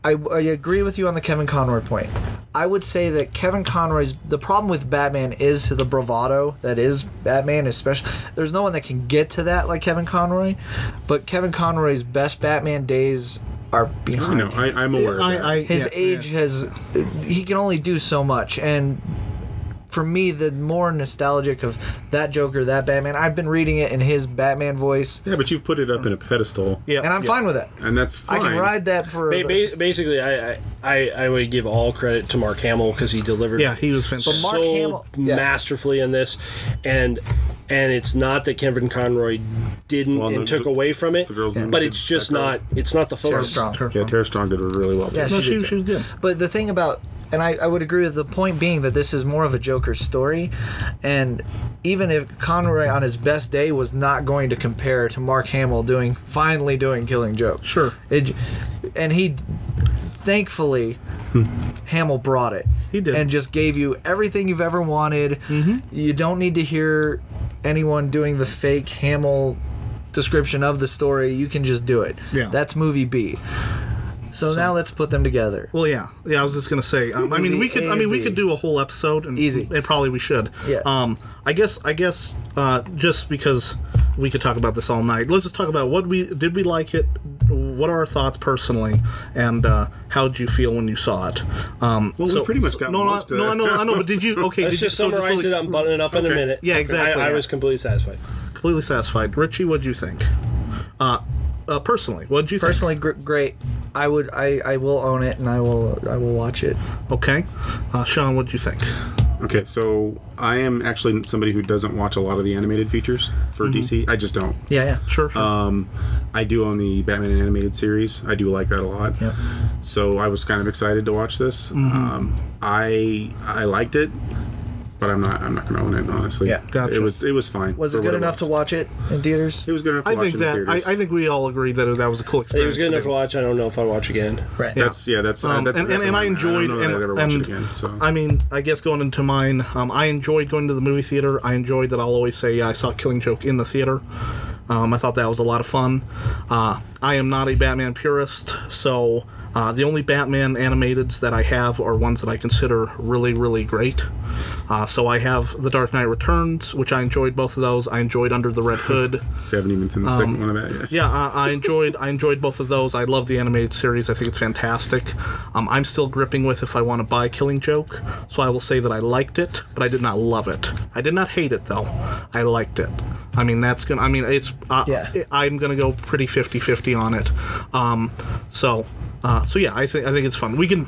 I, I agree with you on the kevin conroy point i would say that kevin conroy's the problem with batman is to the bravado that is batman especially there's no one that can get to that like kevin conroy but kevin conroy's best batman days are behind
No, I, I'm aware. of that.
I, I,
his
yeah,
age has he can only do so much and for me the more nostalgic of that joker that batman i've been reading it in his batman voice
yeah, but you've put it up in a pedestal.
Yeah.
and i'm
yeah.
fine with it
And that's fine.
i can ride that for
Ba-
the-
ba- basically, I, I- I I would give all credit to Mark Hamill because he delivered.
Yeah, he was fantastic.
Mark
so
Hamill- yeah.
masterfully in this, and and it's not that Kevin Conroy didn't
Well,
and
the-
took away from it,
the girl's name
but
is-
it's just
that girl.
not it's not the
Tara
focus.
Strong.
Yeah, Tara Strong did really well.
Yeah,
No,
she
she,
did
she was good.
But the thing about, and I, I would agree with the point being that this is more of a Joker story, and even if Conroy on his best day was not going to compare to Mark Hamill doing finally doing Killing Joke.
Sure.
It, and he, thankfully, Hamill brought it.
He did. Mm-hmm.
And just gave you everything you've ever wanted. You don't need to hear anyone doing the fake Hamill description of the story. You can just do it.
Yeah.
That's movie B. so now let's put them together.
Well, yeah, yeah. I was just gonna say. Um, I mean, we could. I mean, we could do a whole episode, and
Easy.
And probably we should.
Yeah.
Um, I guess. I guess. Uh, just because we could talk about this all night. Let's just talk about what we did. We like it. What are our thoughts personally, and uh, how did you feel when you saw it? Um,
Well, we pretty much got
no, no,
most of
no,
that.
I know, I know. But
<laughs>
did you? Okay,
Let's
did you
just
so
summarize
really
it up and button it up in a
Okay.
minute.
Yeah, exactly,
I, I
yeah.
was completely satisfied.
Completely satisfied, Richie. What do you think? Uh, uh, personally, what did you think?
personally gr- great i would I, I will own it and i will i will watch it
Okay. Uh, Sean, what do you think?
Okay, so I am actually somebody who doesn't watch a lot of the animated features for
Mm-hmm.
DC. I just don't.
Yeah, yeah.
Sure. sure.
Um, I do own the Batman animated series. I do like that a lot. So I was kind of excited to watch this.
Mm-hmm.
Um, I I liked it, but I'm not I'm not gonna own it honestly.
Yeah,
gotcha.
It was it was fine.
Was it
for
good
what
enough to
was.
watch it in theaters?
It was good enough. To
I
watch
think
in
that
the
I,
theaters.
I think we all agree that that was a cool experience.
It was good enough
do.
to watch. I don't know if I'd watch again.
Right.
That's yeah. That's uh,
Um,
that's
and, and,
exactly
and I
mine.
enjoyed
don't know that
and,
I'd ever watch
and
it again, so.
I mean I guess going into mine um, I enjoyed going to the movie theater I enjoyed that I'll always say uh, I saw Killing Joke in the theater um, I thought that was a lot of fun uh, I am not a Batman purist so uh, the only Batman animateds that I have are ones that I consider really really great uh, so I have The Dark Knight Returns which I enjoyed both of those I enjoyed Under the Red Hood
So I haven't even seen the second one of that yet.
Um, <laughs> yeah, I, I enjoyed I enjoyed both of those. I love the animated series. I think it's fantastic. Um, I'm still gripping with if I want to buy Killing Joke, so I will say that I liked it, but I did not love it. I did not hate it though. I liked it. I mean, that's gonna. I mean, it's. Uh,
Yeah.
I, am gonna go pretty 50-50 on it. Um, so. Uh, so yeah, I think I think it's fun. We can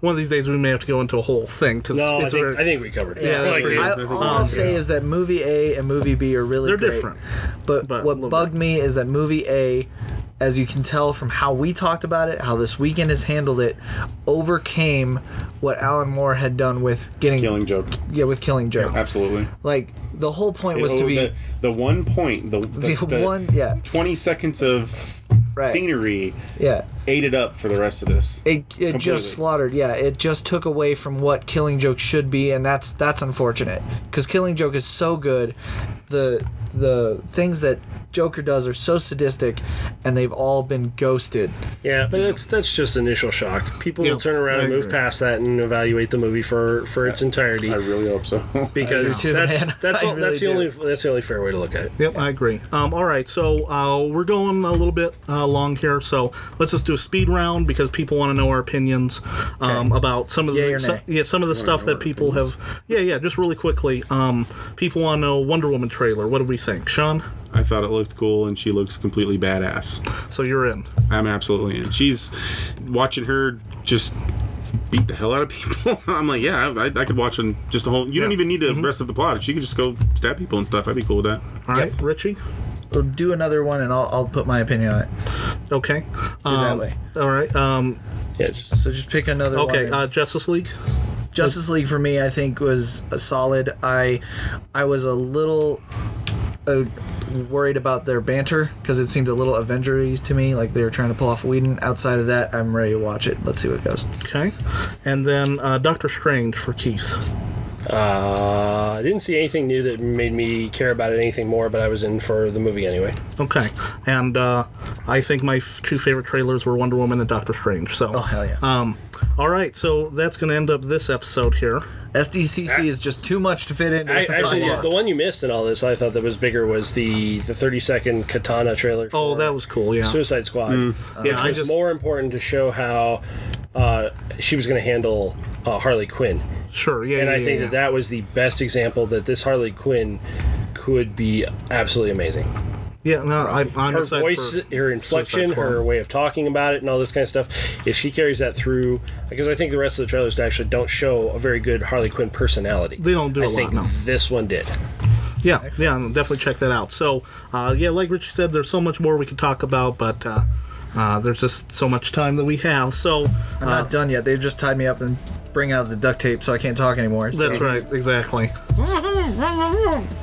one of these days we may have to go into a whole thing because
No, I
it's
think,
very,
I think we covered it.
Yeah, that's
Like,
pretty-
I,
I think
all
we
I'll
did,
say is that movie A and movie B are really
They're
great,
different,
But,
but a little
what bugged me is that movie A, as you can tell from how we talked about it, how this weekend has handled it, overcame what Alan Moore had done with getting
Killing joke.
yeah with Killing Joke.
Absolutely.
Like the whole point was
Oh,
to be
the, the one point, the, the,
The
the
one- yeah.
20 seconds of
Right.
scenery
yeah.
ate it up for the rest of this.
It, it
Completely.
just slaughtered. Yeah, it just took away from what Killing Joke should be, and that's that's unfortunate because Killing Joke is so good. The the things that Joker does are so sadistic, and they've all been ghosted.
Yeah, but that's that's just initial shock. People
Yeah,
will turn around
I
and move
agree.
past that and evaluate the movie for for its entirety
I really hope so.
because
do too,
that's
man.
that's
I
all-
really
that's the
do.
only that's the only fair way to look at it.
Yep, I agree. Um, all right, so uh, we're going a little bit uh, long here, so let's just do a speed round because people want to know our opinions um, about some of the
Yay or
so-
nay?
yeah some of the stuff that people have yeah yeah just really quickly. Um, people want to know Wonder Woman trailer. What do we think, Sean?
I thought it looked cool, and she looks completely badass.
So you're in.
I'm absolutely in. She's watching her just beat the hell out of <laughs> people. I'm like, yeah, I, I could watch and just a whole. You don't
Yeah.
even need the rest of the plot. She could just go stab people and stuff. I'd be cool with that.
All right, Richie.
We'll do another one, and I'll, I'll put my opinion on it.
Okay.
that
Um,
way.
All right. Um,
Yeah, just,
So just pick another one.
okay. Uh, Justice League.
Justice League for me, I think, was a solid. I I was a little uh, worried about their banter because it seemed a little Avengers to me, like they were trying to pull off Whedon. Outside of that, I'm ready to watch it. Let's see what goes.
Okay. And then uh, Doctor Strange for Keith.
uh, I didn't see anything new that made me care about it anything more, but I was in for the movie anyway.
Okay, and uh, I think my f- two favorite trailers were Wonder Woman and Doctor Strange. So,
Oh hell yeah!
um, all right, so that's going to end up this episode here.
SDCC is just too much to fit into.
I,
the
actually,
podcast.
the one you missed in all this, I thought that was bigger was the the 30 second Katana trailer. For
Oh, that was cool. Yeah,
Suicide Squad.
yeah. I
It's
just
more important to show how uh, she was going to handle uh, Harley Quinn.
sure. Yeah,
And
yeah,
I think
yeah.
that that was the best example that this Harley Quinn could be absolutely amazing.
yeah. No, I, I'm
Her
excited
voice,
for
her inflection,
Suicide Squad.
her way of talking about it, and all this kind of stuff. If she carries that through, because I think the rest of the trailers actually don't show a very good Harley Quinn personality.
They don't do
I
a lot,
think
no.
This one did.
Yeah, yeah. I'll definitely check that out. So, uh, yeah, like Richie said, there's so much more we could talk about, but uh, uh, there's just so much time that we have. So,
I'm not done yet. They've just tied me up and bring out the duct tape, so I can't talk anymore. so-
That's right, exactly.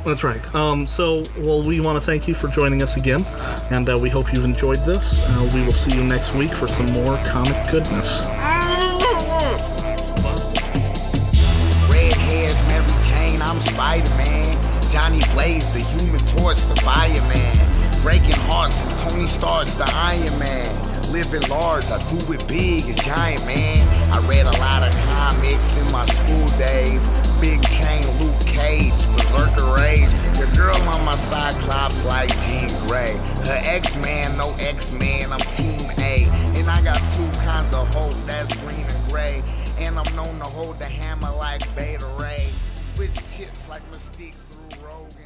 That's right. Um, so, well, we want to thank you for joining us again, and uh, we hope you've enjoyed this. Uh, we will see you next week for some more comic goodness.
Red hairs, Mary Jane, I'm Spider-Man. Johnny Blaze, the human torch, the fireman. Breaking hearts from Tony Stark's the Iron Man. Living large, I do it big, a giant man. I read a lot of comics in my school days. Big Chain, Luke Cage, Berserker Rage. Your girl on my Cyclops like Jean Grey. Her X-Man, no X-Man, I'm Team A. And I got two kinds of hope, that's green and gray. And I'm known to hold the hammer like Beta Ray. Switch chips like Mystique through Rogan.